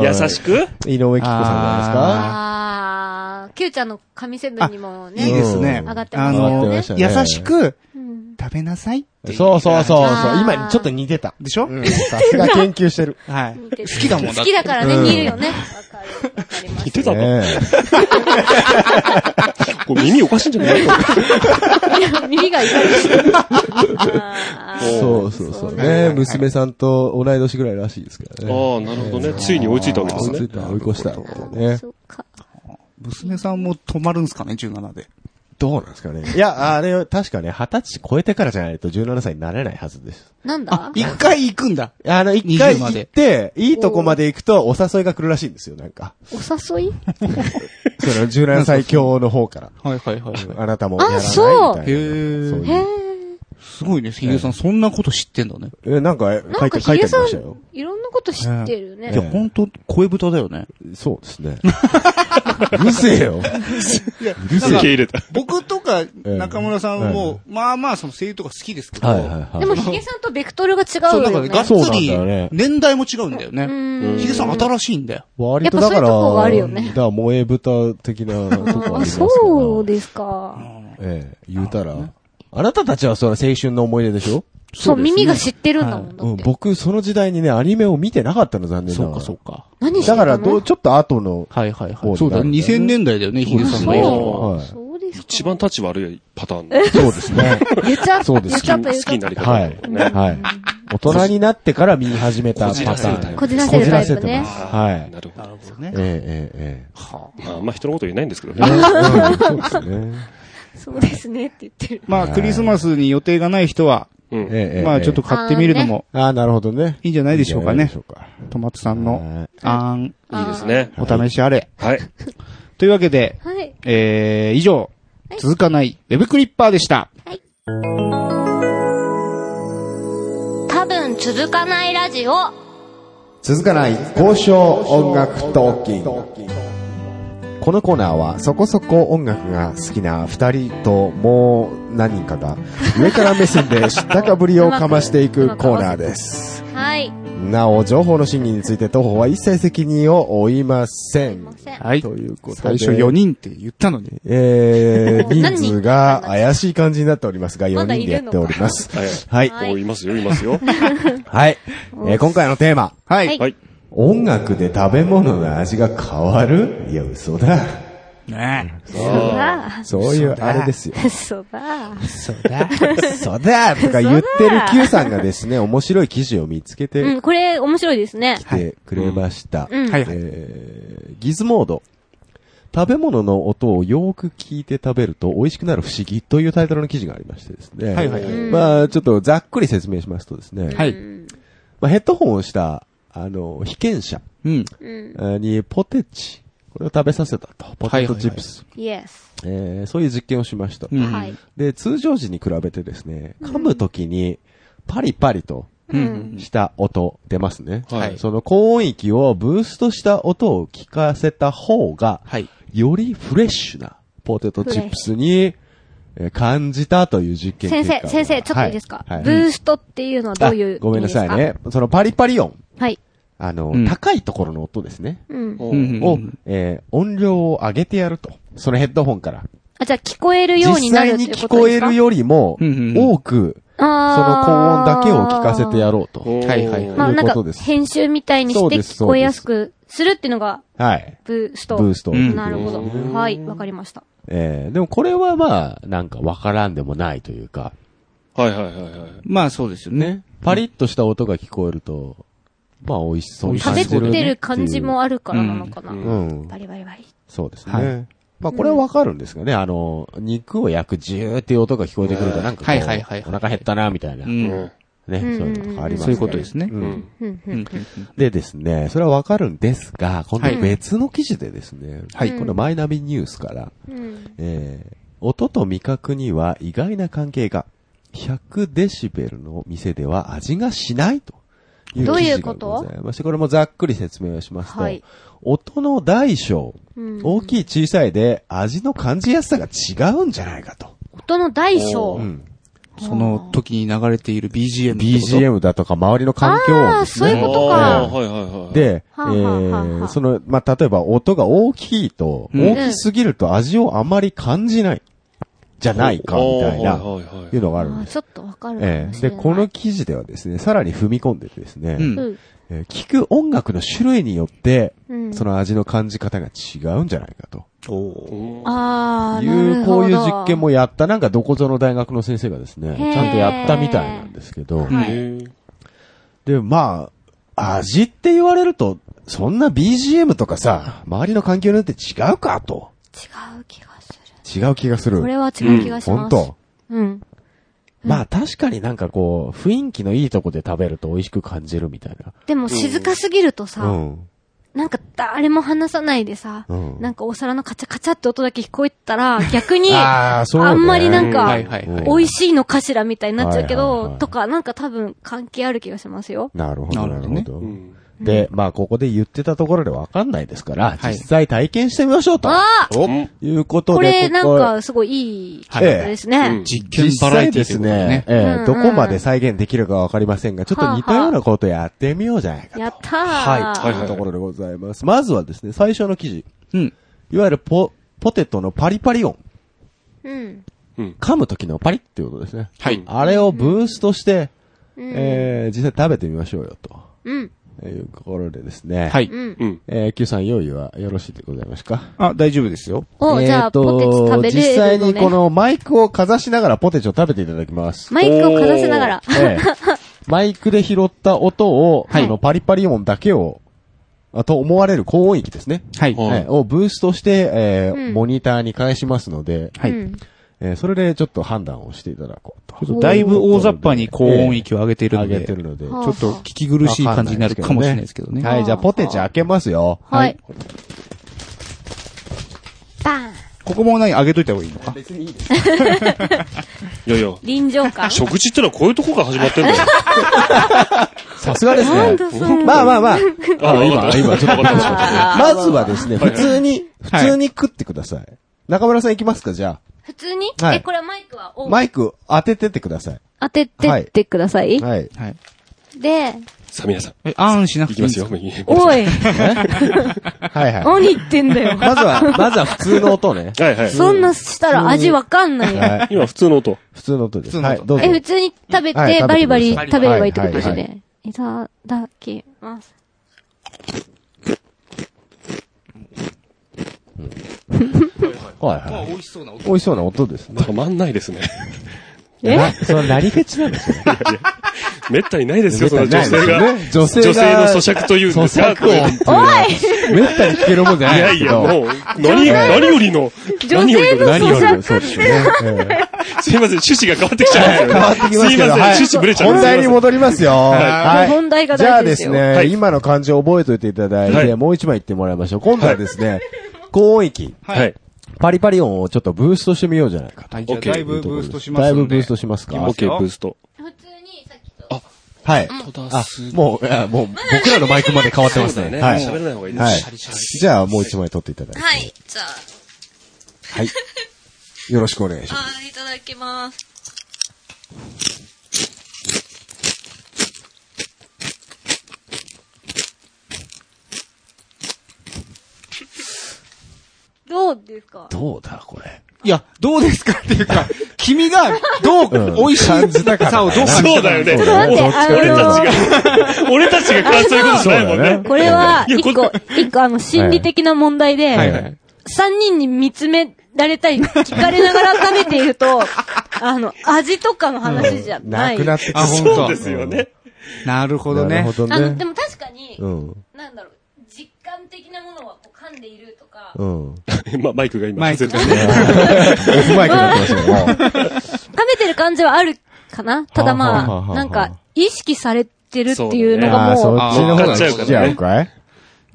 [SPEAKER 2] ー優しく
[SPEAKER 5] 井上貴子さんじゃ
[SPEAKER 3] あー、キューちゃんの紙セブンにも
[SPEAKER 1] いい
[SPEAKER 3] ね、
[SPEAKER 1] ですね。
[SPEAKER 3] 上がって
[SPEAKER 1] あ
[SPEAKER 3] ます
[SPEAKER 5] 上がっ
[SPEAKER 3] よ
[SPEAKER 5] てま
[SPEAKER 3] ね
[SPEAKER 5] した。ね
[SPEAKER 1] 優しく、
[SPEAKER 3] うん
[SPEAKER 1] 食べなさいってい
[SPEAKER 5] そうそうそうそう。
[SPEAKER 3] あー
[SPEAKER 5] 今ちょっと似てた。
[SPEAKER 1] でしょ、
[SPEAKER 5] うん。さ すが研究してる。
[SPEAKER 1] はい。
[SPEAKER 3] 似てる
[SPEAKER 1] 好きだもんだ
[SPEAKER 3] 好
[SPEAKER 1] っ
[SPEAKER 3] き
[SPEAKER 1] て。
[SPEAKER 3] だからね、似るよね。わかる。わかります
[SPEAKER 2] 似。てたか、
[SPEAKER 5] ね
[SPEAKER 2] これ耳おかしいんじゃないか
[SPEAKER 3] いや耳が痛いですねあ
[SPEAKER 5] え
[SPEAKER 3] ー
[SPEAKER 5] そうそうそう。
[SPEAKER 3] なんだ
[SPEAKER 5] ね娘さんと同い年ぐらいらしいですから
[SPEAKER 2] あ
[SPEAKER 5] ね。
[SPEAKER 2] あ、なるほどね。ついに追いついたわけです
[SPEAKER 5] 追い
[SPEAKER 2] ね
[SPEAKER 5] つい。た、追い越したってね。
[SPEAKER 3] そっか。
[SPEAKER 1] 娘さんも止まるんすかね、17で。
[SPEAKER 5] どうなんですかね。いや、あれ、確かね、二十歳超えてからじゃないと17歳になれないはずです。
[SPEAKER 3] なんだ
[SPEAKER 1] あ、一回行くんだ。
[SPEAKER 5] あの、一回
[SPEAKER 1] 20ま
[SPEAKER 5] 行
[SPEAKER 1] で
[SPEAKER 5] って、いいとこまで行くと、お誘いが来るらしいんですよ、なんか。
[SPEAKER 3] お誘い
[SPEAKER 5] その、17歳強の方から。
[SPEAKER 1] はいはいはいは
[SPEAKER 5] あなたもやらないみたい
[SPEAKER 3] そ
[SPEAKER 5] な
[SPEAKER 3] う。へ
[SPEAKER 1] へー
[SPEAKER 5] そう
[SPEAKER 3] え
[SPEAKER 5] いう。。
[SPEAKER 1] すごいね、ヒゲさん、そんなこと知ってんだね。
[SPEAKER 5] え、なんか、書
[SPEAKER 3] ないん
[SPEAKER 5] て、
[SPEAKER 3] かヒ
[SPEAKER 5] 書いてあ
[SPEAKER 3] ゲ
[SPEAKER 5] り
[SPEAKER 3] さ
[SPEAKER 5] ま
[SPEAKER 3] ん
[SPEAKER 5] したよ。、
[SPEAKER 3] いろんなこと知ってる
[SPEAKER 1] いや、
[SPEAKER 3] ね。
[SPEAKER 1] ほんと、声豚だよね。
[SPEAKER 5] そうですね。 うるせえよ。うる
[SPEAKER 2] 受
[SPEAKER 5] せ
[SPEAKER 2] け
[SPEAKER 5] え。
[SPEAKER 2] 入れた。
[SPEAKER 1] 僕とか中村さんも、まあまあ、その声優とか好きですけど、
[SPEAKER 5] はいはい
[SPEAKER 3] で
[SPEAKER 5] は
[SPEAKER 3] も
[SPEAKER 5] い。
[SPEAKER 3] ヒゲさんとベクトルが違
[SPEAKER 1] そうう、だ
[SPEAKER 3] よ
[SPEAKER 1] から
[SPEAKER 3] ね。
[SPEAKER 1] がっつ
[SPEAKER 5] そうなん
[SPEAKER 1] り
[SPEAKER 5] だよね、
[SPEAKER 1] 年代も違うんだよ
[SPEAKER 3] う
[SPEAKER 1] ね。
[SPEAKER 3] ん
[SPEAKER 1] ヒゲさん新しいんだよ。
[SPEAKER 5] 割とだから、
[SPEAKER 3] やっぱそういうとこはあるよね
[SPEAKER 5] だから萌え豚的なとこあり
[SPEAKER 3] あ
[SPEAKER 5] ますから。
[SPEAKER 3] そうですか。
[SPEAKER 5] ええ、言うたら。あなたたちはそれは青春の思い出でしょ
[SPEAKER 3] そう、耳が知ってるんだもん。だ
[SPEAKER 5] うん
[SPEAKER 3] っ、て
[SPEAKER 5] 僕、その時代にね、アニメを見てなかったの、残念な
[SPEAKER 4] そ
[SPEAKER 5] が
[SPEAKER 4] う
[SPEAKER 5] ら。
[SPEAKER 4] か、そうか。
[SPEAKER 3] 何して
[SPEAKER 5] だ
[SPEAKER 3] る
[SPEAKER 5] か
[SPEAKER 3] の
[SPEAKER 5] ら、どう、ちょっと後の、
[SPEAKER 4] はいはいは
[SPEAKER 5] こ
[SPEAKER 4] い。
[SPEAKER 5] う
[SPEAKER 1] そうだ、
[SPEAKER 5] なる
[SPEAKER 1] 2000年代だよね、ヒゲさんの映
[SPEAKER 3] あ
[SPEAKER 1] 像
[SPEAKER 3] そ
[SPEAKER 1] は。
[SPEAKER 5] はい。
[SPEAKER 3] そうですか。
[SPEAKER 2] 一番立ち悪いパターン。
[SPEAKER 5] そうですね。
[SPEAKER 3] 言っちゃった。
[SPEAKER 5] そうで
[SPEAKER 3] 言っ
[SPEAKER 5] す
[SPEAKER 3] ちゃった。
[SPEAKER 2] 好
[SPEAKER 3] 言っ
[SPEAKER 2] き
[SPEAKER 3] ちゃ
[SPEAKER 2] にな
[SPEAKER 3] っ
[SPEAKER 2] り
[SPEAKER 3] た。
[SPEAKER 2] 方。
[SPEAKER 5] はい。はい。大人になってから見始めたパターン。
[SPEAKER 3] こじらせるタイプね
[SPEAKER 5] こじらせてますはい。
[SPEAKER 2] なるほ
[SPEAKER 1] な
[SPEAKER 2] ど。
[SPEAKER 1] るほどね。
[SPEAKER 5] えええ
[SPEAKER 2] まああんま人のこと言えないんですけど
[SPEAKER 5] えええ。
[SPEAKER 2] ね。
[SPEAKER 5] うんそうですね。
[SPEAKER 3] そうですねって言ってる。
[SPEAKER 1] まあ、クリスマスに予定がない人は、
[SPEAKER 2] うん。
[SPEAKER 5] ええええ
[SPEAKER 1] まあ、ちょっと。買ってみるのも
[SPEAKER 5] ああ、なるほどね。
[SPEAKER 1] いいんじゃないでしょうか
[SPEAKER 5] いいん
[SPEAKER 1] ね
[SPEAKER 5] じゃ。ないでしょうか
[SPEAKER 1] トマトさんの、
[SPEAKER 5] はい
[SPEAKER 1] あーん、
[SPEAKER 2] いいですね。
[SPEAKER 1] お試しあれ。
[SPEAKER 2] はい。
[SPEAKER 1] というわけで、
[SPEAKER 3] はい。
[SPEAKER 1] えー、以上、
[SPEAKER 3] はい
[SPEAKER 1] 続かないウェブクリッパーでした。
[SPEAKER 3] 多分続かないラジオ。
[SPEAKER 5] 続かない交渉音楽トーキングこのコーナーはそこそこ音楽が好きな二人ともう何人かが上から目線で知ったかぶりをかましていくコーナーです
[SPEAKER 3] はい。
[SPEAKER 5] なお情報の審議について当方は一切責任を負いませ
[SPEAKER 3] すい
[SPEAKER 5] ん
[SPEAKER 3] ません。
[SPEAKER 1] はい。
[SPEAKER 5] ということ
[SPEAKER 1] 最
[SPEAKER 5] で
[SPEAKER 1] 初4人って言ったのに。
[SPEAKER 5] えー、人
[SPEAKER 3] 何人
[SPEAKER 5] 数が怪しい感じになっておりますが4人でやっております
[SPEAKER 2] はい。
[SPEAKER 5] は
[SPEAKER 3] は
[SPEAKER 5] い
[SPEAKER 3] い
[SPEAKER 2] おいますよ、いますよ。
[SPEAKER 5] はい、えー今回のテーマ
[SPEAKER 1] はい。
[SPEAKER 3] はい
[SPEAKER 2] はい。
[SPEAKER 5] 音楽で食べ物の味が変わるいや嘘だ
[SPEAKER 1] ねえ。
[SPEAKER 3] そうだ。
[SPEAKER 5] そういうあれですよ。
[SPEAKER 3] そうだ。
[SPEAKER 5] そうだ。そうだとか言ってる Q さんがですね、面白い記事を見つけ
[SPEAKER 3] う
[SPEAKER 5] て
[SPEAKER 3] ん、これ面白いですね。
[SPEAKER 5] きてくれました。
[SPEAKER 3] うん。
[SPEAKER 1] はいはい。
[SPEAKER 5] えーギズモード。食べ物の音をよく聞いて食べると美味しくなる不思議というタイトルの記事がありましてですね。
[SPEAKER 1] はいはいはい
[SPEAKER 5] まあ、ちょっとざっくり説明しますとですね。
[SPEAKER 1] はい。
[SPEAKER 5] まあ、ヘッドホンをした、あの、被験者
[SPEAKER 1] うん。
[SPEAKER 3] うん。
[SPEAKER 5] にポテチ、これを食べさせたと。ポテトチップス。
[SPEAKER 3] イエス。
[SPEAKER 5] えーそういう実験をしました。
[SPEAKER 1] うん
[SPEAKER 3] はい。
[SPEAKER 5] で、通常時に比べてですね、噛むときに、パリパリと
[SPEAKER 1] うん。
[SPEAKER 5] した音出ますね。
[SPEAKER 1] はい
[SPEAKER 5] その高音域をブーストした音を聞かせた方が、
[SPEAKER 1] はい。
[SPEAKER 5] よりフレッシュなポテトチップスに、えー感じたという実験
[SPEAKER 3] 先
[SPEAKER 5] 結果
[SPEAKER 3] 生、
[SPEAKER 5] が
[SPEAKER 3] 先生、ちょっといいですか、
[SPEAKER 5] はいはい
[SPEAKER 3] ブーストっていうのはどういう
[SPEAKER 5] あごめんなさい
[SPEAKER 3] 意味で
[SPEAKER 5] ね。そのパリパリ音。
[SPEAKER 3] すか。はい。
[SPEAKER 5] あの、
[SPEAKER 1] うん
[SPEAKER 5] 高いところの音ですね。
[SPEAKER 3] うん。
[SPEAKER 2] お
[SPEAKER 1] うん
[SPEAKER 5] を、えー音量を上げてやると。そのヘッドホンから。
[SPEAKER 3] あ、じゃあ聞こえるように
[SPEAKER 5] 実
[SPEAKER 3] なる
[SPEAKER 5] 際
[SPEAKER 3] って
[SPEAKER 5] に
[SPEAKER 3] いうこ
[SPEAKER 5] 聞
[SPEAKER 3] と
[SPEAKER 5] こ
[SPEAKER 3] で
[SPEAKER 5] え
[SPEAKER 3] すか
[SPEAKER 5] るよりも
[SPEAKER 1] うんうん、うん
[SPEAKER 5] 多く、その高音
[SPEAKER 3] あ
[SPEAKER 5] だけを聞かせてやろうと。
[SPEAKER 2] お
[SPEAKER 1] はいはい
[SPEAKER 3] まあ
[SPEAKER 5] という
[SPEAKER 3] なん
[SPEAKER 5] こ
[SPEAKER 3] か
[SPEAKER 5] とです、
[SPEAKER 3] 編集みたいに
[SPEAKER 5] そ
[SPEAKER 3] し
[SPEAKER 5] う
[SPEAKER 3] て
[SPEAKER 5] です
[SPEAKER 3] 聞こえやすくするっていうのが、
[SPEAKER 5] はい。
[SPEAKER 3] ブースト。
[SPEAKER 5] ブースト
[SPEAKER 1] う。ん
[SPEAKER 3] なるほど。はい、わかりました。
[SPEAKER 5] えーでもこれはまあ、なんかわからんでもないというか、
[SPEAKER 2] はいはいはいはい。
[SPEAKER 1] まあそうですよね。
[SPEAKER 5] パリッとした音が聞こえると、まあ美味しそうに
[SPEAKER 1] 美
[SPEAKER 3] 食
[SPEAKER 5] 感
[SPEAKER 1] 味
[SPEAKER 3] べ
[SPEAKER 1] しそうだ
[SPEAKER 5] じ
[SPEAKER 1] ね
[SPEAKER 3] てる
[SPEAKER 5] る
[SPEAKER 3] 感じもあるからなのかな。
[SPEAKER 2] うん
[SPEAKER 5] うん
[SPEAKER 3] バリバリバリ。
[SPEAKER 5] そうです
[SPEAKER 1] は
[SPEAKER 5] ね。まあこれはわかるんですがね、あの、肉を焼くジューっていう音が聞こえてくると、なんかこ、
[SPEAKER 1] はいはいはいう
[SPEAKER 5] お腹減ったな、みたいな。
[SPEAKER 1] う
[SPEAKER 5] ね、
[SPEAKER 1] ん。
[SPEAKER 5] そういうのとかあります
[SPEAKER 1] そういうことです
[SPEAKER 5] ね。
[SPEAKER 1] ね。
[SPEAKER 2] う
[SPEAKER 5] う
[SPEAKER 2] ん。
[SPEAKER 5] ん
[SPEAKER 3] うんう
[SPEAKER 1] うんん。
[SPEAKER 5] でですね、それはわかるんですが、今
[SPEAKER 1] はい
[SPEAKER 5] 度別の記事でですね、
[SPEAKER 1] はい
[SPEAKER 5] 今度マイナビニュースから、
[SPEAKER 3] うん。
[SPEAKER 5] えー音と味覚には意外な関係が、100デシベルの店では味がしないという
[SPEAKER 3] どう
[SPEAKER 5] 記
[SPEAKER 3] いう
[SPEAKER 5] 事
[SPEAKER 3] こ
[SPEAKER 5] が
[SPEAKER 3] と
[SPEAKER 5] ございまして、これもざっくり説明をしますと、
[SPEAKER 3] はい
[SPEAKER 5] 音の大小、
[SPEAKER 3] うん
[SPEAKER 5] 大きい小さいで味の感じやすさが違うんじゃないかと。
[SPEAKER 3] 音の大小。
[SPEAKER 1] その時に流れている BGM。。
[SPEAKER 5] BGM だとか周りの環境
[SPEAKER 3] あ
[SPEAKER 5] 音
[SPEAKER 3] あ、
[SPEAKER 5] です
[SPEAKER 3] そう
[SPEAKER 5] ね。
[SPEAKER 3] いうこと
[SPEAKER 2] あー
[SPEAKER 3] か。
[SPEAKER 2] はいはいはい。、
[SPEAKER 5] で、え
[SPEAKER 3] はあはあはあは
[SPEAKER 5] ー
[SPEAKER 3] あ
[SPEAKER 5] その、まあ、例えば音が大きいと、
[SPEAKER 1] うん
[SPEAKER 5] 大きすぎると味をあまり感じない。じゃないか、みたいな、
[SPEAKER 2] おーはいはいはい
[SPEAKER 5] いうのがあるん
[SPEAKER 3] あ
[SPEAKER 5] です。
[SPEAKER 3] ちょっとわかるか
[SPEAKER 5] え
[SPEAKER 3] も
[SPEAKER 5] え
[SPEAKER 3] しれ
[SPEAKER 5] で、
[SPEAKER 3] ない。
[SPEAKER 5] この記事ではですね、さらに踏み込んでてですね、
[SPEAKER 1] うん
[SPEAKER 3] うん。
[SPEAKER 5] えー聞く音楽の種類によって、
[SPEAKER 3] うん。
[SPEAKER 5] その味の感じ方が違うんじゃないかと。
[SPEAKER 3] あー、
[SPEAKER 5] い
[SPEAKER 3] なる
[SPEAKER 5] う、
[SPEAKER 3] ほど
[SPEAKER 5] こういう実験もやった、なんかどこぞの大学の先生がですね、
[SPEAKER 3] へー
[SPEAKER 5] ちゃんとやったみたいなんですけど、
[SPEAKER 3] はい
[SPEAKER 2] へー
[SPEAKER 5] で、まあ、味って言われると、そんな BGM とかさ、周りの環境によって違うかと。
[SPEAKER 3] 違う気がする。
[SPEAKER 5] 違う気がする。
[SPEAKER 3] これは違う気がし
[SPEAKER 5] 本
[SPEAKER 3] ます。
[SPEAKER 5] 当。
[SPEAKER 3] うん。
[SPEAKER 5] まあ確かになんかこう、雰囲気のいいとこで食べると美味しく感じるみたい
[SPEAKER 3] でも静かすぎると
[SPEAKER 5] な。う
[SPEAKER 3] さ、
[SPEAKER 5] ん。
[SPEAKER 3] なんか誰も話さないでさ
[SPEAKER 5] う、ん
[SPEAKER 3] なんかお皿のカチャカチャって音だけ聞こえたら、逆に、
[SPEAKER 5] あーそうね
[SPEAKER 3] あんまりなん
[SPEAKER 4] は
[SPEAKER 3] か
[SPEAKER 4] い、はいはい。
[SPEAKER 3] 美味しいのかしらみたいになっちゃうけ
[SPEAKER 5] はいはい
[SPEAKER 3] ど
[SPEAKER 5] は、い
[SPEAKER 3] とか、なんか多分関係ある気がしますよ。
[SPEAKER 5] なるほ
[SPEAKER 1] な
[SPEAKER 5] ど、な
[SPEAKER 1] るほ
[SPEAKER 5] る
[SPEAKER 1] どね
[SPEAKER 5] ほど
[SPEAKER 2] う。ん
[SPEAKER 5] で、まあここで言ってたところでわかんないですから、
[SPEAKER 4] はい
[SPEAKER 5] 実際体験してみましょうと。
[SPEAKER 3] あー
[SPEAKER 5] ということ
[SPEAKER 3] こ
[SPEAKER 5] で、
[SPEAKER 3] れ、なん
[SPEAKER 5] ここ
[SPEAKER 3] か、すごいいい、
[SPEAKER 5] はい
[SPEAKER 3] ですね。
[SPEAKER 1] 実験
[SPEAKER 5] 実
[SPEAKER 1] バラエ
[SPEAKER 5] 際
[SPEAKER 1] ティーと
[SPEAKER 5] で
[SPEAKER 1] い
[SPEAKER 5] す
[SPEAKER 1] うことで
[SPEAKER 5] ね
[SPEAKER 1] ね、。
[SPEAKER 5] え
[SPEAKER 3] うん
[SPEAKER 5] えどこまで再現できるかわかりませんが、ちょっと似たようなことやってみようじゃないかと。
[SPEAKER 3] やったー。
[SPEAKER 5] はい、というところでございます。まずはですね、最初の記事。
[SPEAKER 1] うん。
[SPEAKER 5] いわゆるポ、ポテトのパリパリ音。
[SPEAKER 3] うん。
[SPEAKER 5] 噛む時のパリっていうことですね。
[SPEAKER 4] はい。
[SPEAKER 5] あれをブーストして、
[SPEAKER 3] うん。
[SPEAKER 5] えー、実際食べてみましょうよ、
[SPEAKER 3] うん。
[SPEAKER 5] というところでですね。。
[SPEAKER 4] はいい。
[SPEAKER 3] うん。
[SPEAKER 2] うん。
[SPEAKER 5] えー、Q さん用意はよろしいでございますか
[SPEAKER 1] あ、大丈夫ですよ。
[SPEAKER 3] お、じゃ
[SPEAKER 5] えー
[SPEAKER 3] あ、
[SPEAKER 5] と
[SPEAKER 3] ポテチ食べれるのね。
[SPEAKER 5] 実際にこのマイクをかざしながらポテチを食べていただきます。
[SPEAKER 3] マイクをかざしながら。
[SPEAKER 5] ええマイクで拾った音を、
[SPEAKER 4] はい
[SPEAKER 5] そのパリパリ音だけを、あと思われる高音域ですね。
[SPEAKER 4] はい。
[SPEAKER 2] うん
[SPEAKER 5] ええをブーストして、えー
[SPEAKER 3] うん
[SPEAKER 5] モニターに返しますので、
[SPEAKER 4] はい
[SPEAKER 3] うん
[SPEAKER 5] えーそれでちょっと判断をしていただこうと。
[SPEAKER 3] おー
[SPEAKER 5] 上
[SPEAKER 4] だいぶ大雑把に高音域を上げているの
[SPEAKER 5] げ
[SPEAKER 4] で、
[SPEAKER 5] て
[SPEAKER 4] ち
[SPEAKER 5] るので。
[SPEAKER 3] はあ
[SPEAKER 4] ょっと聞き苦しい感じになるかもしれないですけどね。
[SPEAKER 5] はい、じゃあポテチ開けますよ。
[SPEAKER 3] はい。バーン
[SPEAKER 4] ここも何上げといた方がいいのか
[SPEAKER 2] いやいや、
[SPEAKER 3] 臨場感。
[SPEAKER 2] 食事ってのはこういうとこから始まって んだよ。
[SPEAKER 5] さすがです
[SPEAKER 3] なん
[SPEAKER 5] ね。
[SPEAKER 3] だそんな。
[SPEAKER 5] まあまあまあ、
[SPEAKER 2] あ
[SPEAKER 5] あの
[SPEAKER 2] わか
[SPEAKER 5] 今、
[SPEAKER 2] った
[SPEAKER 5] 今、ちょ
[SPEAKER 2] わ
[SPEAKER 5] っと
[SPEAKER 2] かっ
[SPEAKER 5] まずはですね、
[SPEAKER 2] はい
[SPEAKER 5] 普通に、普通に食ってください。中村さん行きますか、じゃ
[SPEAKER 3] 普通に
[SPEAKER 5] はい
[SPEAKER 3] え、これはマイクは
[SPEAKER 5] あ。
[SPEAKER 3] オン
[SPEAKER 5] マイク当ててってください。
[SPEAKER 3] 当ててってください。
[SPEAKER 5] はい。
[SPEAKER 4] はい。
[SPEAKER 3] で、
[SPEAKER 2] さあ皆さん、
[SPEAKER 4] え、あんしなく
[SPEAKER 2] い
[SPEAKER 4] てい
[SPEAKER 2] き
[SPEAKER 4] いん
[SPEAKER 2] ま
[SPEAKER 4] で
[SPEAKER 2] す
[SPEAKER 4] す
[SPEAKER 2] よ
[SPEAKER 4] か。
[SPEAKER 3] お
[SPEAKER 2] い。
[SPEAKER 3] い、
[SPEAKER 5] はいはい。
[SPEAKER 3] 何言ってんだよ。
[SPEAKER 5] まずは、まずは普通の音ね。
[SPEAKER 2] はいはい。
[SPEAKER 3] そんなしたら味わかんないよ。
[SPEAKER 5] はい。
[SPEAKER 2] 今普通の音。
[SPEAKER 5] 普通の音で
[SPEAKER 4] 普
[SPEAKER 5] す。
[SPEAKER 4] 通の
[SPEAKER 5] はい、
[SPEAKER 4] 音
[SPEAKER 5] どうぞ
[SPEAKER 3] え、。普通に食べ
[SPEAKER 5] はい食べてくだ
[SPEAKER 3] て、
[SPEAKER 5] さい
[SPEAKER 3] バリバリ食べればいいってことですよ
[SPEAKER 5] はい
[SPEAKER 3] ね。いただきます。
[SPEAKER 5] はいはい。
[SPEAKER 4] 美味しそうな音。
[SPEAKER 5] 美味しそうな音ですね。
[SPEAKER 2] たまんないです ね。
[SPEAKER 3] え
[SPEAKER 5] なその何フェチなんですよ。
[SPEAKER 2] めったにないですよ、その女性が。
[SPEAKER 5] 女性が。
[SPEAKER 2] 女性の咀嚼というんですか
[SPEAKER 5] 咀嚼音っていうのはめったに聞けるもんじゃ
[SPEAKER 2] い
[SPEAKER 5] な
[SPEAKER 2] や
[SPEAKER 5] い
[SPEAKER 2] い
[SPEAKER 5] ですけ
[SPEAKER 2] や、
[SPEAKER 5] ど。
[SPEAKER 2] もう、何、何よりの、
[SPEAKER 3] 女
[SPEAKER 2] 何より
[SPEAKER 3] 性
[SPEAKER 2] の、
[SPEAKER 3] の
[SPEAKER 5] 何より
[SPEAKER 3] 咀
[SPEAKER 5] もそう
[SPEAKER 3] 嚼
[SPEAKER 5] ですよね。ええ
[SPEAKER 2] すいません、趣旨が変わってきちゃうんですよ。
[SPEAKER 5] 変わってきますけ
[SPEAKER 2] いま
[SPEAKER 5] ど、
[SPEAKER 2] せん、
[SPEAKER 5] はい
[SPEAKER 2] 趣旨ブレちゃう。
[SPEAKER 5] 本題に戻りますよ。はい。
[SPEAKER 3] 本題が
[SPEAKER 5] じゃ
[SPEAKER 3] 大
[SPEAKER 5] あ
[SPEAKER 3] 事
[SPEAKER 5] で
[SPEAKER 3] ですすよ。
[SPEAKER 5] ね、
[SPEAKER 2] はい
[SPEAKER 5] 今の漢字を覚えておいていただいて、
[SPEAKER 2] はい
[SPEAKER 5] もう一枚言ってもらいましょう。今度はですね、高音域、
[SPEAKER 2] はい。はい。
[SPEAKER 5] パリパリ音をちょっとブーストしてみようじゃないか
[SPEAKER 4] はい、じゃあ
[SPEAKER 2] OK
[SPEAKER 4] だいぶブーストします
[SPEAKER 5] だい
[SPEAKER 4] んで
[SPEAKER 5] ぶブーストしますか
[SPEAKER 4] いき
[SPEAKER 2] オ
[SPEAKER 4] ま
[SPEAKER 2] ッ
[SPEAKER 4] す
[SPEAKER 2] ケー、
[SPEAKER 4] よ
[SPEAKER 2] ブースト。
[SPEAKER 3] 普通にさっきと。
[SPEAKER 5] はい。
[SPEAKER 2] あ
[SPEAKER 5] あ、もう、あもう、僕らのマイクまで変わってます
[SPEAKER 2] そうだ
[SPEAKER 5] ね。
[SPEAKER 2] ね
[SPEAKER 5] はい。
[SPEAKER 2] 喋らない方がいいです
[SPEAKER 5] はい
[SPEAKER 2] シャリシャリ。
[SPEAKER 5] じゃあ、もう一枚取っていただいて。
[SPEAKER 3] はい、じゃあ、
[SPEAKER 5] はい。よろしくお願いします。
[SPEAKER 3] あーいただきます。どうですか
[SPEAKER 5] どうだ、これ。
[SPEAKER 4] いや、どうですかっていう か、君がどう、
[SPEAKER 5] ん
[SPEAKER 4] 美味しいさをどう感じたか。
[SPEAKER 2] そうだよね。
[SPEAKER 3] ちょっと待って、あ
[SPEAKER 2] 俺
[SPEAKER 3] の、
[SPEAKER 2] たちが、俺たちが感じてることじゃないもん
[SPEAKER 5] そうだよ
[SPEAKER 2] ね
[SPEAKER 5] ね。
[SPEAKER 3] これはい
[SPEAKER 2] や
[SPEAKER 3] 一個
[SPEAKER 2] こ、
[SPEAKER 3] 一個あの、心理的な問題
[SPEAKER 5] はいは
[SPEAKER 3] で、
[SPEAKER 5] い。
[SPEAKER 3] 三人に見つめられたり、聞かれながら食べている と、あの、味とかの話じゃな。
[SPEAKER 5] ないくなってき
[SPEAKER 4] あ、
[SPEAKER 5] た。
[SPEAKER 4] 本
[SPEAKER 2] そうで
[SPEAKER 4] 当。
[SPEAKER 2] すよね。
[SPEAKER 4] なるほどね
[SPEAKER 5] なる。ほ
[SPEAKER 3] あ
[SPEAKER 5] ど
[SPEAKER 3] の、で
[SPEAKER 5] ね。
[SPEAKER 3] も確かに
[SPEAKER 5] う、ん。
[SPEAKER 3] なんだろう、実感的なものはこう噛んでいるとか、
[SPEAKER 5] うん。
[SPEAKER 2] ま、マイクが今、
[SPEAKER 4] マイクがね
[SPEAKER 5] オフマイクになってます よ。
[SPEAKER 3] 食べてる感じはあるかなただ
[SPEAKER 5] はあはあは
[SPEAKER 3] ま
[SPEAKER 5] あ
[SPEAKER 3] あ、なんか、意識されてるっていうの
[SPEAKER 5] あ
[SPEAKER 3] が
[SPEAKER 5] あ、そ
[SPEAKER 3] もう、
[SPEAKER 5] っちの方が
[SPEAKER 2] 乗っかっちゃうから
[SPEAKER 5] 好
[SPEAKER 2] ね
[SPEAKER 5] きじゃんかい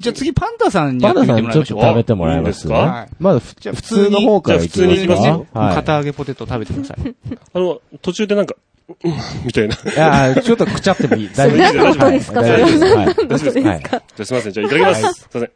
[SPEAKER 4] じゃあ次パンダさんにや
[SPEAKER 5] パ
[SPEAKER 4] って
[SPEAKER 5] ンダ
[SPEAKER 4] みてもらいま
[SPEAKER 5] さんち
[SPEAKER 4] しょう
[SPEAKER 5] ょっと。食べてもらいますか
[SPEAKER 4] はい
[SPEAKER 5] まず、ふ普通の方からいき
[SPEAKER 2] じゃあ
[SPEAKER 5] ます
[SPEAKER 2] 普通にいきますよ
[SPEAKER 5] はい。
[SPEAKER 4] 片揚げポテト食べてください。
[SPEAKER 2] あの、途中でなんか、うんみたいな。じ
[SPEAKER 5] いやーちょっとくちゃってもいい。大丈夫
[SPEAKER 2] 何の音
[SPEAKER 3] ですか
[SPEAKER 5] はい大丈夫ですはい
[SPEAKER 3] どうですか
[SPEAKER 5] はい
[SPEAKER 2] ゃあすいません、じゃあいただきます。すいません。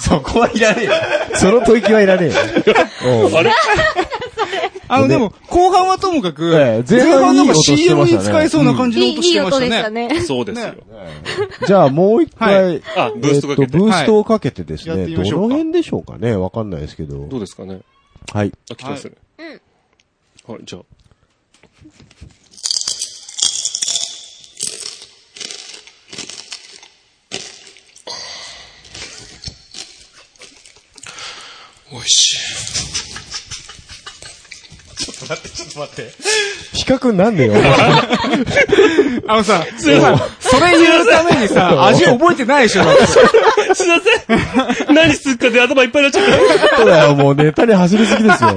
[SPEAKER 5] そこはいらねえよ。その吐息はいらねえよ。
[SPEAKER 2] あれ
[SPEAKER 4] あの、でも、後半はともかく、
[SPEAKER 5] ええ前
[SPEAKER 4] 前
[SPEAKER 5] 半
[SPEAKER 4] 半なん
[SPEAKER 5] いい
[SPEAKER 4] か
[SPEAKER 5] 音してま
[SPEAKER 4] CM
[SPEAKER 5] したね
[SPEAKER 4] に使えそうな感じの
[SPEAKER 3] いい
[SPEAKER 4] 音し
[SPEAKER 3] いい
[SPEAKER 4] てまし
[SPEAKER 3] 音
[SPEAKER 4] た
[SPEAKER 3] で
[SPEAKER 4] ね。
[SPEAKER 3] したね。
[SPEAKER 2] そうですよ。
[SPEAKER 5] じゃあもう一
[SPEAKER 4] は
[SPEAKER 5] 回、
[SPEAKER 2] あ、ブーストかけ。
[SPEAKER 5] えってとブーストをかけてです
[SPEAKER 4] はいや
[SPEAKER 5] ね、
[SPEAKER 4] ってみま
[SPEAKER 5] ど
[SPEAKER 4] しょうか
[SPEAKER 5] の辺でしょうかねわかんないですけど
[SPEAKER 2] ど。うですかね。
[SPEAKER 5] はい。
[SPEAKER 2] あ、来てますね。うん。はい、じゃあ。
[SPEAKER 4] 美味し
[SPEAKER 5] 比較なんでよ。
[SPEAKER 4] い。あのさ、今、それ言うためにさ、味覚えてないでしょ、だって
[SPEAKER 2] すいません何すっかで頭いっぱいになっちゃっ
[SPEAKER 5] そうだよ、もうネタに走りすぎで すよ。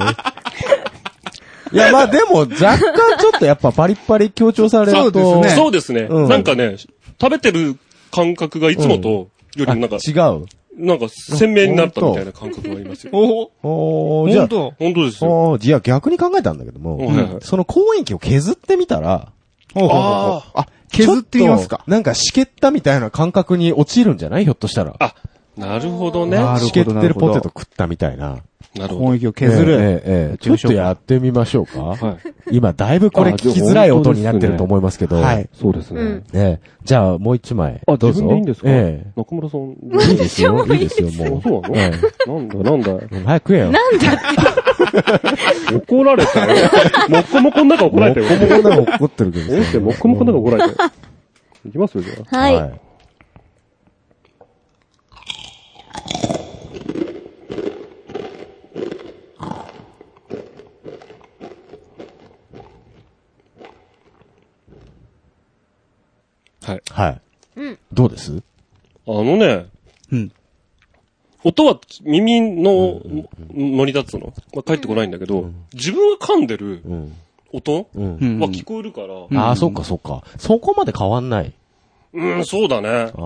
[SPEAKER 5] いや、まあでも、若干ちょっとやっぱパリッパリ強調されると。
[SPEAKER 4] そうで
[SPEAKER 2] た。
[SPEAKER 4] すね
[SPEAKER 2] そうですね。
[SPEAKER 5] うん
[SPEAKER 2] なんかね、食べてる感覚がいつもと、よりもなんか、
[SPEAKER 5] あ違う。
[SPEAKER 2] なんか鮮明になったみたいな感覚がありますよ。
[SPEAKER 4] お
[SPEAKER 5] おーじゃ
[SPEAKER 4] ほ
[SPEAKER 5] あ
[SPEAKER 4] ん、と。
[SPEAKER 2] 本当ですよ。
[SPEAKER 5] おーじゃあ逆に考えたんだけども、
[SPEAKER 2] うんはいはい
[SPEAKER 5] その公園機を削ってみたら、
[SPEAKER 4] ほうほうほうほうあ、削ってみます
[SPEAKER 5] ちょ
[SPEAKER 4] か
[SPEAKER 5] っ。となんかしけったみたいな感覚に陥るんじゃないひょっとしたら。
[SPEAKER 2] あ、なるほどね。
[SPEAKER 4] なるほど
[SPEAKER 5] しけってるポテト食ったみたいな。
[SPEAKER 2] なるほ
[SPEAKER 4] 攻
[SPEAKER 2] ど。
[SPEAKER 4] 撃を削
[SPEAKER 5] ええ
[SPEAKER 4] る。
[SPEAKER 5] ええええちょっとやってみましょうか。
[SPEAKER 6] は
[SPEAKER 5] 今、だいぶこれ聞きづらい音になってると思いますけど。
[SPEAKER 4] はい。
[SPEAKER 6] そうですね。
[SPEAKER 3] うん。
[SPEAKER 5] ええじゃあ、もう一枚。
[SPEAKER 6] あ、
[SPEAKER 5] どう
[SPEAKER 6] 自
[SPEAKER 5] ぞ
[SPEAKER 6] 分でいいんですか
[SPEAKER 5] え
[SPEAKER 6] 中村さん。
[SPEAKER 5] え。いいですよ、いいですよ、も
[SPEAKER 6] あ
[SPEAKER 5] う。
[SPEAKER 6] そうなの、
[SPEAKER 5] え
[SPEAKER 6] なんだなんだ
[SPEAKER 5] え。早く食えよ。
[SPEAKER 3] なんだ
[SPEAKER 6] 怒られたよ。もっこもこの中怒られたよ。
[SPEAKER 5] もっこもこなんか怒ってるけど。
[SPEAKER 6] 音声もっこもこの中怒られたよ。いきますよ、じゃあ。
[SPEAKER 3] はい。
[SPEAKER 2] はい。
[SPEAKER 5] はい。
[SPEAKER 3] うん
[SPEAKER 5] どうです
[SPEAKER 2] あのね、
[SPEAKER 1] うん。
[SPEAKER 2] 音は耳の乗り立つの。まあ、帰ってこないんだけど、自分が噛んでる
[SPEAKER 5] うん。
[SPEAKER 2] 音
[SPEAKER 5] うん。
[SPEAKER 2] は聞こえるから、
[SPEAKER 5] ああ、そっかそっか。そこまで変わんない。
[SPEAKER 2] うん、そうだね。
[SPEAKER 5] ああ。
[SPEAKER 2] なんか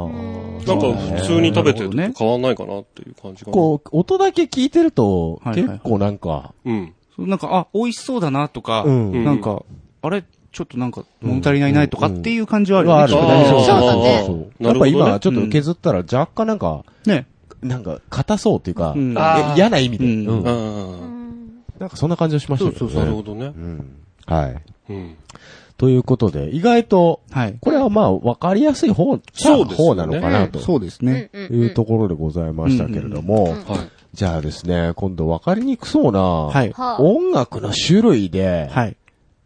[SPEAKER 2] 普通に食べて
[SPEAKER 1] なるほ
[SPEAKER 2] る
[SPEAKER 1] どね
[SPEAKER 2] と変わんないかなっていう感じが。
[SPEAKER 5] こう、音だけ聞いてると、
[SPEAKER 1] はいはい
[SPEAKER 5] 結構なんか、
[SPEAKER 2] うん。
[SPEAKER 1] そうなんか、あ、美味しそうだなとか、
[SPEAKER 5] うん
[SPEAKER 1] なんか、あれ、ちょっとなんか、物足りないなとかっていう感じはあるよね。
[SPEAKER 5] はある
[SPEAKER 1] きっとね
[SPEAKER 2] あー
[SPEAKER 3] そうだね
[SPEAKER 5] そう
[SPEAKER 2] な
[SPEAKER 5] やっ
[SPEAKER 2] るほど
[SPEAKER 5] ぱ
[SPEAKER 2] ね
[SPEAKER 5] 今、ちょっと削ったら若干なんか、
[SPEAKER 1] ね。
[SPEAKER 5] なんか、硬そうっていうか、
[SPEAKER 1] うん
[SPEAKER 2] あー
[SPEAKER 5] 嫌な意味で。
[SPEAKER 1] うん
[SPEAKER 5] うん
[SPEAKER 2] う
[SPEAKER 5] なん
[SPEAKER 2] ん。
[SPEAKER 5] かそんな感じがしましたけどね。
[SPEAKER 2] なるほどね。
[SPEAKER 5] うん。はい。
[SPEAKER 2] うん。
[SPEAKER 5] ということで、意外と、
[SPEAKER 1] はい。
[SPEAKER 5] これはまあ、わかりやすい方、
[SPEAKER 2] そうですね
[SPEAKER 5] 方なのかなと。
[SPEAKER 1] そうですね。
[SPEAKER 3] うん
[SPEAKER 5] いうところでございましたけれども、
[SPEAKER 2] はい。
[SPEAKER 5] じゃあですね、今度わかりにくそうな、
[SPEAKER 1] はい。
[SPEAKER 3] は
[SPEAKER 5] 音楽の種類で、
[SPEAKER 1] はい。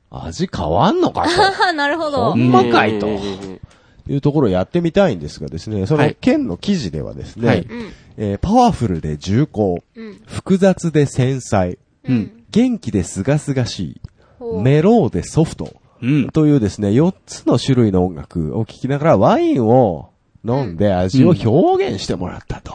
[SPEAKER 5] 味変わんのか
[SPEAKER 3] あ。はは、なるほ
[SPEAKER 5] と。ほ
[SPEAKER 3] ど。
[SPEAKER 5] んまかいと
[SPEAKER 2] うん。うん
[SPEAKER 5] いうところをやってみたいんですがですね、そ
[SPEAKER 1] は
[SPEAKER 5] の
[SPEAKER 1] い
[SPEAKER 5] 県の記事ではですね、
[SPEAKER 1] はい
[SPEAKER 3] うん。
[SPEAKER 5] えーパワフルで重厚、
[SPEAKER 3] うん。
[SPEAKER 5] 複雑で繊細、
[SPEAKER 3] うん。
[SPEAKER 5] 元気で清々し
[SPEAKER 3] ほ
[SPEAKER 5] い、
[SPEAKER 3] う
[SPEAKER 5] メローでソフト、
[SPEAKER 1] うん。
[SPEAKER 5] というですね、4つの種類の音楽を聴きながらワインを飲んで味を表現してもらったと。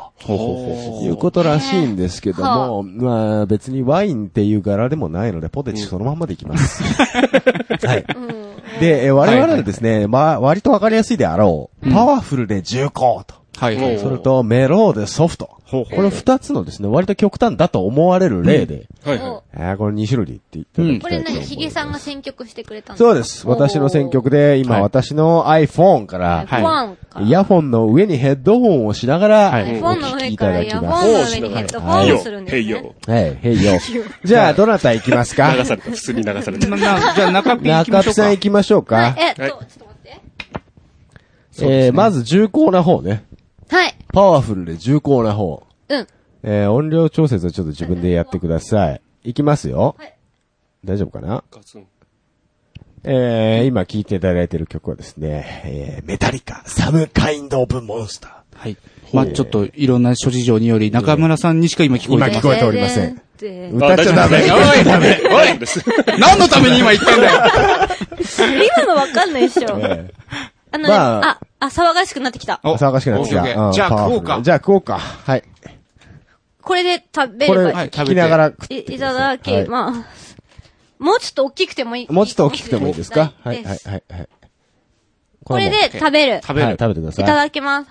[SPEAKER 5] いうことらしいんですけども、まあ別にワインっていう柄でもないので、ポテチそのまんまでいきます。 はい。
[SPEAKER 3] うん。
[SPEAKER 5] で、えー我々はですね、まあ割とわかりやすいであろう、パワフルで重厚と。
[SPEAKER 4] はいはい。
[SPEAKER 5] それと、メローでソフト。これ二つのですね、割と極端だと思われる例で、
[SPEAKER 2] はいは
[SPEAKER 3] お
[SPEAKER 5] えーこれ二種類で言ってい
[SPEAKER 3] こ
[SPEAKER 5] ただ
[SPEAKER 3] れ
[SPEAKER 5] きたいと思います。
[SPEAKER 3] 何ヒゲさんが選曲してくれたん
[SPEAKER 5] そうです。私の選曲で、今、
[SPEAKER 4] はい
[SPEAKER 5] 私の iPhone から、
[SPEAKER 4] はい
[SPEAKER 3] ワンか。
[SPEAKER 5] イヤホンの上にヘッドホンをしながら、
[SPEAKER 4] はい
[SPEAKER 5] お
[SPEAKER 3] フォンの
[SPEAKER 5] 聞き
[SPEAKER 3] 上
[SPEAKER 5] い
[SPEAKER 3] か
[SPEAKER 5] た
[SPEAKER 3] ら
[SPEAKER 5] だ
[SPEAKER 3] イ
[SPEAKER 5] き
[SPEAKER 3] ヤホン
[SPEAKER 5] ま
[SPEAKER 2] い。
[SPEAKER 5] す。
[SPEAKER 3] の
[SPEAKER 2] お
[SPEAKER 3] 上
[SPEAKER 2] ーし
[SPEAKER 3] に
[SPEAKER 2] な
[SPEAKER 3] ヘ
[SPEAKER 2] が
[SPEAKER 3] ッド
[SPEAKER 2] ら。
[SPEAKER 3] ホンをするんです
[SPEAKER 2] へい
[SPEAKER 3] ね
[SPEAKER 2] よ。。
[SPEAKER 5] はい、へいよ。じゃあ、どなた行きますか
[SPEAKER 2] 流された。普通に流された。
[SPEAKER 1] ななじゃあ、中ピー行き
[SPEAKER 5] 中
[SPEAKER 1] ましょう
[SPEAKER 5] ピ
[SPEAKER 1] か。
[SPEAKER 5] さん行きましょう
[SPEAKER 3] はい
[SPEAKER 5] か。
[SPEAKER 3] えっと、
[SPEAKER 2] は
[SPEAKER 3] ち
[SPEAKER 2] い
[SPEAKER 3] ょっと待って。
[SPEAKER 5] えー、まず重厚な方ね。
[SPEAKER 3] はい。
[SPEAKER 5] パワフルで重厚な方。
[SPEAKER 3] うん。
[SPEAKER 5] えー、音量調節はちょっと自分でやってください。行きますよ。
[SPEAKER 3] はい
[SPEAKER 5] 大丈夫かな
[SPEAKER 2] ガツン
[SPEAKER 5] えー、今聴いていただいている曲はですね、えー、メタリカ、サムカインドオブモンスター。
[SPEAKER 1] はい。まあちょっと、いろんな諸事情により、中村さんにしか今聞こえて
[SPEAKER 5] 聞
[SPEAKER 1] ま
[SPEAKER 5] こえておりません
[SPEAKER 3] で
[SPEAKER 5] 歌っちゃダメ。
[SPEAKER 2] あ大丈夫ですねおいダメ。おいです。
[SPEAKER 4] い。何のために今言ったんだよ
[SPEAKER 3] 今のわかんないでしょ。
[SPEAKER 5] え
[SPEAKER 3] あのね、
[SPEAKER 5] まあ
[SPEAKER 3] あ、あ、騒がしくなってきた。
[SPEAKER 4] お
[SPEAKER 5] 騒がしくなってき
[SPEAKER 4] オッケーオッケ
[SPEAKER 5] た。
[SPEAKER 4] ー
[SPEAKER 5] うん
[SPEAKER 4] じゃあ
[SPEAKER 5] パワフル
[SPEAKER 4] 食おうか
[SPEAKER 5] じゃあ食おうか。はい。
[SPEAKER 3] これで食べ
[SPEAKER 5] こ
[SPEAKER 3] れ
[SPEAKER 5] れ、
[SPEAKER 3] ばいい。
[SPEAKER 4] はい
[SPEAKER 5] 聞きながら食って
[SPEAKER 3] い
[SPEAKER 5] く
[SPEAKER 3] い
[SPEAKER 5] さ
[SPEAKER 3] ただき、
[SPEAKER 5] はい
[SPEAKER 3] まあ、もうちょっと大きくてもいい。
[SPEAKER 5] もうちょっと大きくてもいいですか
[SPEAKER 3] は
[SPEAKER 5] はいい、
[SPEAKER 3] で
[SPEAKER 5] はい、
[SPEAKER 3] す。
[SPEAKER 5] はい。はい
[SPEAKER 3] これ
[SPEAKER 5] も
[SPEAKER 3] で食べる。
[SPEAKER 4] 食べ
[SPEAKER 5] はい
[SPEAKER 4] る。
[SPEAKER 5] 食べてくだ
[SPEAKER 3] い
[SPEAKER 5] さ
[SPEAKER 3] た
[SPEAKER 5] い。
[SPEAKER 3] だきます。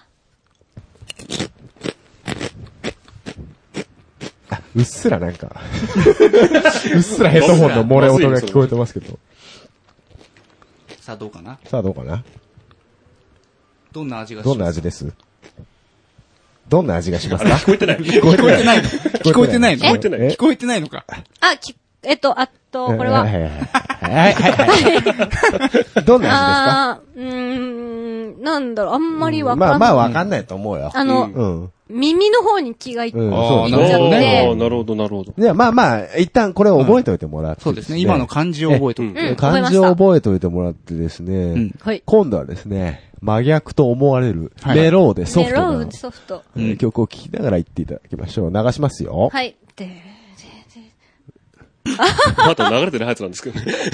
[SPEAKER 5] うっすらなん か、うっすらヘッドホンの漏れ音が聞こえてますけど。
[SPEAKER 1] さあ、どうかな
[SPEAKER 5] さあどうかな
[SPEAKER 1] どんな味がし
[SPEAKER 5] どんな
[SPEAKER 1] ます
[SPEAKER 5] 味ですどんな味がしますか
[SPEAKER 2] 聞こえてない。
[SPEAKER 5] 聞こえてない。
[SPEAKER 4] 聞こえてないの
[SPEAKER 5] 聞こえてない。
[SPEAKER 2] え
[SPEAKER 4] 聞こえてないのか。
[SPEAKER 3] あ、き、えっと、あと、これ
[SPEAKER 5] うん
[SPEAKER 3] は。
[SPEAKER 5] いはいはい。はいはいは い。どんな
[SPEAKER 3] あー、うーん、なんだろう、あんま
[SPEAKER 5] 味
[SPEAKER 3] り
[SPEAKER 5] ですか
[SPEAKER 3] わ
[SPEAKER 5] ま
[SPEAKER 3] か
[SPEAKER 5] あ
[SPEAKER 3] んな
[SPEAKER 5] ま
[SPEAKER 3] い。
[SPEAKER 5] あわかんないと思うよ。
[SPEAKER 3] あの、
[SPEAKER 5] うん。
[SPEAKER 3] 耳の方に気がいっ
[SPEAKER 5] うん、
[SPEAKER 3] て。
[SPEAKER 5] そう
[SPEAKER 3] なる
[SPEAKER 5] ね。
[SPEAKER 3] ほどね
[SPEAKER 2] おーなるほど、なるほど。
[SPEAKER 5] じゃあまあまあ、一旦これを覚えておいてもらって。
[SPEAKER 1] そうですね。今の漢字を覚えておく。
[SPEAKER 3] うん、覚え
[SPEAKER 5] 漢
[SPEAKER 3] ま
[SPEAKER 5] 字
[SPEAKER 3] し
[SPEAKER 5] を
[SPEAKER 3] た。
[SPEAKER 5] 覚えておいてもらってですね、
[SPEAKER 1] うん
[SPEAKER 3] はい。
[SPEAKER 5] 今度はですね、真逆と思われる、
[SPEAKER 1] い
[SPEAKER 5] メローでソフ
[SPEAKER 3] メ
[SPEAKER 5] ト
[SPEAKER 3] ロ
[SPEAKER 5] な
[SPEAKER 3] ウソフト。
[SPEAKER 5] えー曲を聴きながら言っていただきましょう。流しますよ。
[SPEAKER 3] はい。で、
[SPEAKER 2] まだ流れてないやつなんですけどね。
[SPEAKER 5] あ流れます。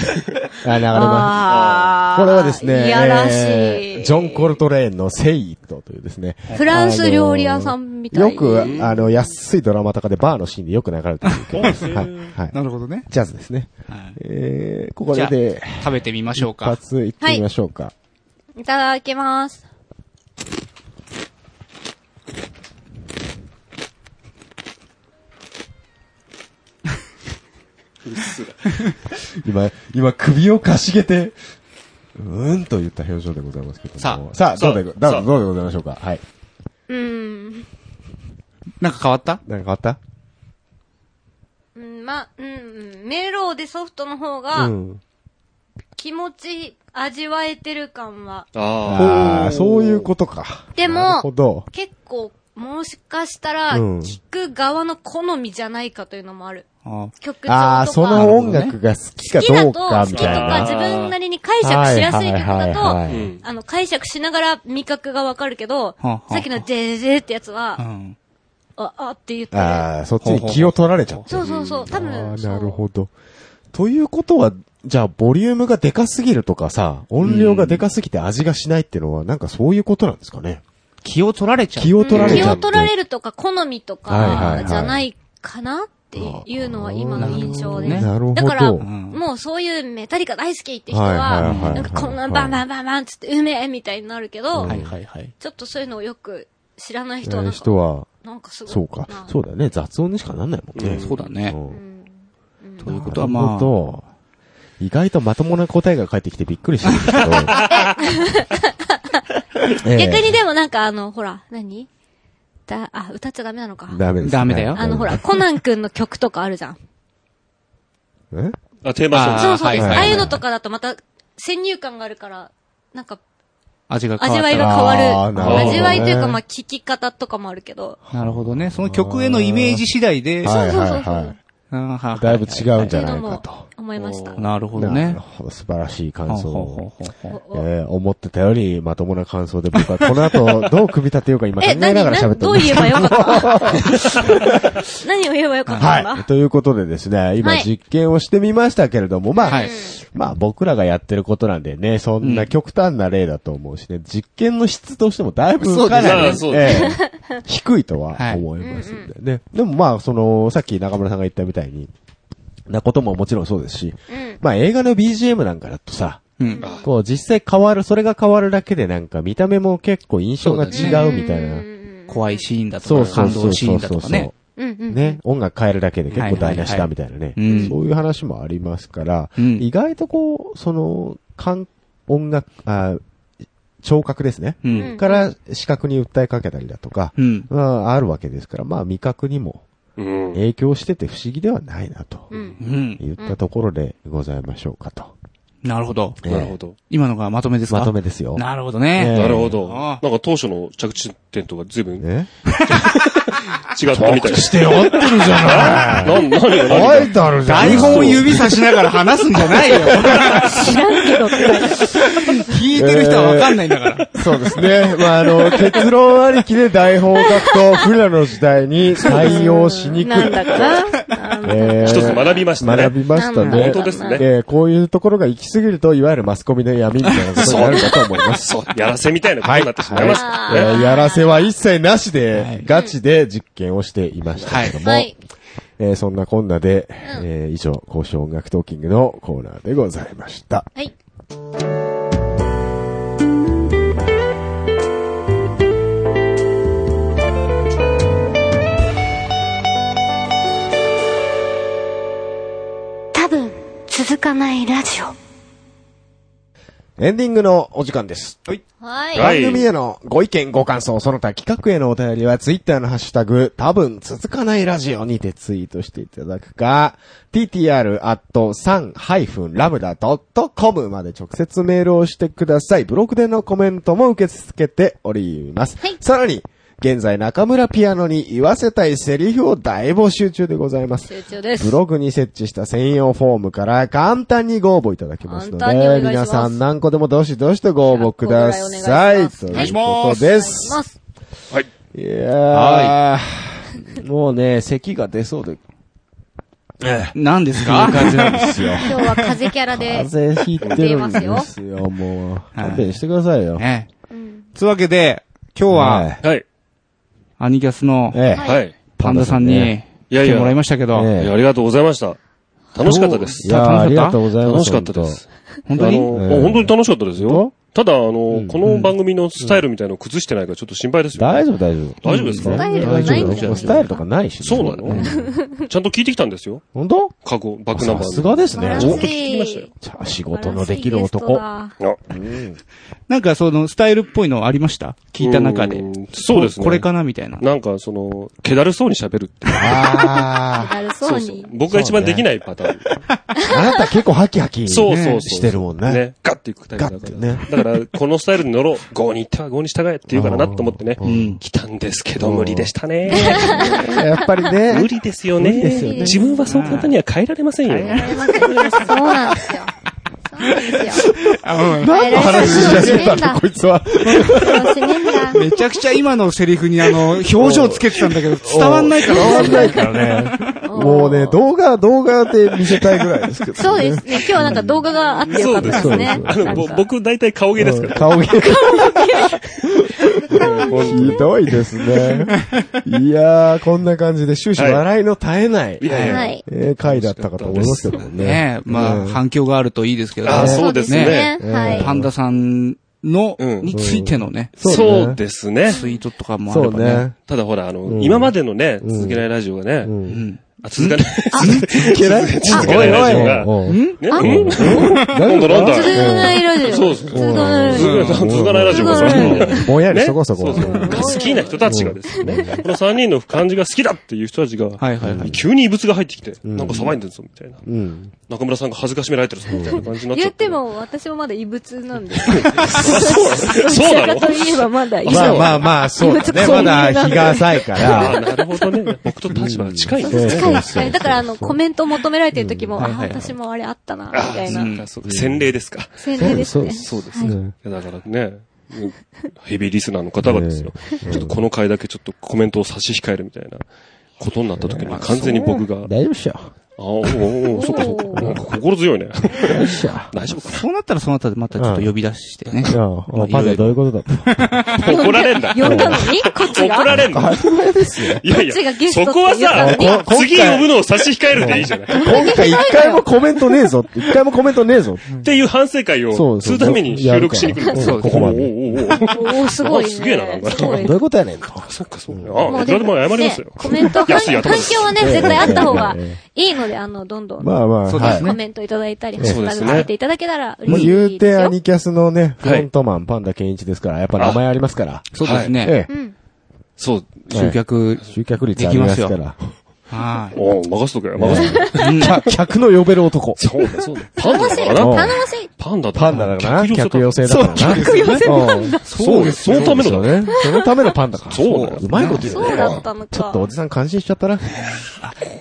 [SPEAKER 3] あー
[SPEAKER 5] これはですね、
[SPEAKER 3] いやらしい。
[SPEAKER 5] えージョン・コルトレーンのセイットというですね。
[SPEAKER 3] フランス料理屋さんみたい
[SPEAKER 5] よく、あの、安いドラマとかでバーのシーンでよく流れてくる曲です。はい。はい。
[SPEAKER 4] なるほどね。
[SPEAKER 5] ジャズですね。
[SPEAKER 4] はい
[SPEAKER 5] えー、ここで、
[SPEAKER 4] 食べてみましょう
[SPEAKER 5] 一
[SPEAKER 4] か。
[SPEAKER 5] 発いってみましょうか。
[SPEAKER 3] いただきます。
[SPEAKER 5] 今、今、首をかしげて、うーんと言った表情でございますけども。
[SPEAKER 4] さあ
[SPEAKER 5] さあ、どうで、どうで
[SPEAKER 2] さあ
[SPEAKER 5] どうでございましょうか。はい。
[SPEAKER 3] うーん。
[SPEAKER 4] なんか変わった
[SPEAKER 5] なんか変わった
[SPEAKER 3] うん、ま、うん、メロウでソフトの方が
[SPEAKER 5] うん。
[SPEAKER 3] 気持ち味わえてる感は。
[SPEAKER 2] あ
[SPEAKER 5] ああ、そういうことか。
[SPEAKER 3] で
[SPEAKER 5] なるほ
[SPEAKER 3] も、
[SPEAKER 5] ど。
[SPEAKER 3] 結構、もしかしたら、
[SPEAKER 5] うん
[SPEAKER 3] 聞く側の好みじゃないかというのもある。
[SPEAKER 1] あ
[SPEAKER 3] 曲調と
[SPEAKER 5] ああ、
[SPEAKER 3] か。
[SPEAKER 5] その音楽が好きか
[SPEAKER 3] 好き
[SPEAKER 5] ど
[SPEAKER 3] だ
[SPEAKER 5] う
[SPEAKER 3] と、
[SPEAKER 5] か
[SPEAKER 3] 好き
[SPEAKER 5] み
[SPEAKER 3] と
[SPEAKER 5] たい
[SPEAKER 3] か
[SPEAKER 5] な。
[SPEAKER 3] 自分なりに解釈しやすい曲だ
[SPEAKER 5] はいはいはい
[SPEAKER 3] と、
[SPEAKER 2] あ。
[SPEAKER 5] は
[SPEAKER 2] う
[SPEAKER 5] い
[SPEAKER 2] ん。
[SPEAKER 3] あの、解釈しながら味覚がわかるけど、
[SPEAKER 1] あはあ
[SPEAKER 3] さっきのジェージェーってやつ
[SPEAKER 1] う
[SPEAKER 3] は、
[SPEAKER 1] ん。
[SPEAKER 3] あ、あって言ってる。
[SPEAKER 5] ああ、そっちに気を取られちゃって
[SPEAKER 3] そうそうそう、多分。
[SPEAKER 5] ああ、なるほど。ということは、じゃあ、ボリュームがでかすぎるとかさ、音量がでかすぎて味がしないっていうのは、なんかそういうことなんですかね。
[SPEAKER 4] 気を取られちゃう。
[SPEAKER 5] 気を取られち
[SPEAKER 3] 気
[SPEAKER 5] ゃ
[SPEAKER 3] を
[SPEAKER 5] って。
[SPEAKER 3] 取られるとか、好みと
[SPEAKER 5] はいはいは
[SPEAKER 3] か
[SPEAKER 5] い、
[SPEAKER 3] じゃないかなっていうのは今の印象で
[SPEAKER 4] な
[SPEAKER 3] す。
[SPEAKER 5] なるほど。
[SPEAKER 3] だから、
[SPEAKER 4] ん
[SPEAKER 3] もうそういうメタリカ大好きって人
[SPEAKER 5] はいはいはいは
[SPEAKER 3] は、
[SPEAKER 5] い
[SPEAKER 3] なんかこんなバンバンバンバンつって、うめえみたいになるけど、
[SPEAKER 4] はいはいはい。
[SPEAKER 3] ちょっとそういうのをよく知らない
[SPEAKER 5] え
[SPEAKER 3] 人はな
[SPEAKER 5] ー
[SPEAKER 3] ん
[SPEAKER 5] 人
[SPEAKER 3] か、
[SPEAKER 5] は、
[SPEAKER 3] なんかすごい。
[SPEAKER 5] そうか。そうだよね。雑音にしかなんないもんね。
[SPEAKER 4] そうだね。
[SPEAKER 5] うん
[SPEAKER 3] うん
[SPEAKER 4] ということ
[SPEAKER 5] と
[SPEAKER 4] は
[SPEAKER 5] ま
[SPEAKER 4] まあ、
[SPEAKER 5] と、意外とまともな答えが返ってきてびっくりしたんですけ ど。ええ
[SPEAKER 3] 逆にでもなんかあの、ほら、何だ、あ、歌っちゃダメなのか。
[SPEAKER 5] ダメですね。
[SPEAKER 4] ダメだよ
[SPEAKER 3] あの、ほら、コナン君の曲とかある じゃん。
[SPEAKER 5] え。
[SPEAKER 2] あ、テーマソング。
[SPEAKER 3] そうそうです。
[SPEAKER 5] はいはいはい
[SPEAKER 3] ああいうのとかだとまた、先入観があるから、なんか、
[SPEAKER 4] 味が変わ
[SPEAKER 3] 味
[SPEAKER 4] った
[SPEAKER 3] わいが変わる。
[SPEAKER 5] あーなるほどね
[SPEAKER 3] 味わいというか、まあ、聞き方とかもあるけど。
[SPEAKER 4] なるほどね。そ
[SPEAKER 1] そ
[SPEAKER 4] の
[SPEAKER 1] の曲へのイメージ次第で、
[SPEAKER 5] は
[SPEAKER 3] そう
[SPEAKER 5] い
[SPEAKER 3] そ
[SPEAKER 5] は
[SPEAKER 3] う
[SPEAKER 5] い
[SPEAKER 3] そう
[SPEAKER 4] あ
[SPEAKER 5] はい。だいぶ
[SPEAKER 4] う。
[SPEAKER 5] 違うん
[SPEAKER 3] と
[SPEAKER 5] じ
[SPEAKER 3] い
[SPEAKER 5] ゃ
[SPEAKER 3] う
[SPEAKER 5] な
[SPEAKER 3] の
[SPEAKER 5] いか
[SPEAKER 3] も
[SPEAKER 5] と。
[SPEAKER 3] 思いました。
[SPEAKER 4] なるほど
[SPEAKER 5] な
[SPEAKER 4] ね
[SPEAKER 5] る。ほど素晴らしい
[SPEAKER 4] ほ
[SPEAKER 5] 感
[SPEAKER 4] う
[SPEAKER 5] 想を
[SPEAKER 4] ほ。うほうほう
[SPEAKER 3] おお
[SPEAKER 5] えー思ってたよりまともな感想で僕はこの後どう組み立てようか今考
[SPEAKER 3] え、
[SPEAKER 5] えな
[SPEAKER 3] 何
[SPEAKER 5] がら喋
[SPEAKER 3] 何
[SPEAKER 5] って
[SPEAKER 3] ど
[SPEAKER 5] お
[SPEAKER 3] う
[SPEAKER 5] ります
[SPEAKER 3] 言えばよかったの 何を言えばよかったのか
[SPEAKER 5] はい。ということでですね、今
[SPEAKER 3] はい
[SPEAKER 5] 実験をしてみましたけれども、まあ、
[SPEAKER 4] はい
[SPEAKER 5] まあ僕らがやってることなんでね、そんな極端な例だと思うしね、実験の質としてもだいぶかなり、
[SPEAKER 2] そうで
[SPEAKER 5] ええ低いとは思いますんでね。でもまあ、その、さっき中村さんが言ったみたいに、なことももちろんそうですし、
[SPEAKER 3] うん
[SPEAKER 5] まあ映画の BGM なんかだとさ、
[SPEAKER 4] うん。
[SPEAKER 5] こう実際変わる、それが変わるだけでなんか見た目も結構印象が違うみたいな。
[SPEAKER 4] 怖いシーンだ
[SPEAKER 5] そ
[SPEAKER 4] と
[SPEAKER 5] う
[SPEAKER 4] か、
[SPEAKER 5] そう
[SPEAKER 4] 感
[SPEAKER 5] そ
[SPEAKER 4] 動
[SPEAKER 5] う
[SPEAKER 4] シ
[SPEAKER 5] そ
[SPEAKER 4] ー
[SPEAKER 5] う
[SPEAKER 4] ンだ
[SPEAKER 5] そ
[SPEAKER 4] と
[SPEAKER 5] う
[SPEAKER 4] か
[SPEAKER 5] そう
[SPEAKER 4] ね。。
[SPEAKER 3] うんうん。
[SPEAKER 5] ね、音楽変えるだけで結構台無しだ
[SPEAKER 4] はいはいはい
[SPEAKER 5] みたいなね、
[SPEAKER 4] うん
[SPEAKER 5] そういう話もありますから、
[SPEAKER 4] うん
[SPEAKER 5] 意外とこう、その、感、音楽、あ聴覚ですね。
[SPEAKER 4] うん。
[SPEAKER 5] から視覚に訴えかけたりだとか、
[SPEAKER 4] うん。
[SPEAKER 5] まああるわけですから、まあ味覚にも
[SPEAKER 2] うん。
[SPEAKER 5] 影響してて不思議ではないなと、
[SPEAKER 3] うん。
[SPEAKER 4] うん。
[SPEAKER 5] 言ったところでございましょうかと。
[SPEAKER 4] なるほど。
[SPEAKER 2] なるほど。
[SPEAKER 4] 今のがまとめですか
[SPEAKER 5] まとめですよ。
[SPEAKER 4] なるほどね。
[SPEAKER 2] なるほど。な
[SPEAKER 4] あ
[SPEAKER 2] んか当初の着地点とか随分違っ
[SPEAKER 5] え
[SPEAKER 2] たみたいです。
[SPEAKER 5] て合ってるじ
[SPEAKER 2] な、
[SPEAKER 5] ゃ
[SPEAKER 2] 何が何が
[SPEAKER 5] 書いてあるじゃん。
[SPEAKER 4] 台本を指さしながら話すんじゃないよ。
[SPEAKER 3] 知らんけどって言われた。
[SPEAKER 4] 聞いてる人はわかんないんだから。
[SPEAKER 5] そうですね。まあ、あの、結論ありきで台本を書くと、フラの時代に対応しにくい。
[SPEAKER 3] なんだかな。
[SPEAKER 5] えー
[SPEAKER 2] 一つ学びましたね
[SPEAKER 5] 学びました
[SPEAKER 3] なんだ
[SPEAKER 5] ね。
[SPEAKER 2] 本当ですね
[SPEAKER 5] えーこういうところが行き過ぎると、いわゆるマスコミの闇みたいなことになるかと思います。
[SPEAKER 2] そう、やらせみたいなことになってしまいます。
[SPEAKER 5] えーやらせは一切なしで、ガチで実験をしていましたけども、
[SPEAKER 3] はい。
[SPEAKER 5] えーそんなこんなで、えー以上、交渉音楽トーキングのコーナーでございました。
[SPEAKER 3] はい。
[SPEAKER 7] 多分続かないラジオ
[SPEAKER 5] エンディングのお時間です。
[SPEAKER 3] はい。
[SPEAKER 2] はい
[SPEAKER 5] 番組へのご意見、ご感想、その他企画へのお便りは、ツイッターのハッシュタグ、多分続かないラジオにてツイートしていただくか、ttr.san-lambda.com まで直接メールをしてください。ブログでのコメントも受け付けております。
[SPEAKER 3] はい
[SPEAKER 5] さらに、現在中村ピアノに言わせたいセリフを大募集中でございます。
[SPEAKER 3] 集中です。
[SPEAKER 5] ブログに設置した専用フォームから簡単にご応募いただけますの
[SPEAKER 3] 簡単にお願
[SPEAKER 5] で、
[SPEAKER 3] いします
[SPEAKER 5] 皆さん何個でもどしどしとご応募ください。と
[SPEAKER 3] 100個ぐ
[SPEAKER 5] い
[SPEAKER 3] ら
[SPEAKER 5] う
[SPEAKER 3] い
[SPEAKER 5] ことです。
[SPEAKER 3] ます。
[SPEAKER 5] いやー、もうね、咳が出そうで、
[SPEAKER 1] 何ですか
[SPEAKER 3] 今日は風キャラで。
[SPEAKER 5] 風邪ひいてるんですよ、もう。勘弁してくださいよ。
[SPEAKER 1] え
[SPEAKER 3] う
[SPEAKER 1] え
[SPEAKER 3] ん
[SPEAKER 1] つうわけで、今日は、
[SPEAKER 5] い、
[SPEAKER 2] はい。
[SPEAKER 1] アニキャスの
[SPEAKER 3] は
[SPEAKER 5] え
[SPEAKER 3] い
[SPEAKER 2] はい。
[SPEAKER 1] パンダさん
[SPEAKER 5] え
[SPEAKER 1] に
[SPEAKER 2] いや
[SPEAKER 1] 来
[SPEAKER 2] い
[SPEAKER 1] て
[SPEAKER 2] や、
[SPEAKER 1] もらい
[SPEAKER 2] い
[SPEAKER 1] ましたけど、
[SPEAKER 5] え
[SPEAKER 2] やありがとうございました。楽しかったです
[SPEAKER 5] い。やーありがとうございます。
[SPEAKER 2] 楽しかったです。
[SPEAKER 1] 本当
[SPEAKER 2] あ
[SPEAKER 1] に
[SPEAKER 2] の
[SPEAKER 5] ええ
[SPEAKER 2] 本当に楽しかったですよ。ただ、あの、
[SPEAKER 5] ん
[SPEAKER 2] この番組のスタイルみたいのを崩してないからちょっと心配ですよ。
[SPEAKER 5] 大丈夫、大丈夫。
[SPEAKER 2] 大丈夫ですか
[SPEAKER 5] うん
[SPEAKER 3] スタイルはないんだよ
[SPEAKER 5] 大丈夫スタイルとかないしね。
[SPEAKER 2] そうなのちゃんと聞いてきたんですよ。
[SPEAKER 5] 本当
[SPEAKER 2] 過去、バックナンバ
[SPEAKER 5] さ
[SPEAKER 2] ー
[SPEAKER 5] すがですね。
[SPEAKER 2] 素晴らしい
[SPEAKER 5] じゃあ仕事のできる男。
[SPEAKER 2] の。あ
[SPEAKER 1] なんかそのスタイルっぽいのありました聞いた中で
[SPEAKER 2] う。んそうですね。
[SPEAKER 1] これかなみたいな。。
[SPEAKER 2] なんか、その、気だるそうに喋るっていう。
[SPEAKER 5] あ
[SPEAKER 3] なるそう
[SPEAKER 2] そう
[SPEAKER 3] に。
[SPEAKER 2] 僕が一番できないパターン。
[SPEAKER 5] あ。あなた結構ハキハキ。
[SPEAKER 2] そうそうそう。
[SPEAKER 5] してるもんね。
[SPEAKER 2] ね。ガッていくタイプだから。
[SPEAKER 5] ガッてね
[SPEAKER 2] だから、このスタイルに乗ろう。5に行っては5に従えって言うからなと思ってね
[SPEAKER 5] うん
[SPEAKER 2] 来たんですけど、無理でした ね。
[SPEAKER 5] やっぱりね。
[SPEAKER 2] 無理ですよ
[SPEAKER 5] 無理です
[SPEAKER 2] ね
[SPEAKER 5] よね。
[SPEAKER 2] 自分はそう簡単には変えられませんよ。
[SPEAKER 3] そうなんですよ。そうなんですよ。
[SPEAKER 5] 何の話し始めたのこいつは。
[SPEAKER 3] 楽しみんだ。
[SPEAKER 4] めちゃくちゃ今のセリフにあの、表情つけてたんだ けど、伝わんないから。
[SPEAKER 5] 伝わんないからね。もうね、動画、動画で見せたいぐらいですけど。
[SPEAKER 3] そうですね。今日はなんか動画があってよかったですね。
[SPEAKER 2] あ
[SPEAKER 3] な
[SPEAKER 2] の、
[SPEAKER 3] んか
[SPEAKER 2] ぼ僕大体顔芸ですから。
[SPEAKER 5] 顔芸。 ひどいですね。いやー、こんな感じで終始笑いの絶えない、
[SPEAKER 2] いやいや
[SPEAKER 3] はい。
[SPEAKER 5] えー回だったかと思いますけどもね。
[SPEAKER 4] ねまあ、反響があるといいですけど。
[SPEAKER 2] あそうですね
[SPEAKER 5] ね
[SPEAKER 3] はい。
[SPEAKER 4] パンダさんの、
[SPEAKER 2] うん
[SPEAKER 4] についてのね、
[SPEAKER 5] そうね
[SPEAKER 2] そうですね。
[SPEAKER 4] ツイートとかもあ
[SPEAKER 5] そ
[SPEAKER 4] れ
[SPEAKER 5] う
[SPEAKER 4] ばね。
[SPEAKER 5] ね。
[SPEAKER 2] ただほら、あの
[SPEAKER 5] ん、
[SPEAKER 2] 今までのね、続けないラジオが
[SPEAKER 5] う。
[SPEAKER 2] ね、
[SPEAKER 4] うんん。
[SPEAKER 2] あ、続かない。
[SPEAKER 5] いけない
[SPEAKER 2] 続けないラジオが。
[SPEAKER 5] おいおいおい
[SPEAKER 2] ねうんなんだなんだ
[SPEAKER 3] 通
[SPEAKER 2] 続
[SPEAKER 3] のないラジオ。
[SPEAKER 2] そうそう
[SPEAKER 3] 通のないラジオ。
[SPEAKER 2] かないラジオがさ
[SPEAKER 3] 続かないラ
[SPEAKER 5] ぼんやり
[SPEAKER 2] ね
[SPEAKER 5] そこそこ。
[SPEAKER 2] 好きな人たちがですよね、この3人の感じが好きだっていう人たちが、
[SPEAKER 4] はいはいはい。
[SPEAKER 2] 急に異物が入ってきて、なんか騒いでるぞ、みたいな。
[SPEAKER 5] うん。
[SPEAKER 2] 中村さんが恥ずかしめられてるぞ、みたいな感じになっちゃ
[SPEAKER 3] 言
[SPEAKER 2] っ。
[SPEAKER 3] ってても、私もまだ異物なんで。ど
[SPEAKER 2] そうなの
[SPEAKER 3] ちらかといえばまだ異物。
[SPEAKER 5] まあまあまあ、そうだね。
[SPEAKER 3] こ
[SPEAKER 5] ま
[SPEAKER 3] んな
[SPEAKER 5] だ日が浅いか
[SPEAKER 2] ああ、
[SPEAKER 5] ら。
[SPEAKER 2] なるほどね。僕と立場が近いんですね。
[SPEAKER 3] 近い近い。だからあの、コメントを求められてる時も、あ、
[SPEAKER 4] はいはい
[SPEAKER 3] 私もあれあったな、みたいな。
[SPEAKER 4] うん
[SPEAKER 2] そう洗礼ですか。
[SPEAKER 3] 宣伝ですね。
[SPEAKER 2] そうですね。いやだからね、うんヘビーリスナーの方がですよ、ちょっとこの回だけちょっとコメントを差し控えるみたいなことになった時に、完全に僕が、
[SPEAKER 5] 大丈夫っしょ。
[SPEAKER 2] あ、おうおうおうそっかそっか。なんか心強いね。
[SPEAKER 5] 大丈夫っしょ。
[SPEAKER 2] 大丈夫か
[SPEAKER 4] そうなったらそのあたりまたちょっと呼び出してね。
[SPEAKER 5] いや、
[SPEAKER 4] まあ
[SPEAKER 5] おパンダどういうことだった
[SPEAKER 2] な怒られんだ。
[SPEAKER 3] 呼んだのにこっち
[SPEAKER 2] 怒
[SPEAKER 3] が
[SPEAKER 2] られんだ。いやい
[SPEAKER 3] こっちがゲ
[SPEAKER 2] や、
[SPEAKER 3] スト
[SPEAKER 2] そ
[SPEAKER 3] って
[SPEAKER 2] こはさ
[SPEAKER 5] 言ったのに、
[SPEAKER 2] 次呼ぶのを差し控えるでいいじゃない。っ
[SPEAKER 5] 今回一回もコメントねえぞ。 一回もコメントねえぞ。
[SPEAKER 2] ていう反省会
[SPEAKER 5] そ
[SPEAKER 2] を、
[SPEAKER 5] うそ
[SPEAKER 2] す
[SPEAKER 5] う
[SPEAKER 2] るために収録しに来るんです
[SPEAKER 5] そう
[SPEAKER 2] よ。
[SPEAKER 5] ここま
[SPEAKER 2] お
[SPEAKER 5] で
[SPEAKER 2] うおうおうおう
[SPEAKER 3] おーすごいね。
[SPEAKER 2] あすげえななんか
[SPEAKER 3] すごい
[SPEAKER 5] どういうことやねんと。
[SPEAKER 2] そっかそっか。あ、
[SPEAKER 3] う
[SPEAKER 2] いくらでも謝ります
[SPEAKER 3] ね
[SPEAKER 2] よ。
[SPEAKER 3] コメント、反
[SPEAKER 2] 安い
[SPEAKER 3] 響
[SPEAKER 2] 頭です
[SPEAKER 3] はね、絶対あった方がいいので、あの、どんどん、
[SPEAKER 5] まあまあ、
[SPEAKER 4] そう
[SPEAKER 5] は
[SPEAKER 4] で
[SPEAKER 5] い
[SPEAKER 4] す。
[SPEAKER 3] コ
[SPEAKER 4] ね。
[SPEAKER 3] メントいただいたり、ハ
[SPEAKER 5] え
[SPEAKER 3] ッ
[SPEAKER 5] え
[SPEAKER 3] シュタグつけていただけたら
[SPEAKER 5] も
[SPEAKER 3] 嬉
[SPEAKER 5] う
[SPEAKER 3] しいですよ。
[SPEAKER 5] 言うて、アニキャスのね、フ
[SPEAKER 2] はい
[SPEAKER 5] ロントマン、パンダケンイチですから、やっぱ名前ありますから。
[SPEAKER 4] そうですね。
[SPEAKER 5] え
[SPEAKER 3] う
[SPEAKER 5] え。
[SPEAKER 3] ん。
[SPEAKER 2] そう。
[SPEAKER 4] 集客。
[SPEAKER 5] 集客率ありますから。
[SPEAKER 4] はい。
[SPEAKER 2] おう任せとけよ、任せとけよ。
[SPEAKER 5] 客客の呼べる男。
[SPEAKER 2] そうだ、そうだ。パンダ
[SPEAKER 3] 楽
[SPEAKER 2] だ
[SPEAKER 3] しい。
[SPEAKER 2] からな。
[SPEAKER 3] 頼もしい。
[SPEAKER 2] パンダ
[SPEAKER 5] パンダだからな。客
[SPEAKER 2] 客寄
[SPEAKER 5] 寄
[SPEAKER 2] せ
[SPEAKER 5] せだからな。客寄せパンダ。
[SPEAKER 2] そうです。そのためのだね。
[SPEAKER 5] ね。そのためのパンダか。
[SPEAKER 2] そうだよ
[SPEAKER 5] うまいこと言うね。
[SPEAKER 3] そうだったの
[SPEAKER 5] ちょっと
[SPEAKER 3] か
[SPEAKER 5] お。じさん感心しちゃったな。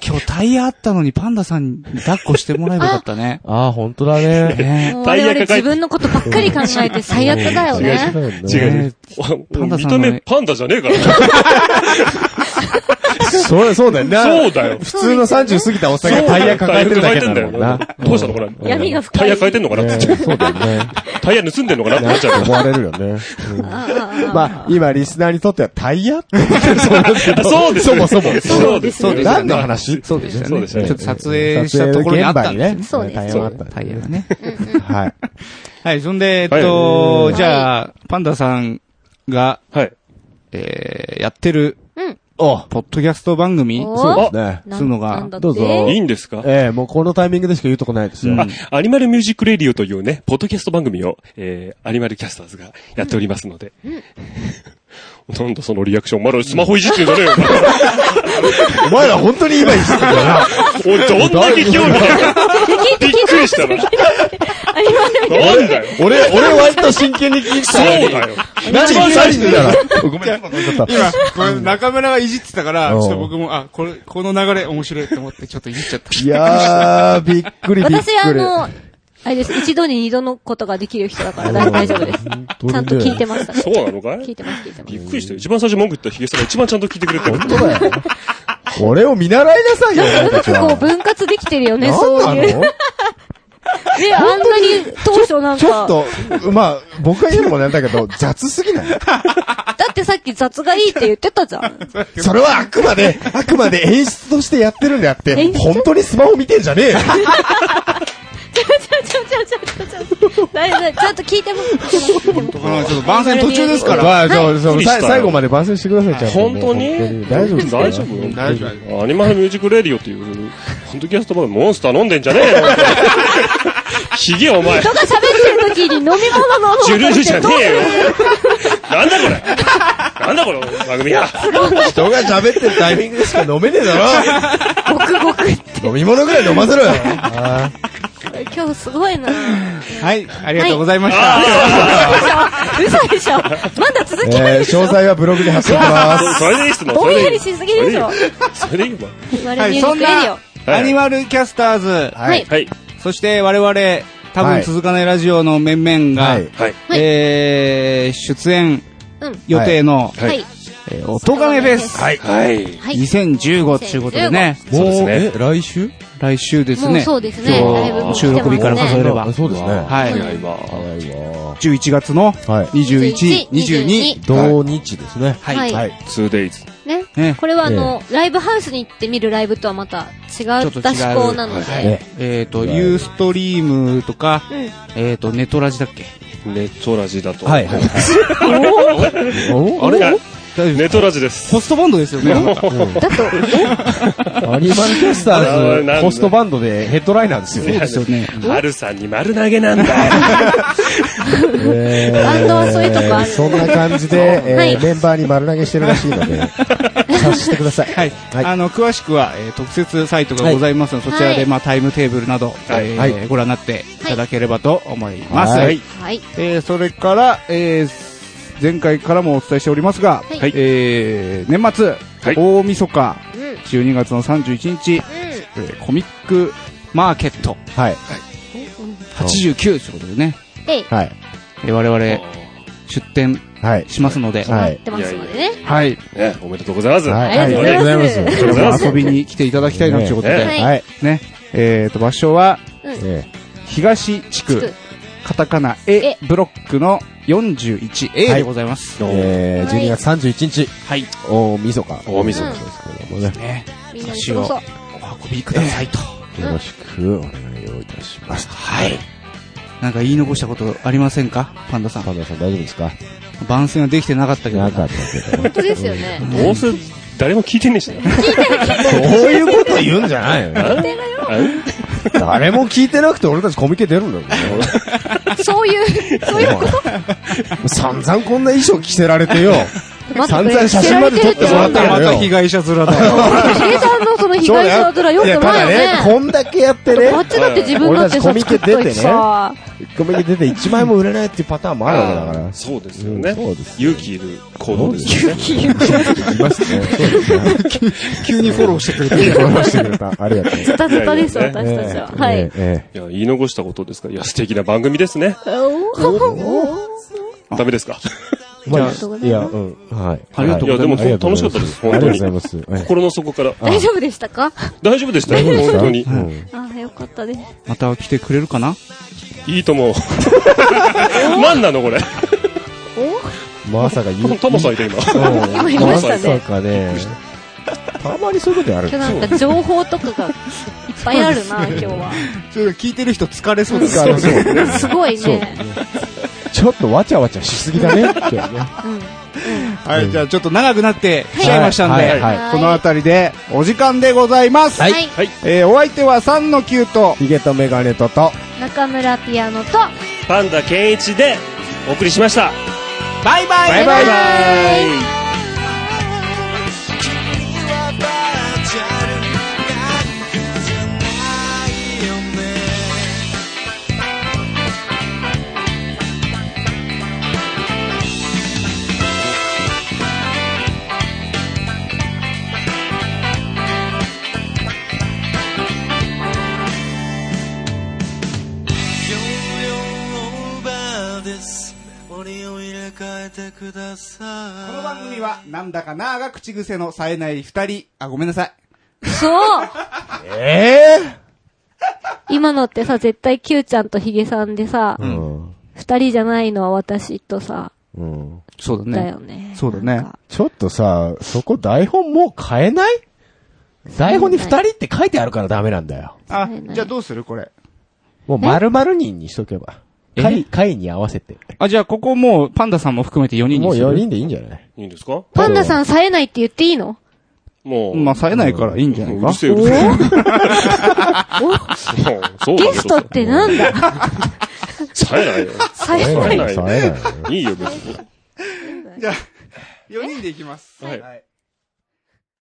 [SPEAKER 4] 今日タイヤあったのにパンダさんに抱っこしてもらえばよかった ね。
[SPEAKER 5] ああ、ほんとだね。
[SPEAKER 4] ね
[SPEAKER 3] もう
[SPEAKER 2] タイ
[SPEAKER 3] 我
[SPEAKER 2] ヤ抱
[SPEAKER 3] 々
[SPEAKER 2] えて
[SPEAKER 3] 自分のことばっかり考えて最悪だよ
[SPEAKER 2] 違う
[SPEAKER 3] ね。
[SPEAKER 2] 違う違う。
[SPEAKER 4] パンダ
[SPEAKER 2] 見
[SPEAKER 4] さんの
[SPEAKER 2] た
[SPEAKER 4] ね
[SPEAKER 2] 目パンダじゃねえからな。
[SPEAKER 5] そう、そうだよな。
[SPEAKER 2] そうだよ。
[SPEAKER 5] 普通の30過ぎたおっさんがタイヤ抱えてるだけなんだもんな。
[SPEAKER 2] どうしたのこれ。
[SPEAKER 3] 闇が深い
[SPEAKER 2] タイヤ変えてんのかなって。
[SPEAKER 5] ねそうだよね。
[SPEAKER 2] タイヤ盗んでんのかなってな
[SPEAKER 5] な
[SPEAKER 2] っ
[SPEAKER 5] ん
[SPEAKER 2] ちゃ
[SPEAKER 5] か
[SPEAKER 2] う
[SPEAKER 5] 思われるよね。うんまあ、今、リスナーにとってはタイヤって言ってるそうですけど
[SPEAKER 2] そうです
[SPEAKER 5] そ
[SPEAKER 2] ね
[SPEAKER 5] もそも。
[SPEAKER 2] そうです
[SPEAKER 4] そうです
[SPEAKER 5] 何の話
[SPEAKER 4] そうでした
[SPEAKER 2] そう
[SPEAKER 4] ね。
[SPEAKER 2] でし
[SPEAKER 4] ちょ
[SPEAKER 2] たね
[SPEAKER 4] っと撮影したところにあったんですね。
[SPEAKER 5] 撮
[SPEAKER 3] そう
[SPEAKER 5] 影
[SPEAKER 3] です
[SPEAKER 5] 現場にね。タイヤがあった。
[SPEAKER 4] タイヤがね。
[SPEAKER 5] はい。
[SPEAKER 4] はい、そんで、えっと
[SPEAKER 3] は、い
[SPEAKER 4] じゃあ、パンダさんが、
[SPEAKER 2] はい。
[SPEAKER 4] えーやってる
[SPEAKER 3] うん、
[SPEAKER 5] お
[SPEAKER 1] ポッドキャスト番組
[SPEAKER 3] お
[SPEAKER 1] そう
[SPEAKER 5] ね。
[SPEAKER 3] な
[SPEAKER 1] そういうのが
[SPEAKER 3] なんだって
[SPEAKER 5] どうぞ
[SPEAKER 2] いいんですか
[SPEAKER 5] ええ、もうこのタイミングでしか言うとこないですよ。
[SPEAKER 2] アニマルミュージックレディオというね、ポッドキャスト番組を、えー、アニマルキャスターズがやっておりますので。なんだそのリアクション。まだスマホいじってんじゃねえよ。
[SPEAKER 5] お前ら本当に今言ってたんだな。
[SPEAKER 2] おい、どんだけ興味ないびっくりしたな。なんだよ。
[SPEAKER 5] 俺、俺割と真剣に聞いて
[SPEAKER 2] そう
[SPEAKER 5] たのに。
[SPEAKER 2] だよ。
[SPEAKER 5] 何
[SPEAKER 2] 一番最初に
[SPEAKER 5] だごめんなさい、ちょっと。
[SPEAKER 1] 今、これ中村がいじってたから、ち
[SPEAKER 5] うん
[SPEAKER 1] ょっと僕も、あ、これ、この流れ面白いと思って、ちょっといじっちゃった。
[SPEAKER 5] いやー、びっくりびっくり。
[SPEAKER 3] 私、あの、あれです。一度に二度のことができる人だから大大丈夫です。ちゃんと聞いてました。
[SPEAKER 2] そうなのか
[SPEAKER 3] 聞い
[SPEAKER 2] い
[SPEAKER 3] てます、聞いてます
[SPEAKER 2] び。っくりしたよ。一番最初文句言ったヒゲさんが一番ちゃんと聞いてくれてる。
[SPEAKER 5] 本当だよ。これを見習いなさいよ、
[SPEAKER 3] う
[SPEAKER 5] 俺
[SPEAKER 3] ま
[SPEAKER 5] たち
[SPEAKER 3] くこう
[SPEAKER 5] は。
[SPEAKER 3] 分割できてるよね、そう
[SPEAKER 5] 何
[SPEAKER 3] いう。
[SPEAKER 5] なの
[SPEAKER 3] ね、あんなに当初なんか。
[SPEAKER 5] ちょっと、まあ、僕が言うのもなんだけど、雑すぎない
[SPEAKER 3] だってさっき雑がいいって言ってたじゃん。
[SPEAKER 5] それはあくまで、あくまで演出としてやってるんであって、
[SPEAKER 3] 演出
[SPEAKER 5] 本当にスマホ見てんじゃねえよ。
[SPEAKER 3] ちょちょちょちょちょちょ。だいだいちゃんと聞いてます。聞いてます
[SPEAKER 1] このちょっと番宣途中ですから。
[SPEAKER 5] まあ、そう、
[SPEAKER 2] びっ
[SPEAKER 5] そ
[SPEAKER 2] く
[SPEAKER 5] う、
[SPEAKER 2] りした
[SPEAKER 5] さ
[SPEAKER 2] よ
[SPEAKER 5] 最後まで番宣してください、ちゃんとね。
[SPEAKER 2] 本当に
[SPEAKER 5] 大丈夫ですか
[SPEAKER 2] 大丈夫よ
[SPEAKER 1] 大丈夫。
[SPEAKER 2] アニマルミュージックレディオという、ポッドキャスト番組、モンスター飲んでんじゃねえよ。ヒゲお前、
[SPEAKER 3] 人が喋ってる時に飲み物飲もうと
[SPEAKER 2] ジュルル
[SPEAKER 3] し
[SPEAKER 2] じゃ
[SPEAKER 3] て
[SPEAKER 2] ね
[SPEAKER 3] どう
[SPEAKER 2] えよ。なんだこれ。なんだこの番組は。
[SPEAKER 5] 人が喋ってるタイミングでしか飲めねえだ
[SPEAKER 3] ごくごくって。
[SPEAKER 5] ろ。飲み物ぐらい飲ませろよ。あ
[SPEAKER 3] 今日すごいな。
[SPEAKER 1] はい、ありがとうございました。
[SPEAKER 3] 嘘でしょ。まだ続
[SPEAKER 5] ー
[SPEAKER 3] きない
[SPEAKER 5] えー
[SPEAKER 3] でしょ。
[SPEAKER 5] 詳細はブログに貼っておきます。
[SPEAKER 2] それでいいっすもん。
[SPEAKER 3] ぼんやりしすぎでしょ。
[SPEAKER 2] それでいいわ。
[SPEAKER 3] 我
[SPEAKER 1] は
[SPEAKER 3] 々
[SPEAKER 1] い、
[SPEAKER 3] ミュージ
[SPEAKER 1] そ
[SPEAKER 3] ッ
[SPEAKER 1] ん
[SPEAKER 3] クレディ
[SPEAKER 1] な
[SPEAKER 3] オ。、
[SPEAKER 1] アニマルキャスターズ、
[SPEAKER 3] は
[SPEAKER 5] はいい。
[SPEAKER 2] はい。
[SPEAKER 1] そして我々、多
[SPEAKER 5] は
[SPEAKER 1] 分
[SPEAKER 5] い
[SPEAKER 1] 続かないラジオの面々が、
[SPEAKER 5] はい。
[SPEAKER 2] はい。
[SPEAKER 1] えー、出演
[SPEAKER 3] うん。
[SPEAKER 1] 予定の、
[SPEAKER 2] は
[SPEAKER 3] はいい。
[SPEAKER 1] えー、おとがめフェス、
[SPEAKER 2] はい。はい。
[SPEAKER 3] はい。
[SPEAKER 1] 2015ということでね、
[SPEAKER 2] そうですね
[SPEAKER 5] え来週
[SPEAKER 1] 来週です
[SPEAKER 3] もう
[SPEAKER 1] ね、
[SPEAKER 3] そうですね。だいぶもう来て
[SPEAKER 1] 収録日から
[SPEAKER 3] ます
[SPEAKER 1] 数え
[SPEAKER 3] ね。
[SPEAKER 1] れば
[SPEAKER 5] あそうですね。
[SPEAKER 1] は、
[SPEAKER 2] はいい。今。
[SPEAKER 5] 早いわ
[SPEAKER 1] 11月の
[SPEAKER 5] はい。
[SPEAKER 1] 21、22、
[SPEAKER 5] 同日ですね。
[SPEAKER 1] はい
[SPEAKER 3] はい
[SPEAKER 5] はい。
[SPEAKER 2] 2days。
[SPEAKER 3] ね。
[SPEAKER 1] ね、
[SPEAKER 3] これはあの、ライブハウスに行って見るライブとはまた違った思考なの
[SPEAKER 2] ちょっと
[SPEAKER 3] で。
[SPEAKER 5] ね
[SPEAKER 1] えっ、と、ユーストリームとか、
[SPEAKER 3] うん
[SPEAKER 1] えっ、と、ネトラジだっけ
[SPEAKER 2] ネットラジだと。
[SPEAKER 5] はい。はい。お
[SPEAKER 2] あれ
[SPEAKER 1] 大
[SPEAKER 2] ネットラジです。
[SPEAKER 1] ホストバンドですよね。
[SPEAKER 3] だと、
[SPEAKER 5] アニマルキャス
[SPEAKER 2] な
[SPEAKER 5] タ
[SPEAKER 2] ん
[SPEAKER 5] ー
[SPEAKER 2] だ
[SPEAKER 5] ズ、ホストバンドでヘッドライナーですよね。
[SPEAKER 1] ですよね。
[SPEAKER 2] はるさんに丸投げなんだよ。
[SPEAKER 5] えー
[SPEAKER 3] バンドはそういうとこある
[SPEAKER 5] そんな感じで、えー
[SPEAKER 3] はい
[SPEAKER 5] メンバーに丸投げしてるらしいので、察してください。
[SPEAKER 1] はい、あの詳しくは、えー特設サイトがございますので、
[SPEAKER 3] はい
[SPEAKER 1] そちら
[SPEAKER 3] は
[SPEAKER 1] で、
[SPEAKER 3] い
[SPEAKER 1] まあ、タイムテーブルなど、えー
[SPEAKER 5] はい
[SPEAKER 1] ご覧になっていただければと思います、
[SPEAKER 5] はい
[SPEAKER 3] はい。
[SPEAKER 1] えーそれから、えー前回からもお伝えしておりますが、
[SPEAKER 3] はい
[SPEAKER 1] えー年末、
[SPEAKER 2] はい
[SPEAKER 1] 大晦日
[SPEAKER 3] うん。うん。
[SPEAKER 1] 12月の31日、えーコミックマーケット
[SPEAKER 5] はい。
[SPEAKER 1] 89ということでね、
[SPEAKER 3] えい。
[SPEAKER 5] はい。
[SPEAKER 1] えー我々出展
[SPEAKER 5] はい。
[SPEAKER 1] しますので、
[SPEAKER 5] は
[SPEAKER 3] 待
[SPEAKER 5] い
[SPEAKER 3] ってますのでね。
[SPEAKER 1] はい、
[SPEAKER 2] ね、おめでとうございます。
[SPEAKER 5] はい。
[SPEAKER 3] ありがとうございます
[SPEAKER 5] ありが
[SPEAKER 1] そ
[SPEAKER 5] と
[SPEAKER 1] れ
[SPEAKER 5] うござい
[SPEAKER 1] も
[SPEAKER 5] ます
[SPEAKER 1] 遊びに来ていただきたいなということで、
[SPEAKER 2] ね
[SPEAKER 3] はい
[SPEAKER 5] はい。
[SPEAKER 1] ね、えーと、場所は
[SPEAKER 5] え
[SPEAKER 1] 東地
[SPEAKER 3] つ
[SPEAKER 1] 区
[SPEAKER 3] く。
[SPEAKER 1] カタカナ
[SPEAKER 3] え
[SPEAKER 1] A ブロックの 41A でございます。
[SPEAKER 5] ーえー12月31日、
[SPEAKER 1] はい。
[SPEAKER 5] 大晦日。
[SPEAKER 2] 大晦日
[SPEAKER 5] ですけどもね、
[SPEAKER 1] ね、
[SPEAKER 3] みんなで過ごそう。
[SPEAKER 1] お運びくださいと。
[SPEAKER 5] よろしくお願いをいたします。
[SPEAKER 1] はい。なんか言い残したことありませんかパンダさん
[SPEAKER 5] パ。ンダさん大丈夫ですか
[SPEAKER 1] 番宣はできてなかったけど。
[SPEAKER 5] なかったけど。
[SPEAKER 3] 本当ですよね。
[SPEAKER 2] どうせ誰も聞いてねえしな。
[SPEAKER 5] そういうこと言うんじゃないよ。
[SPEAKER 2] うん
[SPEAKER 5] 誰も聞いてなくて俺たちコミケ出るんだよ。
[SPEAKER 3] そういう、そういうこ
[SPEAKER 5] 散々こんな衣装着せられてよ。
[SPEAKER 3] と。待
[SPEAKER 5] 散
[SPEAKER 3] って、こ
[SPEAKER 5] 々
[SPEAKER 3] れ、
[SPEAKER 5] 写真まで撮ってもらった
[SPEAKER 1] ま
[SPEAKER 5] の
[SPEAKER 1] た被
[SPEAKER 5] よ。
[SPEAKER 1] 害者面だよ。
[SPEAKER 3] ヒゲさんのその被
[SPEAKER 5] そう
[SPEAKER 3] 害
[SPEAKER 5] だよ
[SPEAKER 3] 者ドラよ
[SPEAKER 5] いや
[SPEAKER 3] く
[SPEAKER 5] た
[SPEAKER 3] ない
[SPEAKER 5] だ
[SPEAKER 3] よね
[SPEAKER 5] ね、。こんだけやってね
[SPEAKER 3] こ、っちだって自分だってさ、
[SPEAKER 5] 俺たちコミケ出てね
[SPEAKER 3] さ
[SPEAKER 5] コミケ出て1枚も売れないっていうパターンもあるわけだ から。
[SPEAKER 2] そうですよね
[SPEAKER 5] うんそうです。
[SPEAKER 2] 勇気いる行動ですよね。
[SPEAKER 5] いますね。
[SPEAKER 1] 急にフォローしてくれて。
[SPEAKER 5] フォローしてくれた。ありがとう。
[SPEAKER 3] ズタズタです、
[SPEAKER 2] いやい
[SPEAKER 3] 私たちは。は
[SPEAKER 5] え
[SPEAKER 3] い。
[SPEAKER 5] え
[SPEAKER 2] いや、言い残したことですから。いや、素敵な番組ですね。ダメですか
[SPEAKER 5] えま
[SPEAKER 3] とうござ
[SPEAKER 5] あい
[SPEAKER 3] います
[SPEAKER 5] や、うん。はい。
[SPEAKER 1] ありがと
[SPEAKER 2] い
[SPEAKER 1] ご
[SPEAKER 2] う
[SPEAKER 1] ざ
[SPEAKER 2] や、で
[SPEAKER 1] い
[SPEAKER 2] も
[SPEAKER 1] ます。
[SPEAKER 5] ありがと
[SPEAKER 2] 楽
[SPEAKER 5] うご
[SPEAKER 2] し
[SPEAKER 5] ざ
[SPEAKER 2] かった
[SPEAKER 5] います
[SPEAKER 2] です。本当
[SPEAKER 5] あ
[SPEAKER 2] に
[SPEAKER 5] りが。とうございます。
[SPEAKER 2] 心の底から。
[SPEAKER 3] 大丈夫でしたか
[SPEAKER 2] 大丈夫でしたよ、本当に
[SPEAKER 5] う。ん
[SPEAKER 3] ああ、よかったです。
[SPEAKER 1] また来てくれるかない
[SPEAKER 2] いとも。何なのこれ。
[SPEAKER 5] まさか言う。
[SPEAKER 2] ともさんいた今。
[SPEAKER 3] 今いましたね
[SPEAKER 5] まさかね。たまにそういうことあるん
[SPEAKER 3] 今日な
[SPEAKER 5] ですよ。
[SPEAKER 3] んか情報とかがいっぱいあるな、今日は。
[SPEAKER 1] ちょっと聞いてる人疲れそうで
[SPEAKER 5] そうそう
[SPEAKER 3] すごいね。
[SPEAKER 5] ちょっとわちゃわちゃしすぎだねってね。
[SPEAKER 3] うん。
[SPEAKER 1] はい、じゃあちょっと長くなって
[SPEAKER 3] い
[SPEAKER 1] きちゃいましたんで、
[SPEAKER 5] はいはい
[SPEAKER 3] はい
[SPEAKER 1] この辺りでお時間でございます。
[SPEAKER 3] はい。
[SPEAKER 1] えーお相手は3の9と、
[SPEAKER 5] ヒゲとメガネとと、
[SPEAKER 3] 中村ピアノと、
[SPEAKER 2] パンダケンイチでお送りしました。
[SPEAKER 1] バイバイ
[SPEAKER 2] バイバイ
[SPEAKER 7] 44オーバーです森を入れ替えてください
[SPEAKER 1] この番組は、なんだかなーが口癖の冴えない二人、あ、ごめんなさい。
[SPEAKER 3] そう
[SPEAKER 5] え
[SPEAKER 3] 今のってさ、絶対 Q ちゃんとヒゲさんでさ、
[SPEAKER 5] え
[SPEAKER 1] う
[SPEAKER 5] うん。
[SPEAKER 3] 二人じゃないのは私とさ、
[SPEAKER 5] うん。
[SPEAKER 1] そう
[SPEAKER 3] だよね。
[SPEAKER 1] そうだね
[SPEAKER 3] なんか
[SPEAKER 5] ちょっとさ、そこ台本もう変えない台本に二人って書いてあるからダメなんだよ。
[SPEAKER 1] あ
[SPEAKER 3] そうだ、ね
[SPEAKER 1] じゃあどうするこれ。
[SPEAKER 5] もう丸々人にしとけば。
[SPEAKER 4] え
[SPEAKER 5] 会、会に合わせて。
[SPEAKER 4] あ、じゃあここもうパンダさんも含めて4人
[SPEAKER 5] も
[SPEAKER 4] にす
[SPEAKER 5] う
[SPEAKER 4] る。
[SPEAKER 5] 4人でいいんじゃない
[SPEAKER 2] いいんですか
[SPEAKER 3] パンダさん冴えないって言っていいの
[SPEAKER 2] もう。
[SPEAKER 1] まあ、冴えないからいいんじゃな
[SPEAKER 2] も
[SPEAKER 1] いう
[SPEAKER 2] う
[SPEAKER 1] か
[SPEAKER 2] る。せえうるせえ。もう そうだ
[SPEAKER 3] ゲ
[SPEAKER 2] よ
[SPEAKER 3] ストってなんだ
[SPEAKER 2] 冴えないよ。
[SPEAKER 3] 冴え
[SPEAKER 2] 冴
[SPEAKER 3] ない。
[SPEAKER 2] えないよ
[SPEAKER 5] 冴えない。
[SPEAKER 2] いいよ、別に。
[SPEAKER 1] じゃあ、4人でいきます。
[SPEAKER 2] はい
[SPEAKER 1] はい